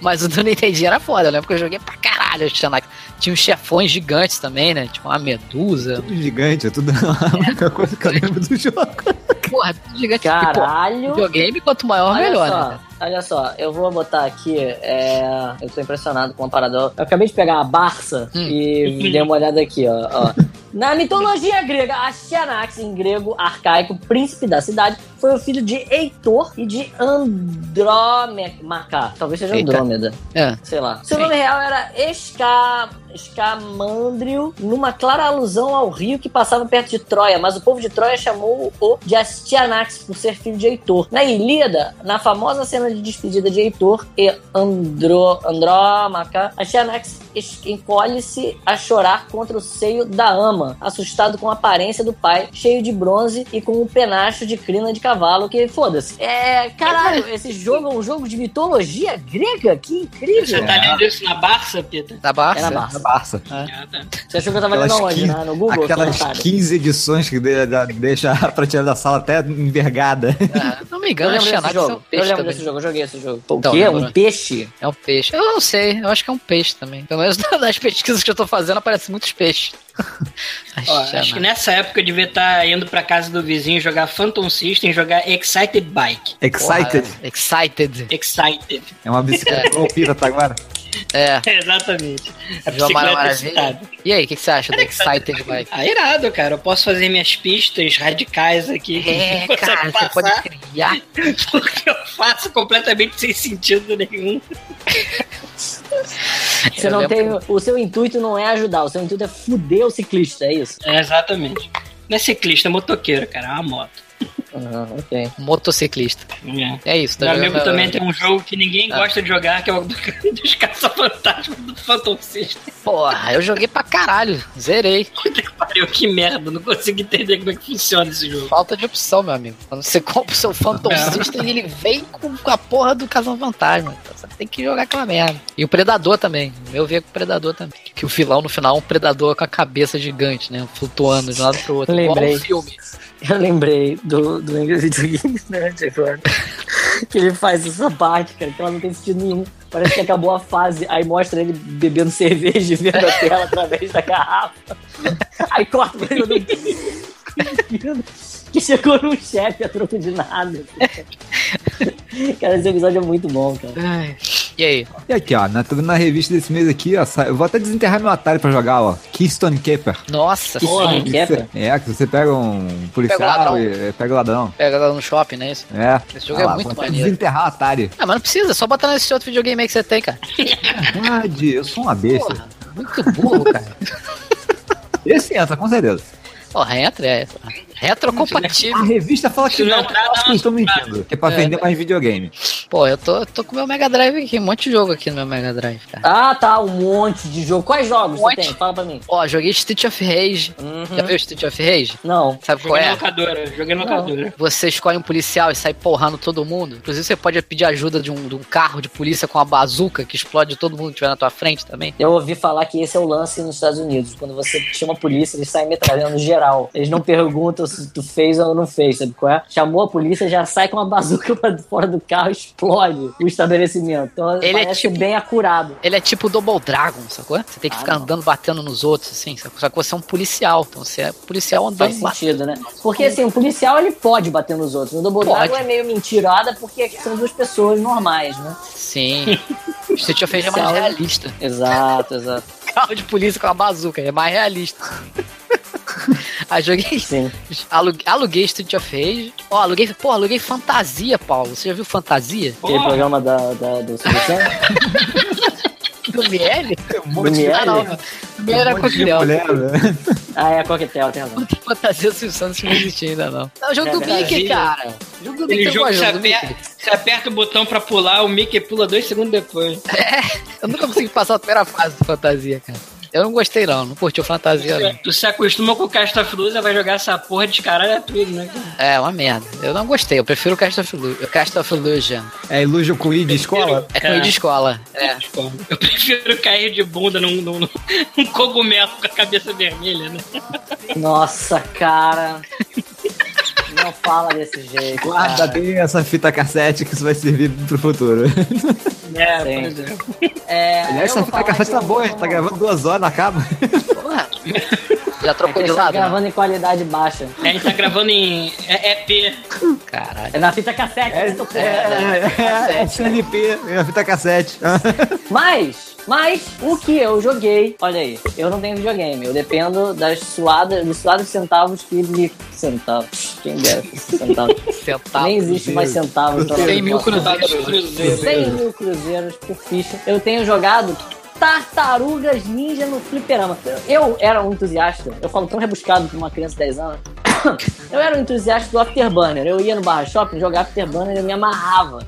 Speaker 2: Mas o do Nintendinho era foda, né? Porque eu joguei pra caralho a Xanax. Tinha uns chefões gigantes também, né? Tipo uma medusa.
Speaker 1: Tudo gigante, é tudo [laughs] a única coisa que eu lembro do jogo.
Speaker 2: Porra, tudo gigante. E, porra,
Speaker 3: Caralho.
Speaker 2: videogame, quanto maior,
Speaker 3: Olha
Speaker 2: melhor, né?
Speaker 3: só,
Speaker 2: cara?
Speaker 3: olha só, eu vou botar aqui. é, eu tô impressionado com uma parada. Eu acabei de pegar a Barça
Speaker 2: Hum.
Speaker 3: e dei uma olhada aqui,
Speaker 2: [laughs]
Speaker 3: ó. ó. Na mitologia grega, a Xanax, em grego arcaico, príncipe da cidade, foi o filho de Heitor e de Andrômaca. Talvez seja
Speaker 2: Eita.
Speaker 3: Andrômeda.
Speaker 2: É.
Speaker 3: Sei lá. Seu
Speaker 2: Sim.
Speaker 3: nome real era Esca... Escamandrio, numa clara alusão ao rio que passava perto de Troia, mas o povo de Troia chamou-o de Astianax por ser filho de Heitor. Na Ilíada, na famosa cena de despedida de Heitor e Andro... Andrômaca, Astianax es- encolhe-se a chorar contra o seio da ama, assustado com a aparência do pai, cheio de bronze e com um penacho de crina de cavalo, que foda-se. É, caralho, esse jogo é um jogo de mitologia grega? Que incrível!
Speaker 4: Você tá lendo isso na Barça, Pita?
Speaker 2: Da
Speaker 3: Era
Speaker 2: Barça.
Speaker 3: É Barça.
Speaker 1: Barça.
Speaker 4: Ah, tá.
Speaker 3: Você achou que eu tava lendo
Speaker 1: Aquelas
Speaker 3: aonde?
Speaker 1: 15
Speaker 3: né? No Google? seu
Speaker 1: Aquelas
Speaker 3: otário?
Speaker 1: 15 edições que de, da- deixa [laughs] a prateleira da sala até envergada.
Speaker 2: Ah, não me
Speaker 3: Eu
Speaker 2: engano, a
Speaker 3: lembro desse
Speaker 2: Xanax é um
Speaker 3: jogo. Eu
Speaker 2: peixe
Speaker 3: lembro
Speaker 2: também.
Speaker 3: desse jogo, eu joguei esse jogo. Pô,
Speaker 2: Então,
Speaker 3: o quê?
Speaker 2: lembra, né?
Speaker 3: Um peixe?
Speaker 2: [laughs] É um peixe. Eu não sei, eu acho que é um peixe também. Pelo menos [laughs] nas pesquisas que eu tô fazendo, aparecem muitos
Speaker 3: [laughs]
Speaker 2: peixes. A
Speaker 4: Ó,
Speaker 2: Xanax.
Speaker 3: é
Speaker 4: acho que nessa época eu devia estar indo pra casa do vizinho jogar Phantom System e jogar Excited Bike.
Speaker 2: Porra,
Speaker 1: Excited.
Speaker 2: é. Excited.
Speaker 4: Excited. [laughs]
Speaker 1: É uma bicicleta com pirata tá agora.
Speaker 2: É.
Speaker 4: Exatamente. A
Speaker 2: João Mara
Speaker 4: É bicicleta É
Speaker 2: Maravilha.
Speaker 4: excitada.
Speaker 2: E aí, o que, que você acha do Excited Bike?
Speaker 4: Ah, irado, cara. Eu posso fazer minhas pistas radicais aqui. [laughs]
Speaker 2: É,
Speaker 4: [laughs] Você
Speaker 2: cara, você
Speaker 4: passar,
Speaker 2: pode criar.
Speaker 4: Porque eu faço completamente sem sentido nenhum.
Speaker 3: Você
Speaker 2: Eu
Speaker 3: não
Speaker 2: lembro.
Speaker 3: tem... O seu intuito não é ajudar, o seu intuito é fuder o ciclista, é isso?
Speaker 4: É, exatamente. Não é ciclista, é motoqueiro, cara. É uma moto.
Speaker 3: Ah, ok.
Speaker 2: Motociclista.
Speaker 4: É.
Speaker 2: É isso, tá
Speaker 4: Meu amigo
Speaker 2: jogando-
Speaker 4: também tem um jogo que ninguém
Speaker 2: Ah.
Speaker 4: gosta de jogar, que é o [laughs] do, dos caça-fantasmas do Phantom System.
Speaker 2: Porra, eu joguei pra caralho. Zerei.
Speaker 4: Puta que pariu, que merda. Não consigo entender como é que funciona esse jogo.
Speaker 2: Falta de opção, meu amigo. Quando você [laughs] compra o seu Phantom
Speaker 4: É.
Speaker 2: System, ele vem com com a porra do Casão Fantasma. Então você tem que jogar aquela merda. E o Predador também. Eu vi com o Predador também. Que o vilão no final é um Predador com a cabeça gigante, né? Flutuando de um lado pro outro.
Speaker 3: Lembrei.
Speaker 2: Igual um filme.
Speaker 3: Eu lembrei do, do videogame nerd agora. que ele faz essa parte, cara, que ela não tem sentido nenhum. Parece que acabou a fase, aí mostra ele bebendo [laughs] cerveja e vendo a tela através da garrafa. Aí corta pra ele no... que chegou num chefe a troco de nada. Cara, esse episódio é muito bom, cara.
Speaker 2: Ai. E aí?
Speaker 1: E aqui, ó, na, tô vendo na revista desse mês aqui, ó, sa- eu vou até desenterrar meu atalho pra jogar, ó, Keystone Caper.
Speaker 2: Nossa,
Speaker 3: Que
Speaker 2: sim.
Speaker 3: sonho, que é, cara?
Speaker 1: É, que você pega um policial
Speaker 2: ladrão.
Speaker 1: e é, pega o ladrão.
Speaker 2: Pega lá no shopping, né? Isso.
Speaker 1: É.
Speaker 2: Esse jogo
Speaker 1: Ah
Speaker 2: é
Speaker 1: lá,
Speaker 2: muito
Speaker 1: vou até
Speaker 2: maneiro.
Speaker 1: desenterrar o Atari.
Speaker 2: Ah, mas não precisa, é só botar nesse outro videogame aí que você tem, cara.
Speaker 1: Verdade, eu sou uma besta.
Speaker 2: Porra, muito burro, cara.
Speaker 1: Esse entra, com certeza.
Speaker 2: Porra, entra, é.
Speaker 1: A
Speaker 2: Retrocompatível.
Speaker 1: revista fala que
Speaker 4: Isso
Speaker 1: não,
Speaker 4: não
Speaker 1: mas
Speaker 4: dá
Speaker 1: eu acho que
Speaker 4: uma
Speaker 1: eu estou mentindo. Que é pra
Speaker 2: É.
Speaker 1: vender mais videogame.
Speaker 2: Pô, eu tô, tô com meu Mega Drive aqui, um monte de jogo aqui no meu Mega Drive, cara.
Speaker 3: Ah, tá, um monte de jogo. Quais jogos
Speaker 2: Um monte.
Speaker 3: você tem? Fala pra mim.
Speaker 2: Ó, joguei Street of Rage. Já viu Street of Rage?
Speaker 3: Uhum. Não.
Speaker 2: Sabe qual
Speaker 4: Joguei na
Speaker 2: é?
Speaker 4: locadora, joguei na locadora.
Speaker 2: Você escolhe um policial e sai porrando todo mundo. Inclusive, você pode pedir ajuda de um, de um carro de polícia com uma bazuca que explode todo mundo que estiver na tua frente também.
Speaker 3: Eu ouvi falar que esse é o lance nos Estados Unidos. Quando você chama a polícia, eles saem metralhando geral. Eles não perguntam se tu fez ou não fez, sabe qual é? Chamou a polícia, já sai com uma bazuca pra fora do carro, explode o estabelecimento. Então
Speaker 2: Ele é
Speaker 3: parece
Speaker 2: tipo-
Speaker 3: bem acurado.
Speaker 2: Ele é tipo o Double Dragon, sacou? Você tem que
Speaker 3: Ah,
Speaker 2: ficar
Speaker 3: não.
Speaker 2: andando batendo nos outros, assim, sacou? Sacou? Você é um policial, então você é policial
Speaker 3: Faz
Speaker 2: andando batendo.
Speaker 3: sentido, né? Porque assim, o policial ele pode bater nos outros. No Double
Speaker 2: Pode.
Speaker 3: Dragon é meio mentirada porque são duas pessoas normais, né? [laughs]
Speaker 2: Sim. O Street of Rage é mais
Speaker 3: Policial. né?
Speaker 2: realista.
Speaker 3: Exato, exato.
Speaker 2: Carro de polícia com uma bazuca, é mais
Speaker 3: [laughs]
Speaker 2: realista. Aí joguei.
Speaker 3: Sim.
Speaker 2: Aluguei, aluguei Street of Rage. Ó, aluguei. Pô, aluguei fantasia, Paulo. Você já viu [laughs] fantasia?
Speaker 4: Pô,
Speaker 3: Aquele programa da, da, do Silvio Santos,
Speaker 2: Do ML?
Speaker 3: do Miele.
Speaker 2: Ah, não. ML
Speaker 1: um
Speaker 2: era coquetel.
Speaker 1: velho.
Speaker 3: Ah, é, coquetel, tem razão.
Speaker 2: Quanto fantasia do Silvio Santos não existia ainda, não. É o jogo
Speaker 3: É
Speaker 2: do
Speaker 3: verdade.
Speaker 2: Mickey, cara. O jogo do Mickey
Speaker 4: Aquele
Speaker 2: eu né, gosto
Speaker 4: jogo que você
Speaker 2: jogo do Mickey.
Speaker 4: aperta, você aperta o botão pra pular, o Mickey pula dois segundos depois. tá
Speaker 2: Eu nunca consegui passar a primeira fase do fantasia, cara. Eu não gostei, não. Não curtiu fantasia, não.
Speaker 4: Tu se acostuma com o Cast of Luz, vai jogar essa porra de caralho é tudo, né? cara?
Speaker 2: É, uma merda. Eu não gostei. Eu prefiro o Cast of, Illu- Cast of Illusion.
Speaker 1: É Illusion Quid de escola?
Speaker 2: É coisa de escola. É.
Speaker 4: Tipo, Eu prefiro cair de bunda num, num, [laughs] num cogumelo com a cabeça vermelha, né?
Speaker 3: Nossa, cara. Não fala desse jeito.
Speaker 1: Guarda
Speaker 3: cara.
Speaker 1: bem essa fita cassete que isso vai servir pro futuro.
Speaker 4: É,
Speaker 3: pois
Speaker 4: é.
Speaker 3: É,
Speaker 1: Aliás,
Speaker 3: eu vou
Speaker 1: essa fita
Speaker 3: falar
Speaker 1: cassete
Speaker 3: que
Speaker 1: tá
Speaker 3: eu
Speaker 1: boa, a
Speaker 3: vou
Speaker 1: gente tá
Speaker 3: tomar-
Speaker 1: gravando duas horas, acaba.
Speaker 2: Porra. Já
Speaker 3: É que
Speaker 2: trocou
Speaker 3: a
Speaker 2: de
Speaker 3: gente tá
Speaker 2: lado? né?
Speaker 3: gravando em qualidade baixa.
Speaker 4: A gente tá gravando em EP.
Speaker 2: Caralho.
Speaker 3: É na fita cassete. né, tô porra.
Speaker 1: É, é, é CNP, é a fita [laughs] cassete.
Speaker 3: Mas, mas, o que eu joguei... Olha aí, eu não tenho videogame. Eu dependo das suadas, dos suados centavos que me... Centavos. Quem dera fosse centavos.
Speaker 2: Centavo.
Speaker 3: Nem existe mais centavos. então
Speaker 2: Cem
Speaker 3: não
Speaker 2: mil
Speaker 3: posso-
Speaker 4: Tá Cruzeiro.
Speaker 3: 100 mil cruzeiros um por ficha. Eu tenho jogado Tartarugas Ninja no fliperama. Eu era um entusiasta, eu falo tão rebuscado pra uma criança de 10 anos. [coughs] Eu era um entusiasta do Afterburner. Eu ia no barra shopping jogar Afterburner e eu me amarrava.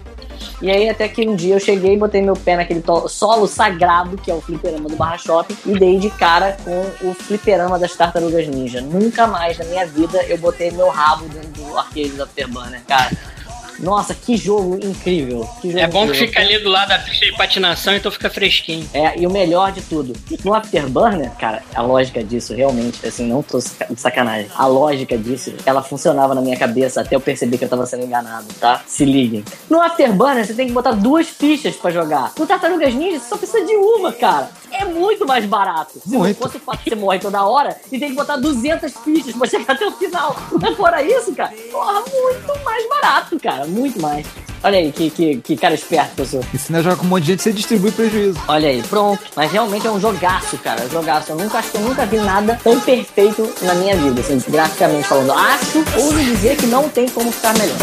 Speaker 3: E aí até que um dia eu cheguei, botei meu pé naquele to- solo sagrado que é o fliperama do Barra Shopping e dei de cara com o fliperama das Tartarugas Ninja. Nunca mais na minha vida eu botei meu rabo dentro do arcade do Afterburner, né, cara. Nossa, que jogo incrível. Que jogo
Speaker 4: É bom que
Speaker 3: incrível.
Speaker 4: fica ali do lado da pista de patinação, então fica fresquinho.
Speaker 3: É, e o melhor de tudo, no Afterburner, cara, a lógica disso realmente, assim, não tô saca- de sacanagem. A lógica disso, ela funcionava na minha cabeça até eu perceber que eu tava sendo enganado, tá? Se liguem. No Afterburner, você tem que botar duas fichas pra jogar. No Tartarugas Ninja, você só precisa de uma, cara. É muito mais barato. Se
Speaker 1: Muito.
Speaker 3: não fosse o fato que você morre toda hora, você tem que botar 200 fichas pra chegar [laughs] até o final. Mas fora isso, cara, porra, muito mais barato, cara. Muito mais. Olha aí, que, que, que cara esperto que eu sou.
Speaker 1: E se não joga com um monte de gente, você distribui prejuízo.
Speaker 3: Olha aí, pronto. Mas realmente é um jogaço, cara. Jogaço. Eu nunca acho que eu nunca vi nada tão perfeito na minha vida, assim, graficamente falando. Acho, ouso dizer que não tem como ficar melhor.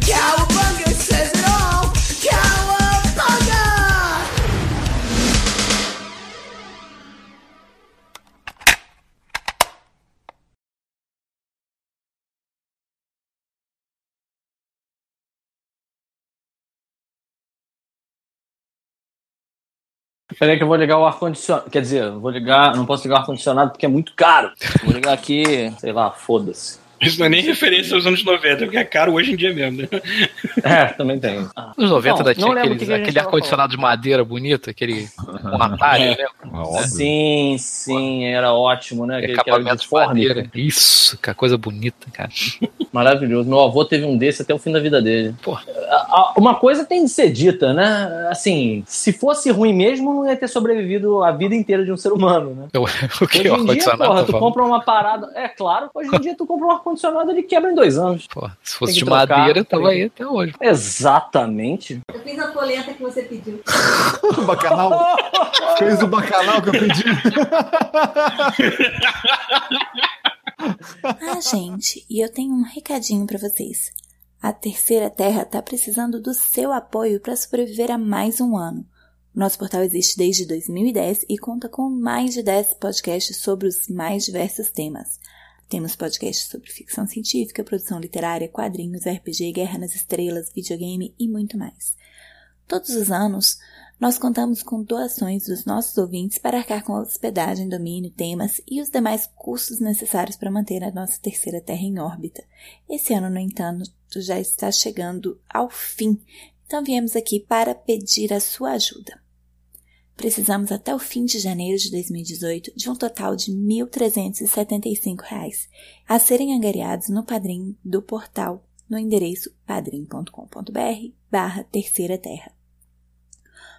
Speaker 10: Cowabunga says it all. Cowabunga!
Speaker 3: Peraí que eu vou ligar o ar-condicionado. Quer dizer, eu vou ligar. eu Não posso ligar o ar-condicionado porque é muito caro. Vou ligar aqui, sei lá, foda-se.
Speaker 4: Isso não é nem referência aos anos 90, porque é caro hoje em dia mesmo, né?
Speaker 3: É, também tem.
Speaker 9: Nos 90
Speaker 3: Não,
Speaker 9: da tinha
Speaker 3: não lembro
Speaker 9: aqueles-
Speaker 3: o que que a gente
Speaker 9: aquele
Speaker 3: tava
Speaker 9: ar-condicionado de madeira bonito, aquele com
Speaker 3: É,
Speaker 9: atalho, né?
Speaker 3: Sim, sim, era ótimo, né?
Speaker 9: Aquele
Speaker 3: Aquele que era
Speaker 9: É acabamento de
Speaker 3: uniforme.
Speaker 9: madeira. Isso, cara, coisa bonita, cara.
Speaker 3: Maravilhoso. Meu avô teve um desse até o fim da vida dele.
Speaker 9: Porra.
Speaker 3: A- a- Uma coisa tem de ser dita, né? Assim, se fosse ruim mesmo, não ia ter sobrevivido a vida inteira de um ser humano, né?
Speaker 9: Eu- [laughs] o
Speaker 3: Hoje
Speaker 9: que o
Speaker 3: em dia,
Speaker 9: ar-condicionado
Speaker 3: porra,
Speaker 9: tá
Speaker 3: tu
Speaker 9: falando?
Speaker 3: compra uma parada. É claro, hoje em dia tu compra um ar-condicionado, ele quebra em dois anos.
Speaker 9: Porra, se fosse
Speaker 3: Tem
Speaker 9: de
Speaker 3: que trocar, tá
Speaker 9: madeira,
Speaker 3: tem
Speaker 9: tava
Speaker 3: que-
Speaker 9: aí até hoje.
Speaker 3: Exatamente.
Speaker 10: Eu fiz a polenta que você pediu.
Speaker 1: [laughs] O bacanal. Fez o bacanal que eu pedi.
Speaker 11: Ah, gente, e eu tenho um recadinho pra vocês. A Terceira Terra tá precisando do seu apoio para sobreviver a mais um ano. Nosso portal existe desde 2010 e conta com mais de 10 podcasts sobre os mais diversos temas. Temos podcasts sobre ficção científica, produção literária, quadrinhos, RPG, Guerra nas Estrelas, videogame e muito mais. Todos os anos, nós contamos com doações dos nossos ouvintes para arcar com a hospedagem, domínio, temas e os demais custos necessários para manter a nossa terceira Terra em órbita. Esse ano, no entanto, já está chegando ao fim, então viemos aqui para pedir a sua ajuda. Precisamos até o fim de janeiro de 2018 de um total de R$ 1.375, reais, a serem angariados no padrim do portal no endereço padrim.com.br barra terceira terra.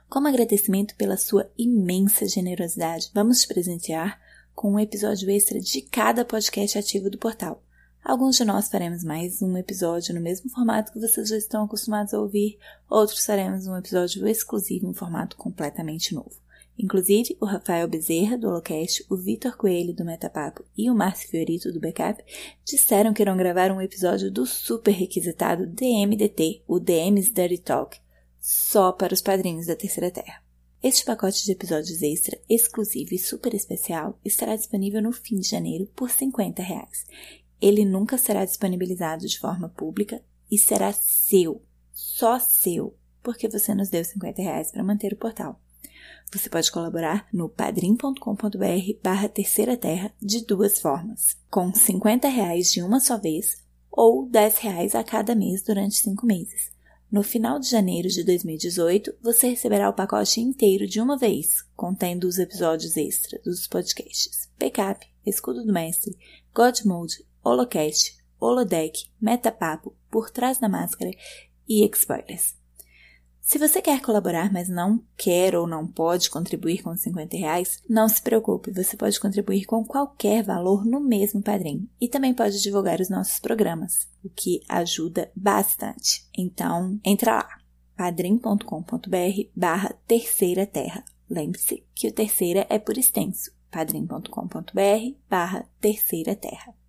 Speaker 11: Como agradecimento pela sua imensa generosidade, vamos te presentear com um episódio extra de cada podcast ativo do portal. Alguns de nós faremos mais um episódio no mesmo formato que vocês já estão acostumados a ouvir, outros faremos um episódio exclusivo em formato completamente novo. Inclusive, o Rafael Bezerra, do Holocast, o Vitor Coelho, do Metapapo e o Márcio Fiorito, do Backup, disseram que irão gravar um episódio do super requisitado DMDT, o DM's Dirty Talk, só para os padrinhos da Terceira Terra. Este pacote de episódios extra, exclusivo e super especial, estará disponível no fim de janeiro por R$ 50 reais. Ele nunca será disponibilizado de forma pública e será seu, só seu, porque você nos deu R$ 50 reais para manter o portal. Você pode colaborar no padrim.com.br barra terceira terra de duas formas, com 50 reais de uma só vez ou 10 reais a cada mês durante cinco meses. No final de janeiro de 2018, você receberá o pacote inteiro de uma vez, contendo os episódios extras dos podcasts Backup, Escudo do Mestre, God Mode, Holocast, Holodeck, Metapapo, Por Trás da Máscara e Spoilers. Se você quer colaborar, mas não quer ou não pode contribuir com 50 reais, não se preocupe, você pode contribuir com qualquer valor no mesmo padrinho e também pode divulgar os nossos programas, o que ajuda bastante. Então, entra lá, padrim.com.br barra terceira terra. Lembre-se que o terceira é por extenso, padrim.com.br barra terceira terra.